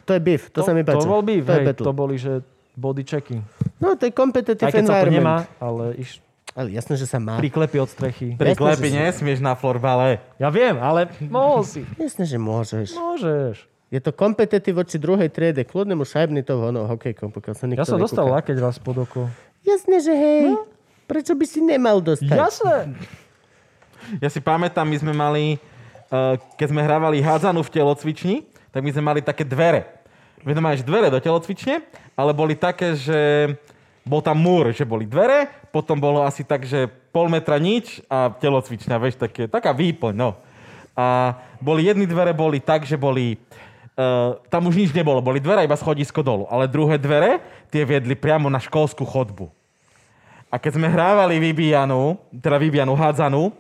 To je beef, to, sa mi páči. To bol to býv, je hej, battle. to boli, že body checky. No, to je competitive Aj keď sa to environment. nemá, ale iš Ale jasné, že sa má. priklepy od strechy. Jasné, Priklepy že si- nesmieš na florbale. Ja viem, ale mohol si. Jasné, že môžeš. Môžeš. Je to kompetitív voči druhej triede, kľudnému šajbnitov, ono, hokejkom, pokiaľ sa nikto Ja som dostal No. nekúka. lakeť raz pod oko. Jasné, že hej. Prečo by si nemal dostať? Jasné. Ja si pamätám, my sme mali, eh, keď sme hrávali hádzanú v telocvični, tak my sme mali také dvere. Vedno máš dvere do telocvične, ale boli také, že bol tam múr, že boli dvere, potom bolo asi tak, že pol metra nič a telocvičňa, vieš, také, taká výplň, no. A boli jedny dvere boli tak, že boli Uh, tam už nič nebolo, boli dvere iba schodisko dolu, ale druhé dvere tie viedli priamo na školskú chodbu. A keď sme hrávali vybijanú, teda vybijanú, hádzanú,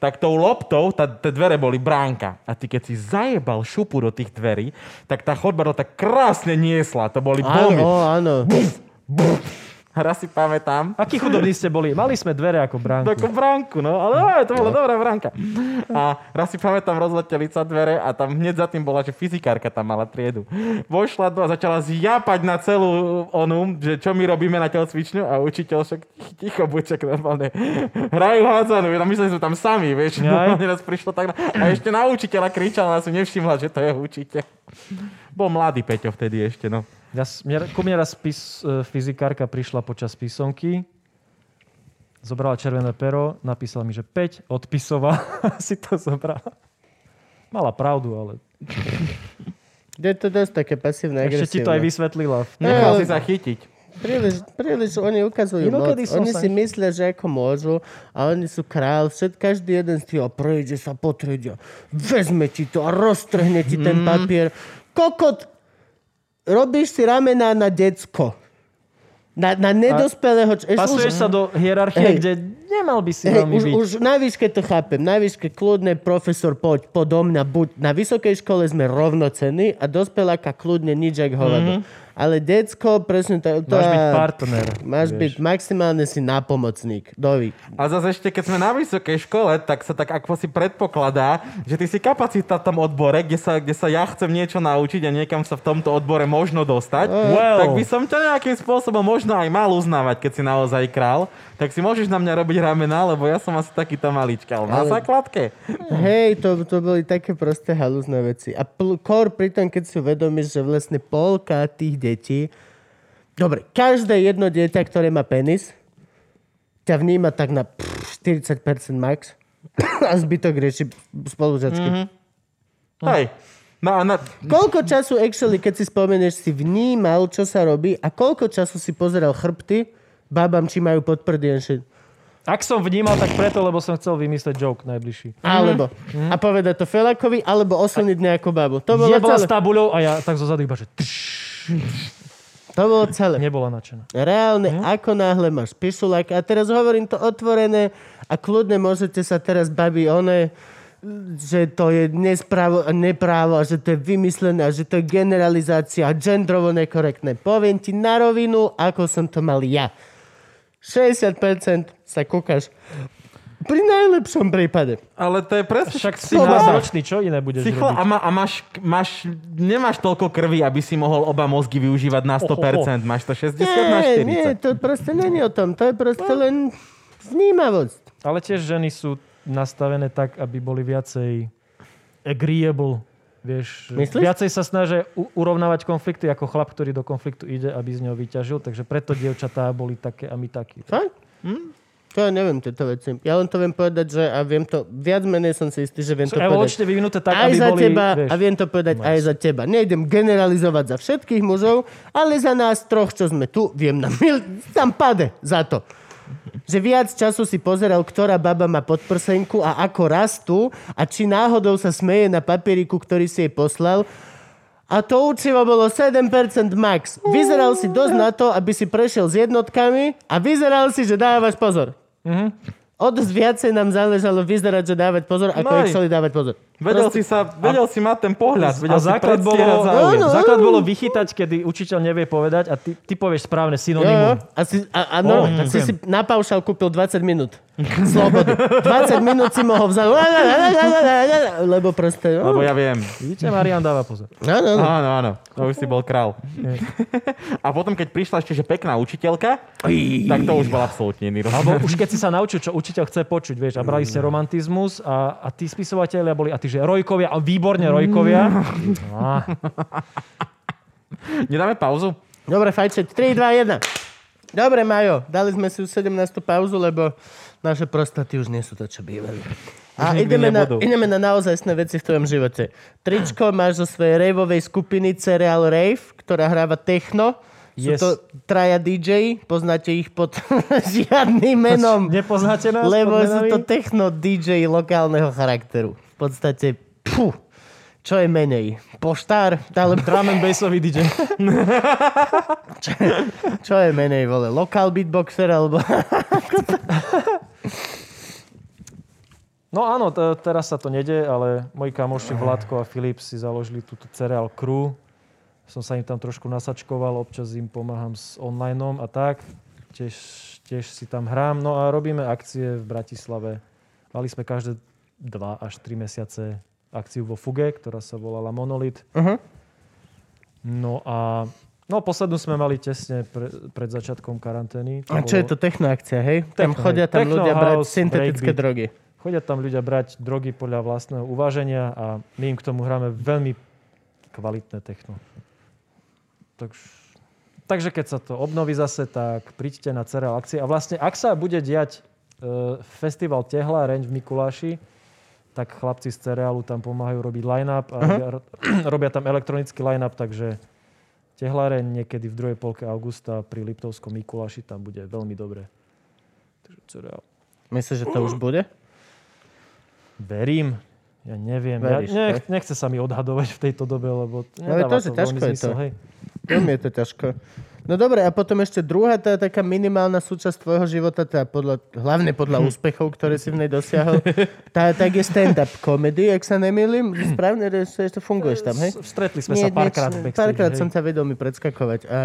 tak tou loptou, tá, tie dvere boli bránka. A ty keď si zajebal šupu do tých dverí, tak tá chodba to tak krásne niesla. To boli Áno, bomby. áno. Raz si pamätám. Akí chudobní ste boli? Mali sme dvere ako bránku. Takú bránku, no. Ale aj, to bola dobrá bránka. A raz si pamätám, rozleteli sa dvere a tam hneď za tým bola, že fyzikárka tam mala triedu. Vošla do a začala zjapať na celú onu, že čo my robíme na telocvičňu a učiteľ však ticho buček normálne. Hrajú hádzanú, no my sme tam sami, vieš. Jaj. Normálne nás prišlo tak na... A ešte na učiteľa kričala, nás nevšimla, že to je učiteľ. Bol mladý Peťo vtedy ešte, no. Ja, s- mne, ku mne raz pis, e, fyzikárka prišla počas písomky, zobrala červené pero, napísala mi, že 5, odpisoval, si to zobrala. Mala pravdu, ale Je to dosť také pasívne, agresívne. ešte ti to aj vysvetlila. Nechal ale- si sa chytiť. Príliš, príliš oni ukazujú moc. Inokedy som Oni sa- si myslia, že ako môžu a oni sú král. Všet, každý jeden z tých a prejde sa po triede. Vezme ti to a roztrhne ti ten Mhm. papier. Kokot, robíš si ramená na decko. Na, na nedospelého... čo- ešte Pasuješ sa do hierarchie, Hej. kde nemal by si Hej, veľmi už, byť. už na výške to chápem. Na výške kľudne profesor, poď, podo mňa, buď. Na vysokej škole sme rovnocení a dospeláka kľudne nič jak hovado. Mm-hmm. Ale decko, presne to... to Mhm. Máš byť partner. Máš vieš. byť maximálne si nápomocník. Dovi. A zase ešte, keď sme na vysokej škole, tak sa tak ako si predpokladá, že ty si kapacita v tom odbore, kde sa, kde sa ja chcem niečo naučiť a niekam sa v tomto odbore možno dostať, Well. tak by som ťa nejakým spôsobom možno aj mal uznávať, keď si naozaj král. Tak si môžeš na mňa robiť ramena, lebo ja som asi takýto malička. Ale na základke. Hej, to, to boli také prosté halúzne veci. A pl- kor pritom, keď si uvedomíš, že vlastne polka tých detí... Dobre, každé jedno dieťa, ktoré má penis, ťa vníma tak na pff, 40% max. a zbytok rieši spolužiačky. Mm-hmm. Hej. No a na... Koľko času actually, keď si spomenieš, si vnímal, čo sa robí a koľko času si pozeral chrbty babám, či majú podprdy and shit. Ak som vnímal, tak preto, lebo som chcel vymyslieť joke najbližší. Alebo. A povedať to Felakovi, alebo oslniť nejakú babu. To bolo Jebola celé. s tabuľou a ja tak zo zadu iba, že tš, To bolo celé. nebola nadšená. Reálne, ako náhle máš pišulák. A teraz hovorím to otvorené a kľudne môžete sa teraz babi one že to je nesprávo, neprávo a že to je vymyslené a že to je generalizácia a gendrovo nekorektné. Poviem ti na rovinu, ako som to mal ja. 60% sa kúkaš pri najlepšom prípade. Ale to je presne... Však si Chlapa. náročný, čo iné budeš Si chla- a, robiť? ma, a máš, máš, nemáš toľko krvi, aby si mohol oba mozgy využívať na 100%. Máš to 60 na Nie, 40. nie, to proste není o tom. To je proste len vnímavosť. Ale tiež ženy sú nastavené tak, aby boli viacej agreeable. Vieš, Myslíš? viacej sa snažia u- urovnávať konflikty ako chlap, ktorý do konfliktu ide, aby z neho vyťažil. Takže preto dievčatá boli také a my takí. Fakt? Hm? To ja neviem tieto veci. Ja len to viem povedať, že a viem to, viac menej som si istý, že viem to Sú povedať. evolučne vyvinuté tak, aj aby za boli... teba vieš, a viem to povedať aj za teba. Nejdem generalizovať za všetkých mužov, ale za nás troch, čo sme tu, viem na mil... Tam pade za to. Že viac času si pozeral, ktorá baba má podprsenku a ako rastú a či náhodou sa smeje na papieriku, ktorý si jej poslal. A to učivo bolo 7% max. Vyzeral si dosť na to, aby si prešiel s jednotkami a vyzeral si, že dávaš pozor. O dosť viacej nám záležalo vyzerať, že dávať pozor, ako No no aj. chceli dávať pozor. Vedel si sa, vedel si mať ten pohľad, A vedel si základ bolo, predstierať záujem. Áno, základ áno. bolo vychytať, kedy učiteľ nevie povedať a ty, ty povieš Jo, správne jo. synonymum. A, si, a, a no, Ó, tak si ďakujem. si na paušal kúpil 20 minút slobody. 20 minút si mohol vzať. la, la, la, la, la, la, la, la, Lebo proste... no. Lebo ja viem. Vidíte, Marian dáva pozor. Áno, áno. Áno, áno, to už si bol král. A potom, keď prišla ešte, že pekná učiteľka, tak to už bol absolútne iný rozhovor. Alebo už keď si sa naučil, čo učiteľ chce počuť, vieš, a brali ste romantizmus a, a tí spisovatelia boli, a ty, že rojkovia, a výborne rojkovia. Mm. Á, Nedáme pauzu? Dobre, fajčeť. 3, 2, 1. Dobre, Majo, dali sme si už 17. pauzu, lebo naše prostaty už nie sú to, čo bývali. A nikdy ideme na, nebudú. ideme na naozajstné veci v tvojom živote. Tričko máš zo svojej raveovej skupiny Cereal Rave, ktorá hráva techno. Sú Yes. to traja DJ, poznáte ich pod žiadnym menom. nepoznáte nás? Lebo pod sú menami? to techno DJ lokálneho charakteru. V podstate, pfu, čo je menej? Poštár? Alebo Drum and bassový DJ. čo je menej, vole? Lokal beatboxer? Alebo... No áno, t- teraz sa to nede, ale moji kamoši Vladko a Filip si založili túto Cereal Crew. Som sa im tam trošku nasačkoval, občas im pomáham s onlineom a tak. Tiež, tiež si tam hrám. No a robíme akcie v Bratislave. Mali sme každé 2 až 3 mesiace akciu vo Fuge, ktorá sa volala Monolith. Mhm. No a no, poslednú sme mali tesne pre, pred začiatkom karantény. A čo je to techno akcia, hej? Tam Techno, chodia tam techno ľudia brať house, syntetické breakbeat. drogy. Chodia tam ľudia brať drogy podľa vlastného uváženia a my im k tomu hráme veľmi kvalitné techno. Takže, takže keď sa to obnoví zase, tak príďte na Cereal akcie. A vlastne, ak sa bude diať e, festival Tehla Reň v Mikuláši, tak chlapci z Cerealu tam pomáhajú robiť line-up a ro- robia tam elektronický line-up, takže Tehlareň niekedy v druhej polke augusta pri Liptovskom Mikuláši tam bude veľmi dobre. Takže Cereal. Myslíš, že to Mm. už bude? Verím. Ja neviem. Veríš, No, ja nech, nechce sa mi odhadovať v tejto dobe, lebo t- Ale nedáva to, že to, ťažko veľmi je zmysel. to. Hej. Veľmi je to ťažko. No dobre, a potom ešte druhá, tá taká minimálna súčasť tvojho života, tá podľa, hlavne podľa Hm. úspechov, ktoré si v nej dosiahol, tá, tak je stand-up comedy, ak sa nemýlim. Správne, že ešte funguješ tam, hej? S- Stretli sme sa párkrát v backstage. Párkrát hej. som ťa vedel mi predskakovať. A...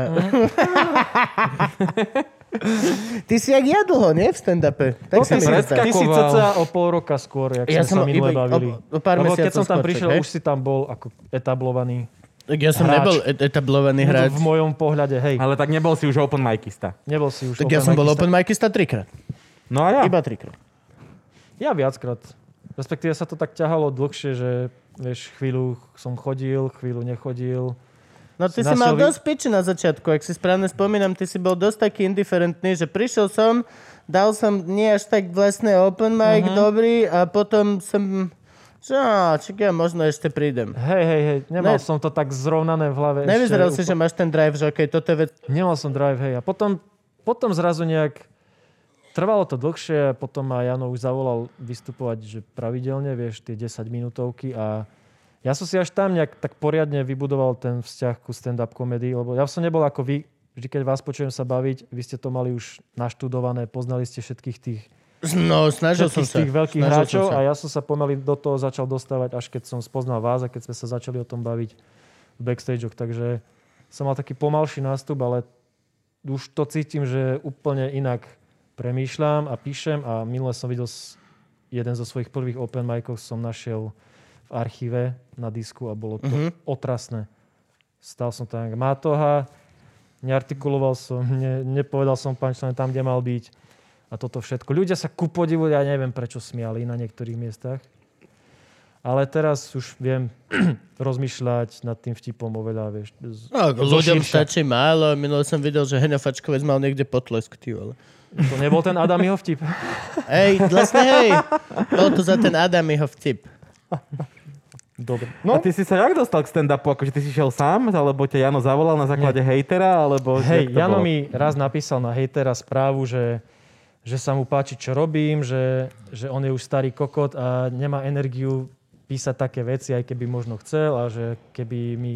Ty si jak ja dlho, nie? V stand-upe. Tak No, sa ty, mi si, zdá. ty si Predskakoval. cca o pol roka skôr, jak Ja ja som sme sa minule iba- bavili. o- o pár Lebo keď mesiacov som tam skôr, prišiel, hej? už si tam bol ako etablovaný. Tak ja som Hráč. nebol e- et- etablovaný hráč. V mojom pohľade, hej. Ale tak nebol si už open micista. Nebol si už Tak ja som bol micista. open micista trikrát. No a ja. Iba trikrát. Ja viackrát. Respektíve sa to tak ťahalo dlhšie, že vieš, chvíľu som chodil, chvíľu nechodil. No ty si Nasil mal vy- dosť piči na začiatku, ak si správne spomínam, ty si bol dosť taký indiferentný, že prišiel som, dal som nie až tak vlastne open mic, Mhm. dobrý, a potom som, že á, čak ja možno ešte prídem. Hej, hej, hej, nemal Ne- som to tak zrovnané v hlave. ešte Nevyzeral si, úplne. že máš ten drive, že okej, toto je vec, Nemal som drive, hej. A potom, potom zrazu nejak... Trvalo to dlhšie, potom ma Jano už zavolal vystupovať, že pravidelne, vieš, tie 10 minútovky a ja som si až tam nejak tak poriadne vybudoval ten vzťah ku stand-up komedii, lebo ja som nebol ako vy, vždy keď vás počujem sa baviť, vy ste to mali už naštudované, poznali ste všetkých tých, No, snažil všetkých som sa. tých veľkých Snažil som hráčov sa. a ja som sa pomaly do toho začal dostávať, až keď som spoznal vás a keď sme sa začali o tom baviť v backstageoch, takže som mal taký pomalší nástup, ale už to cítim, že úplne inak premýšľam a píšem a minule som videl s- jeden zo svojich prvých open micov som našiel v archíve na disku a bolo to otrasné. Stal som tam jak mátoha, neartikuloval som, ne, nepovedal som punchline tam, kde mal byť a toto všetko. Ľudia sa ku podivu, ja neviem prečo smiali na niektorých miestach. Ale teraz už viem rozmýšľať nad tým vtipom oveľa, vieš. z- No, ľuďom širša. stačí málo. Minulo som videl, že Hena Fačkovec mal niekde potlesk, ty vole. To nebol ten Adamiho vtip. Hej, vlastne hej. Bol to za ten Adamiho vtip. Dobre. No? A ty si sa jak dostal k stand-upu? Akože ty si šiel sám? Alebo ťa Jano zavolal na základe hejtera? Alebo Hej, jak to Jano bolo? mi raz napísal na hejtera správu, že, že sa mu páči, čo robím, že, že on je už starý kokot a nemá energiu písať také veci, aj keby možno chcel a že keby mi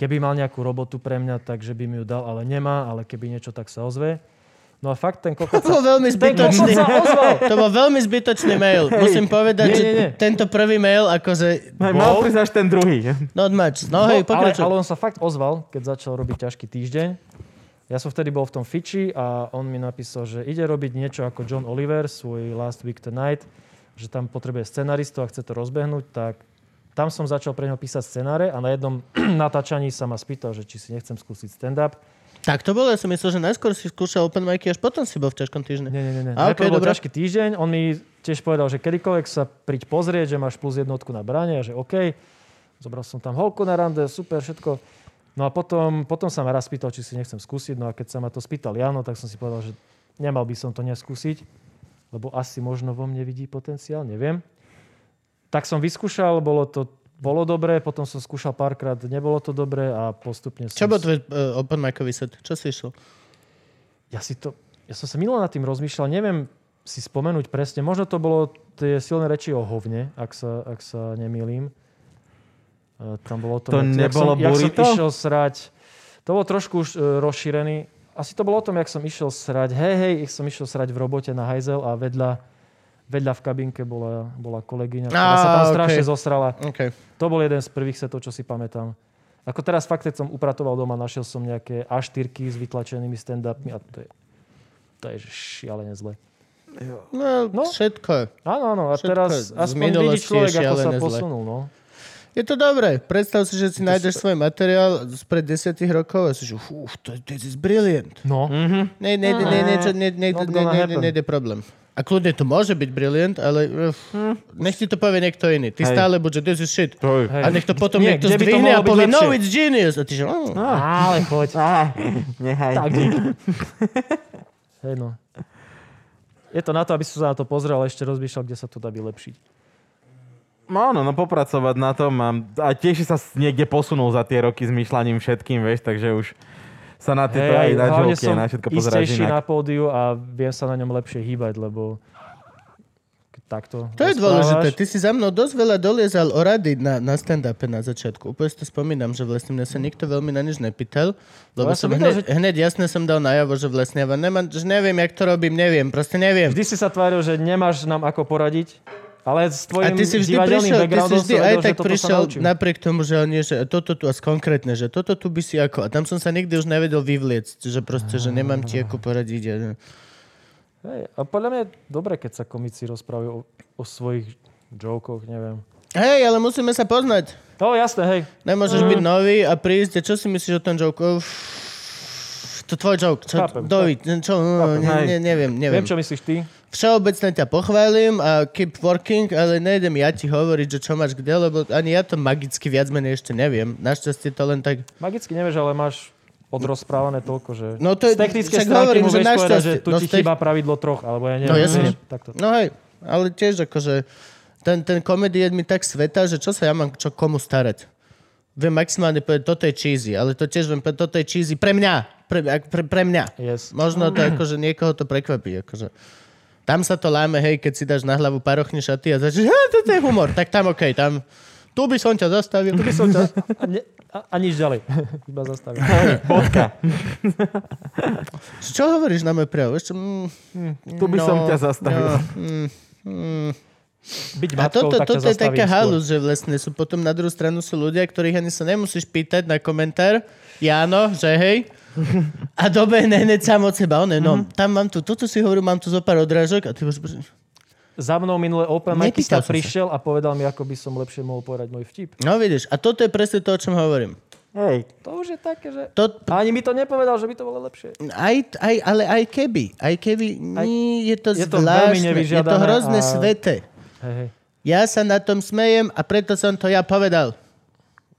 keby mal nejakú robotu pre mňa, takže by mi ju dal, ale nemá, ale keby niečo, tak sa ozve. No a fakt ten To kokot bol sa... veľmi Ten kokot zbytočný. sa ozval! To bol veľmi zbytočný mail. Musím povedať, Nie, že nie, nie. tento prvý mail, akože... Hej, mal prísť až ten druhý. Not much. No hej, ale, ale pokračuj. on sa fakt ozval, keď začal robiť ťažký týždeň. Ja som vtedy bol v tom Fiči a on mi napísal, že ide robiť niečo ako John Oliver, svoj Last Week Tonight, že tam potrebuje scenaristu a chce to rozbehnúť, tak tam som začal pre neho písať scenáre a na jednom natáčaní sa ma spýtal, že či si nechcem skúsiť stand-up. Tak to bolo, ja som myslel, že najskôr si skúšal open micy, až potom si bol v ťažkom týždni. Nie, nie, nie. nie. A, A okej, okay, bol dobre. ťažký týždeň. On mi tiež povedal, že kedykoľvek sa príď pozrieť, že máš plus jednotku na bráne a že OK. Zobral som tam holku na rande, super, všetko. No a potom, potom sa ma raz spýtal, či si nechcem skúsiť. No a keď sa ma to spýtal Jano, tak som si povedal, že nemal by som to neskúsiť, lebo asi možno vo mne vidí potenciál, neviem. Tak som vyskúšal, bolo to bolo dobré, potom som skúšal párkrát, nebolo to dobré a postupne som... Čo bol tvoj uh, open micový set? Čo si išiel? Ja si to... Ja som sa minule nad tým rozmýšľal, neviem si spomenúť presne. Možno to bolo tie silné reči o hovne, ak sa, ak sa nemýlim. E, Tam bolo to... jak To som- nebolo jak som, burrito? išiel srať... To bolo trošku už e, rozšírený. Asi to bolo o tom, jak som išiel srať. Hej, hej, ich som išiel srať v robote na hajzel a vedľa, vedľa v kabinke bola, bola kolegyňa, ktorá sa tam Á, strašne okej. zosrala. OK. To bol jeden z prvých setov, čo si pamätám. Ako teraz fakt, keď som upratoval doma, našiel som nejaké A4 s vytlačenými stand-upmi a to je, to je že šialene zle. No, No. všetko. Áno, áno, a Všetko teraz z aspoň vidí minulosti je človek, ako sa šialené zle. posunul, no. Je to dobré. Predstav si, že si nájdeš svoj materiál spred 10 rokov a si že, uf, to, this is brilliant. No, Ne, ne, ne, ne, ne, čo- ne, ne, Not ne, gonna ne, ne, happen. ne, ne, problém. A kľudne to môže byť brilliant, ale uf, Hm. nech ti to povie niekto iný. Ty stále budeš, this is shit. hej. A nech to potom Nie, niekto kde by to zdvihne a mohlo byť povie, no, lepšie? it's genius. A ty že, oh. Ale choď. Á, nehaj. Tak, Hej, no. Je to na to, aby som sa na to pozrel a ešte rozmýšľal, kde sa to dá vylepšiť. No, no, no, popracovať na tom a, a tiež si sa s- niekde posunul za tie roky s myšľaním všetkým, vieš, takže už sa na tieto aj na hlavne joke, na všetko pozeráš istejší inak. na pódiu a viem sa na ňom lepšie hýbať, lebo keď To takto je rozprávaš- dôležité. Ty si za mnou dosť veľa doliezal o rady na, na stand-upe na začiatku. Úplne si to spomínam, že vlastne mňa sa nikto veľmi na nič nepýtal, lebo No ja som som videl, hneď, hneď jasne som dal najavo, že vlastne ja vám nemám, že neviem, jak to robím, neviem, proste neviem. Vždy si sa tváril, že nemáš nám ako poradiť, ale s tvojim A ty si vždy divadelným prišiel, ty si backgroundom vždy som aj tak vedel, že toto sa prišiel naučím. napriek tomu, že nie, že toto tu, a konkrétne, že toto tu by si ako, a tam som sa nikdy už nevedel vyvliecť, že proste, že nemám ti ako poradiť. a- Hej, a podľa mňa je dobré, keď sa komici rozprávajú o, o svojich jokoch, neviem. Hej, ale musíme sa poznať. No jasné, hej. Nemôžeš Mm. byť nový a prísť, a čo si myslíš o tom joke? Uf, to tvoj joke. Čo, Chápem, dovi, čo, no, ne, hej. ne, neviem, Viem, neviem. čo myslíš ty. Všeobecne ťa pochválim a keep working, ale nejdem ja ti hovoriť, že čo máš kde, lebo ani ja to magicky viac menej ešte neviem. Našťastie to len tak... Magicky nevieš, ale máš odrozprávané toľko, že No to je- z technickej však stránky hovorím, mu že vieš povedať, že našťastie. tu No z ti tej- chýba pravidlo troch, alebo ja neviem. No jasne. vieš, Takto. No hej, ale tiež akože ten, ten komedied mi tak sveta, že čo sa ja mám čo komu starať. Viem maximálne povedať, toto je cheesy, ale to tiež viem povedať, toto je cheesy pre mňa. Pre, ak- pre, pre mňa. Yes. Možno to akože niekoho to prekvapí. Akože. Tam sa to láme, hej, keď si dáš na hlavu parochne šaty a začneš, "Ha, toto je humor, tak tam okej, tam. Tu by som ťa zastavil. Tu by som ťa... A, ne, a, a nič ďalej. Iba zastavím. Čo hovoríš na môj prejav? Ešte, mm, no, Tu by som ťa zastavil. mm, mm. Byť A matkou, toto, tak toto ťa je taká skôr. halus, že vlastne sú potom na druhú stranu sú ľudia, ktorých ani sa nemusíš pýtať na komentár. Jáno, že hej. A dobe, ne, ne, sám od seba. One, no, Mhm. tam mám tu, toto si hovorím, mám tu zo pár odrážok a ty už... Za mnou minule Open Mikista Nepýtal som sa. prišiel a povedal mi, ako by som lepšie mohol povedať môj vtip. No vidíš, a toto je presne to, o čom hovorím. Hej, To už je také, že... To, A ani mi to nepovedal, že by to bolo lepšie. aj, aj, ale aj keby, aj keby, Aj- nie, je to je to veľmi zvláštne, je to nevyžiadané hrozne a- sveté. Hej, hej. Ja sa na tom smejem a preto som to ja povedal.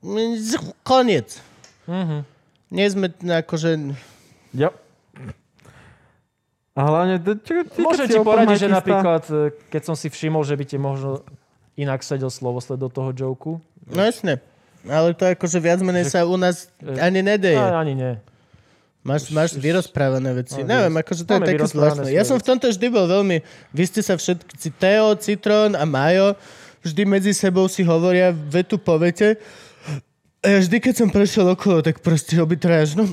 Mm, z- Koniec. Mhm. Nie sme t- akože... Jo. A hlavne... to- Čo, čo, Môžem keď si ti open poradiť, že micista- napríklad, e, keď som si všimol, že by ti možno inak sedel slovosled do toho joku. No jasne. Ale to akože viac menej sa u nás Že- ani nedeje. A, ani nie. Máš, máš vyrozprávané veci. No, Neviem, akože to je Máme také vyrozprávané zvláštne. svoje Ja som v tomto vždy bol veľmi... Vy ste sa všetci... Teo, Citrón a Majo vždy medzi sebou si hovoria vetu po vete. A ja vždy, keď som prešiel okolo, tak proste obytraja, že no,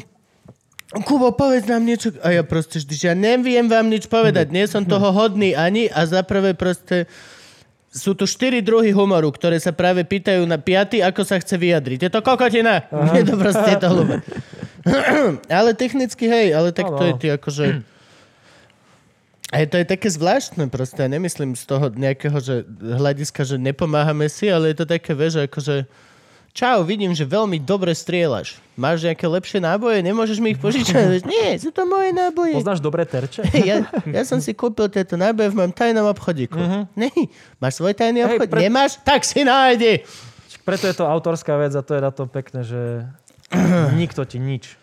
Kubo, povedz nám niečo. A ja proste vždy, že ja neviem vám nič povedať, nie som toho hodný ani a za prvé proste sú tu štyri druhy humoru, ktoré sa práve pýtajú na piaty, ako sa chce vyjadriť. Je to kokotina. Je to proste je to hlúpe. ale technicky, hej, ale tak to Áno. je ty akože... A je to je také zvláštne proste, ja nemyslím z toho nejakého že hľadiska, že nepomáhame si, ale je to také, vieš, že akože Čau, vidím, že veľmi dobre strieľaš. Máš nejaké lepšie náboje? Nemôžeš mi ich požičať? Nie, sú to moje náboje. Poznáš dobré terče? Ja, ja som si kúpil tieto náboje v mojom tajnom obchodíku. Ne, máš svoj tajný obchod? Mhm. pre- Nemáš? Tak si nájdi! Preto je to autorská vec a to je na tom pekné, že nikto ti nič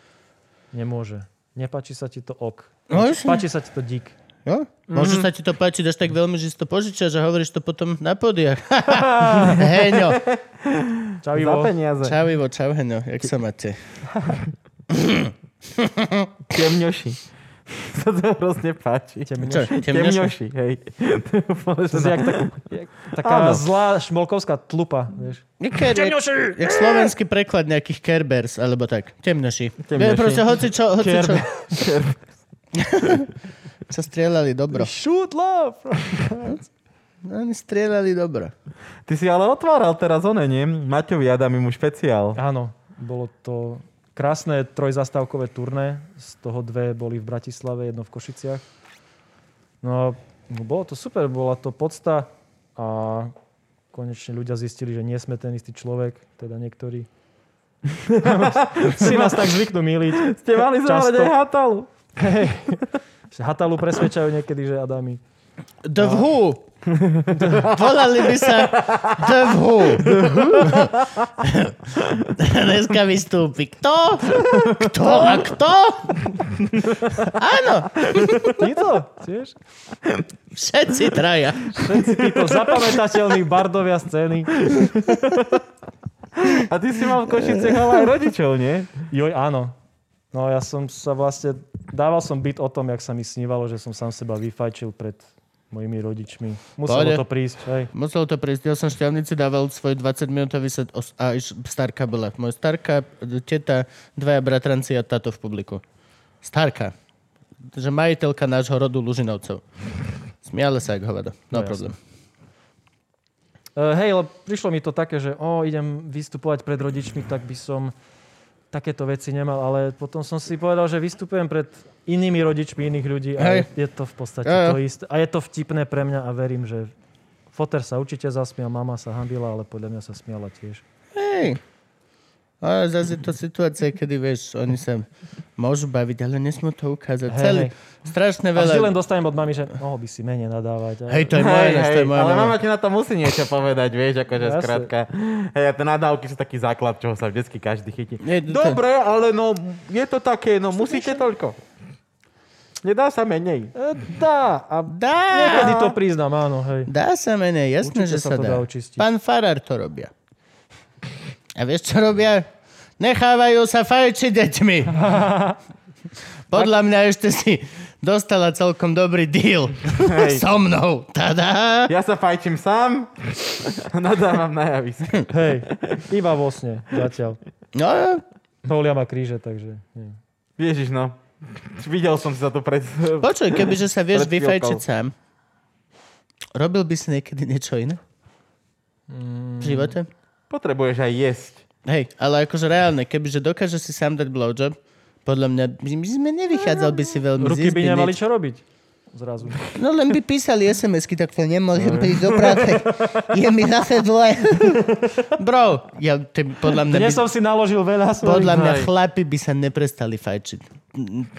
nemôže. Nepáči sa ti to ok. No, jasne. Páči sa ti to dík. Jo? No, Mhm. Môže sa ti to páčiť až tak veľmi, že si to požičaš a hovoríš to potom na podiach. Heňo. Čau, Za Ivo. peniaze. Čau Ivo, čau Heňo. Jak sa máte? Temňoši. Sa to hrozne páči. Čo, temnejšie? Temnejšie. Temňoši, hej. To je úplne, To že je na- jak tak, jak taká No. Áno. zlá šmolkovská tlupa, vieš. Niekedy- Jak slovenský preklad nejakých Kerbers, alebo tak. Temnoši. Temnoši. Temnoši. Proste hoci čo, hoci čo. čo strieľali dobro. Shoot love! No, Oni strieľali dobro. Ty si ale otváral teraz one, nie? Maťovi Adami mu špeciál. Áno, bolo to krásne trojzastávkové turné. Z toho dve boli v Bratislave, jedno v Košiciach. No, no bolo to super, bola to podsta a konečne ľudia zistili, že nie sme ten istý človek, teda niektorí. si nás tak zvyknú miliť. Ste mali zahrať Často. aj hatalu. Hatalu presvedčajú niekedy, že Adami. The Who. Volali by sa The Who. Dneska vystúpi kto? Kto a kto? Áno, Títo, tiež? všetci traja. Všetci títo zapamätateľní bardovia scény. A ty si mal v Košice ale aj rodičov, nie? Joj, áno. No ja som sa vlastne, dával som byt o tom, jak sa mi snívalo, že som sám seba vyfajčil pred mojimi rodičmi. Muselo Pohode. to prísť, hej. Musel to prísť. Ja som šťavnici dával svoj 20 minútový set os- a iš, starka bola. Môj starka, teta, dvaja bratranci a táto v publiku. Starka. Že majiteľka nášho rodu Lužinovcov. Smiala sa, ako hovada. No, No, jasné. problém. E, hej, ale prišlo mi to také, že o, idem vystupovať pred rodičmi, tak by som takéto veci nemal, ale potom som si povedal, že vystupujem pred inými rodičmi iných ľudí a je, Hej. je to v podstate Jo, jo. to isté. A je to vtipné pre mňa a verím, že Foter sa určite zasmial, mama sa hambila, ale podľa mňa sa smiala tiež. Hej. A A zase je to situácia, kedy, vieš, oni sa môžu baviť, ale nesmú to ukázať. Hej, Celý, hej. strašne A vždy veľa... len dostanem od mami, že mohol by si menej nadávať. Hej, to je moje, Hej, ináč, to hej, je moje. ale meno. mama ti na to musí niečo povedať, vieš, akože Jasne. skrátka. Hej, a tie nadávky sú taký základ, čoho sa vždycky každý chytí. Nie, to- Dobre, ale no, je to také, no musíte toľko. Nedá sa menej. E, Dá. A Dá! niekedy to priznám, áno, hej. Dá sa menej, jasné, Určite že sa sa to dá. dá očistiť. Pán Farar to robia. A vieš, čo robia? Nechávajú sa fajčiť deťmi. Podľa mňa ešte si dostala celkom dobrý deal Hej. so mnou. Tada! Ja sa fajčím sám a nadávam na javisku. Hej, iba vo sne zatiaľ. No, Holia ma kríže, takže... nie. Ježiš, no. Videl som si za to pred... počuj, kebyže sa vieš Pred vyfajčiť chvíľkou. sám, robil by si niekedy niečo iné? V živote? Potrebuješ aj jesť. Hej, ale akože reálne, kebyže dokáže si sám dať blowjob, podľa mňa by sme nevychádzal by si veľmi z Ruky izby, by nemali nič. čo robiť. Zrazu. No len by písali SMS-ky, tak to nemôžem prísť do práce. Je mi zase zle. Bro, ja, ty, podľa mňa, by, Dnes som si naložil veľa svojich. podľa mňa Hej. chlapi by sa neprestali fajčiť.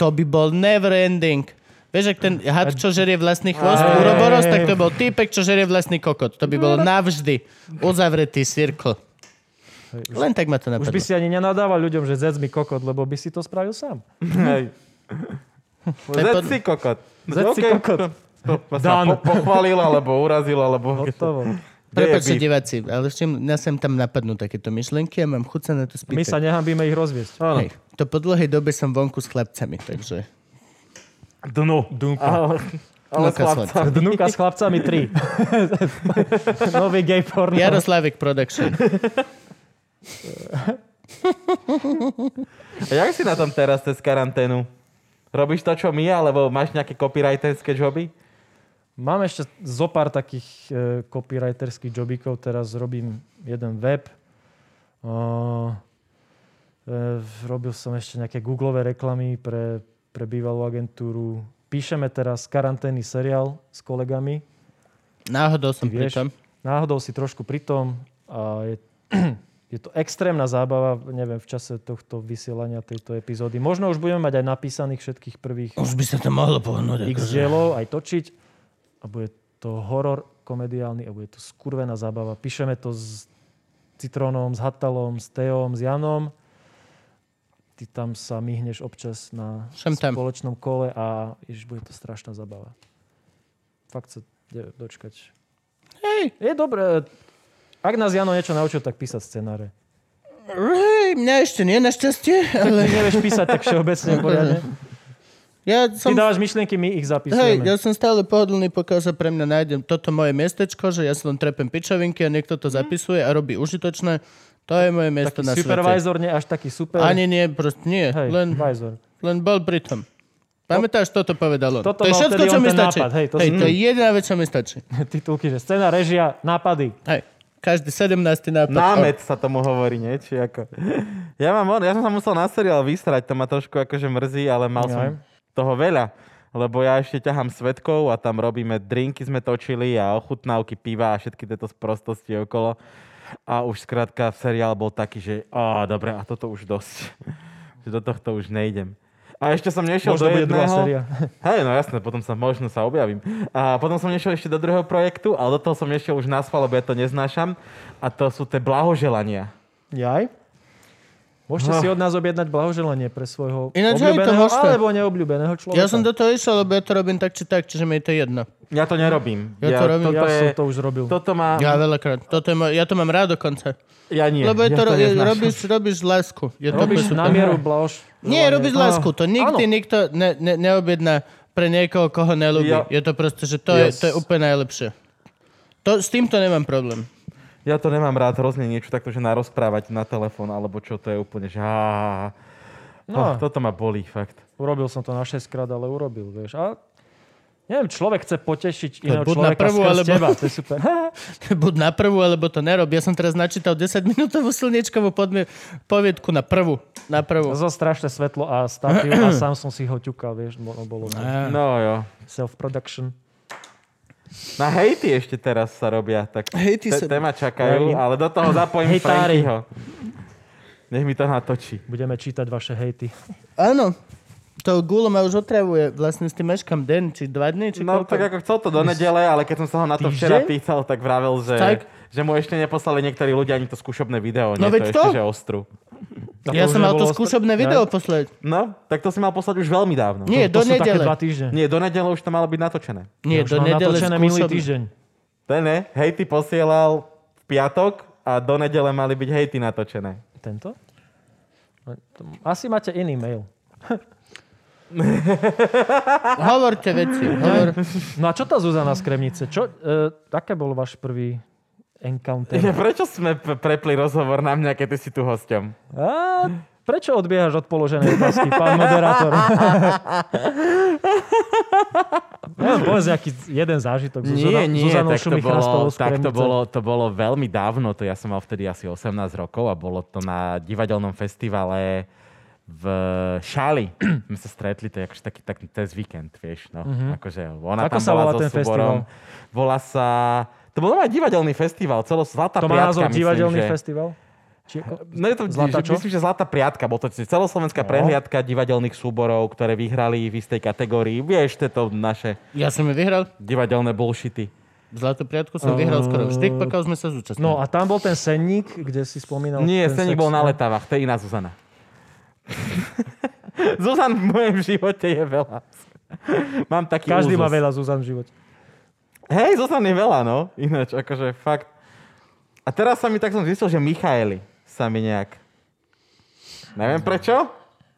To by bol never ending. Vieš, ak ten had, čo žerie vlastný chvost, uroboros, tak to bol týpek, čo žerie vlastný kokot. To by bolo Mm. navždy uzavretý cirkl. Len tak ma to Už by napadlo. si ani nenadával ľuďom, že zec mi kokot, lebo by si to spravil sám. Hej. je Zed pod- si kokot. Zed si OK, kokot. to- To, to sa Dan. po, pochválil, alebo urazil, alebo... No Hotovo. Kde je Prepačte byt? diváci, ale ešte mňa sem tam napadnú takéto myšlenky a mám chuť sa na to spýtať. My sa nehambíme ich rozviesť. Áno. Hej, to po dlhej dobe som vonku s chlapcami, takže... Dnu. No, Ale, ale Lukas chlapca. Dnuka s chlapcami 3. Nový gay porno. Jaroslavik Production. A jak si na tom teraz cez karanténu? Robíš to, čo my, alebo máš nejaké copywriterské joby? Mám ešte zo pár takých e, copywriterských jobíkov. Teraz robím jeden web. O, e, robil som ešte nejaké googlové reklamy pre, pre bývalú agentúru. Píšeme teraz karanténny seriál s kolegami. Náhodou som pri Vieš, tom. náhodou si trošku pri tom. A je, je to extrémna zábava, neviem, v čase tohto vysielania tejto epizódy. Možno už budeme mať aj napísaných všetkých prvých Už by sa to mohlo pohnúť. akože. x dielov, aj točiť. A bude to horor komediálny a bude to skurvená zábava. Píšeme to s Citrónom, s Hatalom, s Teom, s Janom. Ty tam sa myhneš občas na Sem tam. spoločnom kole a ježiš, bude to strašná zabava. Fakt sa neviem dočkať. Hej. Je dobré. Ak nás Jano niečo naučil, tak písať scenáre. Hej, mňa ešte nie, našťastie, ale Ty nevieš písať tak všeobecne poriadne. ja Ty som... dávaš myšlienky, my ich Hej, zapisujeme. ja som stále pohodlný, pokiaľ sa pre mňa nájdem toto moje miestečko, že ja sa len trepem pičovinky a niekto Mm. to zapisuje a robí užitočné. To je moje miesto taký na svete. supervisor, nie až taký super. Ani nie, proste nie. Hej, Len, advisor. len bol pri tom. Pamätáš, toto povedal on. Toto to je mal všetko, vtedy čo on mi ten stačí. nápad, hej, to hej, som- to je jediná vec, čo mi stačí. Titulky, že scéna, režia, nápady. Hej, každý 17. nápad. Námet sa tomu hovorí, nie? Či ako... Ja mám on, ja som sa musel na seriál vysrať, to ma trošku akože mrzí, ale mal Jaj. som toho veľa. Lebo ja ešte ťahám svetkov a tam robíme drinky sme točili a ochutnávky piva a všetky tieto sprostosti okolo. A už skrátka seriál bol taký, že á, dobre, a toto už dosť. že do tohto už nejdem. A ešte som nešiel Možno do bude jedného... druhá séria. Hej, no jasné, potom sa možno sa objavím. A potom som nešiel ešte do druhého projektu, ale do toho som nešiel už na schvál, lebo ja to neznášam. A to sú tie blahoželania. Jaj. Môžete Ha. si od nás objednať blahoželanie pre svojho No. Ináč aj to obľúbeného možno. alebo neobľúbeného človeka. Ja som do toho išiel, lebo ja to robím tak či tak, čiže mi je to jedno. Ja to nerobím. Ja to robím, toto ja je, som to už robil. Toto má... Ja, Ja veľakrát. Toto je moj, ja to mám rád dokonca. ja nie. lebo je ja to, ro- je, neznášam. robíš, robíš lásku. Je to Robíš super. na mieru blahož. Nie, robíš lásku. To nikdy Áno. nikto ne, ne, neobjedná pre niekoho, koho nelúbi. Ja- Je to proste, že to, je, Yes. to je úplne najlepšie. To, s týmto nemám problém. Ja to nemám rád hrozne niečo takto, že narozprávať na telefón, alebo čo to je úplne, že... á, No. Oh, toto ma bolí, fakt. Urobil som to na 6 krát, ale urobil, vieš. A neviem, človek chce potešiť iného buď na človeka prvú, skrz alebo- teba. To je super. Buď na prvú, alebo to nerob. Ja som teraz načítal 10-minútovú silničkovú podmi- poviedku na prvú. Na prvú. Zo strašné svetlo a statív a sám som si ho ťukal, vieš. bo- Bolo to No jo. self-production. Na hejty ešte teraz sa robia, tak Hejty te- sa- téma čakajú, Ja- ale do toho zapojím Hejtári. Frankyho. Nech mi to natočí. Budeme čítať vaše hejty. Áno. To gulo ma už otravuje. Vlastne s tým meškam den, či dva dny, či No koľko. tak ako chcel to do nedele, ale keď som sa ho na to Týždeň? včera pýtal, tak vravel, že, Tak. že mu ešte neposlali niektorí ľudia ani to skúšobné video. No nie, veď to, to. Ešte, že ostru. A Ja už som mal to nebolo skúšobné ostr- video Ne? poslať. No, tak to si mal poslať už veľmi dávno. Nie, To do sú také dva nedele. týždne. Nie, do nedele už to malo byť natočené. Nie, Ja už do mám nedele natočené minulý skúšobné. týždeň. To ne, hejty posielal v piatok a do nedele mali byť hejty natočené. Tento? Asi máte iný mail. Hovorte veci. Hovor. No a čo tá Zuzana z Kremnice? Čo, e, aké bol váš prvý encounter? Prečo sme p- prepli rozhovor na mňa, keď ty si tu hosťom? A, prečo odbiehaš od položenej otázky, pán moderátor? Neviem, povedz nejaký jeden zážitok. Nie, nie, Zuzanou tak, to Šumich Rastovou bolo, z tak to, Kremnice. bolo, to bolo veľmi dávno, to ja som mal vtedy asi 18 rokov a bolo to na divadelnom festivale v Šáli. My sa stretli, to je akože taký tak cez víkend, vieš, no. Akože ona Mhm. Ako tam sa bola volá so ten súborom. Volá sa... To bol aj divadelný festival, celo Zlatá To má priatka, názov myslím, divadelný že... festival? Či ako? No je to, Zlatá Zlata, čo? No. myslím, že Zlatá priatka, bol to celoslovenská prehliadka divadelných súborov, ktoré vyhrali v istej kategórii. Vieš, tieto naše Ja som ju vyhral. divadelné bullshity. Zlatú priatku som vyhral skoro vždy, pokiaľ sme sa zúčastnili. No a tam bol ten senník, kde si spomínal... Nie, ten Stenik sex- No, bol na letavách, to je iná Zuzana. Zuzan v mojom živote je veľa. Mám taký Každý má úzus. veľa Zuzan v živote. Hej, Zuzan je veľa, no. Ináč, akože fakt. A teraz sa mi tak som zistil, že Michaeli sa mi nejak... Neviem prečo,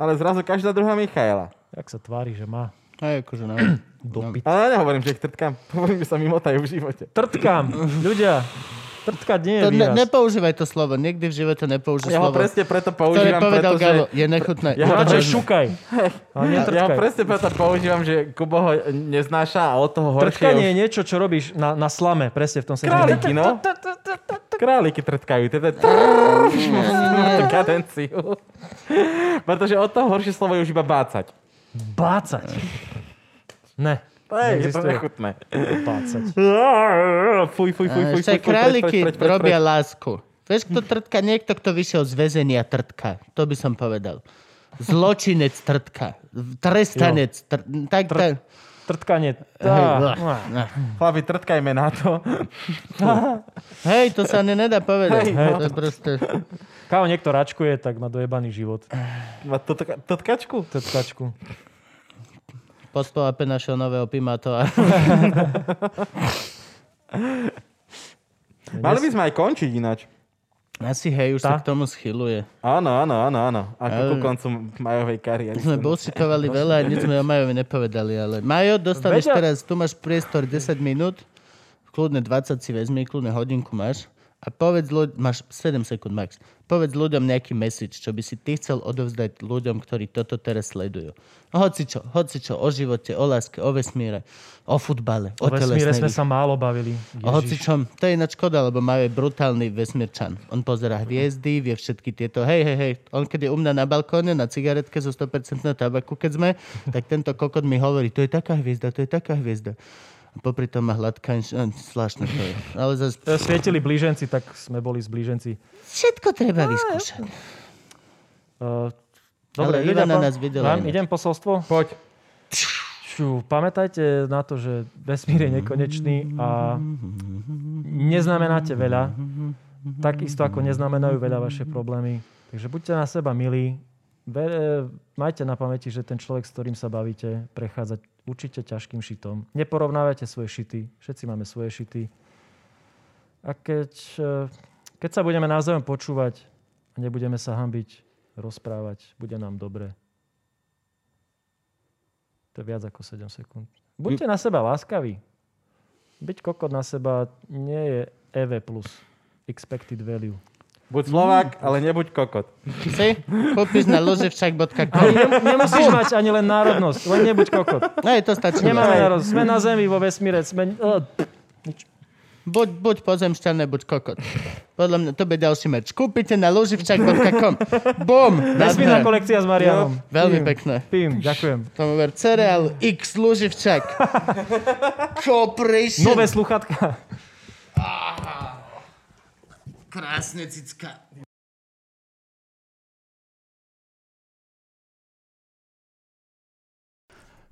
ale zrazu každá druhá Michaela. Jak sa tvári, že má. Aj akože no. no. Ale ja nehovorím, že ich trtkám. Hovorím, že sa mi motajú v živote. Trtkám, ľudia. Trtkať nie je To ne, výraz. nepoužívaj to slovo. Nikdy v živote nepoužij Ja ho slovo, presne preto ktoré používam, povedal pretože... Galo. Je nechutné. Ja Je to Radšej hrozné. šukaj. Ale Ja ho netrtkaj. presne preto používam, že Kubo ho neznáša a od toho horšie je Trtkanie už je niečo, čo robíš na, na slame, presne v tom sa Králiky, no. Králiky trtkajú. Teda kadenciu. Pretože od toho horšie slovo je už iba bácať. Bácať. Ne, Hej, je to Neexistuje. nechutné. bácať. Fuj, fuj, fuj, fuj, fuj. Ešte fuj, králiky preč, preč, preč, preč, eh, robia preč. lásku. Vieš, kto trtka? Niekto, kto vyšiel z väzenia trtka. To by som povedal. Zločinec trtka. Trestanec. Tr- tak, tak. Trtkanie. Hej, Tá. blah, nah. Chlapi, trtkajme na to. Hej, to sa ani nedá povedať. Hej, Hej, no. to je proste... Kámo, niekto račkuje, tak má dojebaný život. Má to tka- to tkačku? Trtkačku. Pospolape našeho nového Pimato. Mali by sme aj končiť ináč. Asi hej, už sa Tá? k tomu schyluje. Áno, áno, áno, áno. Ako ku Ale- koncu majovej kariéry. sme bullshitovali veľa a nič sme o Majovi nepovedali, ale Majo, dostaneš Vedia- teraz, tu máš priestor 10 minút, kľudne 20 si vezmi, kľudne hodinku máš a povedz ľuďom, máš 7 sekúnd max, povedz ľuďom nejaký message, čo by si ty chcel odovzdať ľuďom, ktorí toto teraz sledujú. Hoci čo, hoci čo, o živote, o láske, o vesmíre, o futbale, o, O vesmíre telesnej sme výchove. sa málo bavili. O Ježiš. hocičom, to je ináč škoda, lebo Majo je brutálny vesmírčan. On pozera hviezdy, vie všetky tieto, hej, hej, hej. On keď je u mňa na balkóne, na cigaretke zo 100% tabaku, keď sme, tak tento kokot mi hovorí, to je taká hviezda, to je taká hviezda. A popri tom má hladká, inš... eh, zvláštne to je. Ale zase E, Svietili blíženci, tak sme boli s blíženci. všetko treba vyskúšať. Uh, dobre, Ale ide Ivana po- nás videla Mám, ináč. idem posolstvo? Poď. Ču, pamätajte na to, že vesmír je nekonečný a neznamenáte veľa, takisto ako neznamenajú veľa vaše problémy. Takže buďte na seba milí, Ve- eh, majte na pamäti, že ten človek, s ktorým sa bavíte, prechádza určite ťažkým šitom. Neporovnávajte svoje šity, všetci máme svoje šity. A keď, eh, keď sa budeme navzájom počúvať a nebudeme sa hambiť, rozprávať, bude nám dobre. To je viac ako 7 sekúnd. Buďte na seba láskaví. Byť kokot na seba nie je EV+. Expected value. Buď Slovák, ale nebuď kokot. Si? Kúpiš na loževšak.com. Ale nem- nemusíš mať ani len národnosť, len nebuď kokot. No je to stačí. Nemáme národnosť, sme na zemi, vo vesmíre, sme... eh, Buď, buď pozemšťan, buď kokot. Podľa mňa to bude ďalší merč. Kúpite na loživčak.com. Bum! Nádhera. Vesmírna kolekcia s Marianom. Veľmi Pím, pekné. Pím, ďakujem. Tomu ver, cereál X Luživčak. Corporation. Nové sluchatka. Krásne, cicka.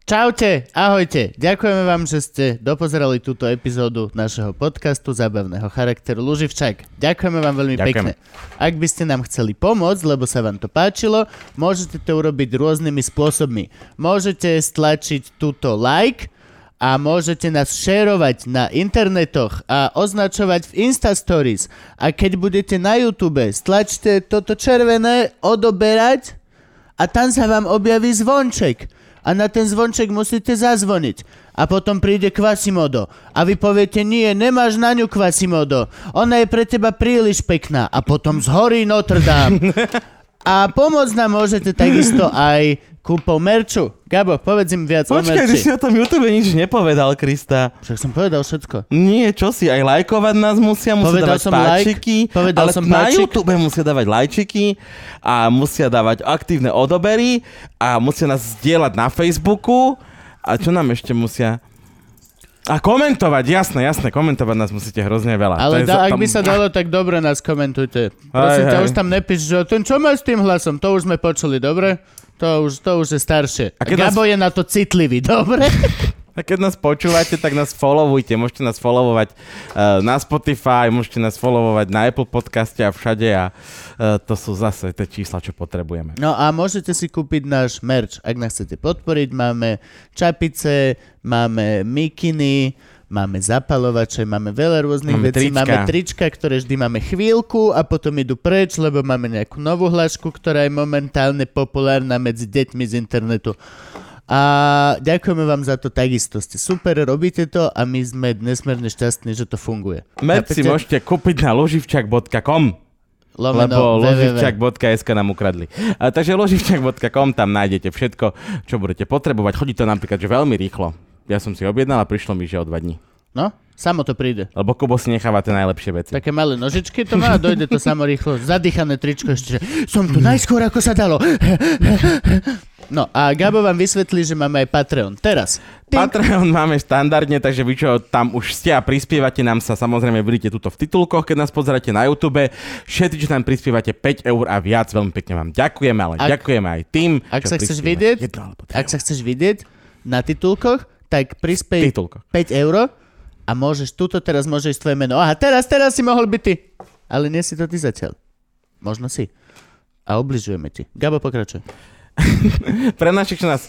Čaute, ahojte. Ďakujeme vám, že ste dopozerali túto epizódu našeho podcastu zabavného charakteru Luživčak. Ďakujeme vám veľmi Ďakujeme. pekne. Ak by ste nám chceli pomôcť, lebo sa vám to páčilo, môžete to urobiť rôznymi spôsobmi. Môžete stlačiť túto like, a môžete nás šerovať na internetoch a označovať v Insta Stories. A keď budete na YouTube, stlačte toto červené odoberať a tam sa vám objaví zvonček. A na ten zvonček musíte zazvoniť. A potom príde Quasimodo. A vy poviete, nie, nemáš na ňu Quasimodo. Ona je pre teba príliš pekná. A potom zhorí Notre Dame. A pomôcť nám môžete takisto aj kúpou merču. Gabo, povedz im viac o Počkaj, ty merči. si o tom YouTube nič nepovedal, Krista. Však som povedal všetko. Nie, čo si, aj lajkovať nás musia, musia Povedal dávať som like, páčiky, povedal ale som na páčik. YouTube musia dávať lajčiky a musia dávať aktívne odobery a musia nás zdieľať na Facebooku a čo nám ešte musia... A komentovať, jasné, jasné, komentovať nás musíte hrozne veľa. To Ale je za- da, ak tam- by sa dalo, tak dobre nás komentujte. Prosím ťa, hej. už tam nepíš, že ten čo má s tým hlasom, to už sme počuli, dobre? To už, to už je staršie. A A keď Gabo je na to citlivý, dobre? A keď nás počúvate, tak nás followujte. Môžete nás followovať uh, na Spotify, môžete nás followovať na Apple podcaste a všade a uh, to sú zase tie čísla, čo potrebujeme. No a môžete si kúpiť náš merch, ak nás chcete podporiť. Máme čapice, máme mikiny, máme zapalovače, máme veľa rôznych Máme vecí. trička. Máme trička, ktoré vždy máme chvíľku a potom idú preč, lebo máme nejakú novú hlášku, ktorá je momentálne populárna medzi deťmi z internetu. A ďakujeme vám za to takisto. Ste super, robíte to a my sme nesmierne šťastní, že to funguje. Med Chápete? si môžete kúpiť na loživčak.com lebo Lomeno www. loživčak.sk nám ukradli. A, takže loživčak.com tam nájdete všetko, čo budete potrebovať. Chodí to napríklad že veľmi rýchlo. Ja som si objednal a prišlo mi, že o dva dní. No, samo to príde. Lebo Kubo si necháva tie najlepšie veci. Také malé nožičky to má a dojde to samo rýchlo. Zadýchané tričko ešte, že som tu najskôr, ako sa dalo. No a Gabo vám vysvetlí, že máme aj Patreon. Teraz. Tink. Patreon máme štandardne, takže vy čo tam už ste a prispievate nám sa, samozrejme vidíte tuto v titulkoch, keď nás pozeráte na YouTube. Všetci, čo tam prispievate 5 eur a viac, veľmi pekne vám ďakujeme, ale Ak- ak, ďakujeme aj tým, ak čo sa chceš prispievate vidieť, jedno alebo tri Ak eur. sa chceš vidieť na titulkoch, tak prispej Titulkoch. 5 eur a môžeš, tuto teraz môže ísť tvoje meno. Aha, teraz, teraz si mohol byť ty. Ale nie si to ty zatiaľ. Možno si. A obližujeme ti. Gabo, pokračuj. Pre našich čo nás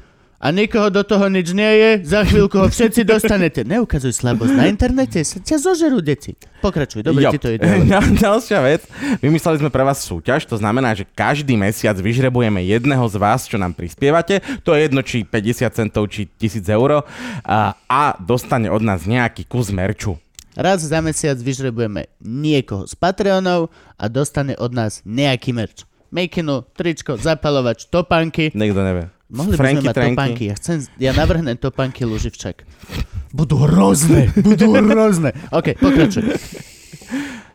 a nikoho do toho nič nie je. Za chvíľku ho všetci dostanete. Neukazuj slabosť na internete, sa ťa zožerú deti. Pokračuj, dobre, Jo. ti to ide. Ďal- Ďalšia vec, vymysleli sme pre vás súťaž, to znamená, že každý mesiac vyžrebujeme jedného z vás, čo nám prispievate, to je jedno či 50 centov, či 1000 eur a, a dostane od nás nejaký kus merču. Raz za mesiac vyžrebujeme niekoho z Patreonov a dostane od nás nejaký merč. Mekinu, tričko, zapalovač, topánky. Niekto nevie. Mohli by sme Franky, mať Trenky. topánky. Ja, chcem, ja navrhnem topánky Luživčak. Budú hrozné, budú hrozné. OK, pokračuj.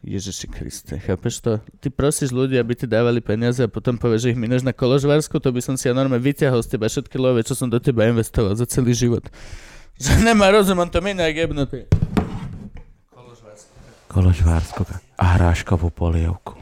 Ježiši Kriste, chápeš to? Ty prosíš ľudí, aby ti dávali peniaze a potom povieš, že ich mineš na koložvarsku, to by som si ja normálne vyťahol z teba všetky love, čo som do teba investoval za celý život. Že nemá rozum, on to minie jak jebnutý. Koložvárskoka a hráškovú polievku.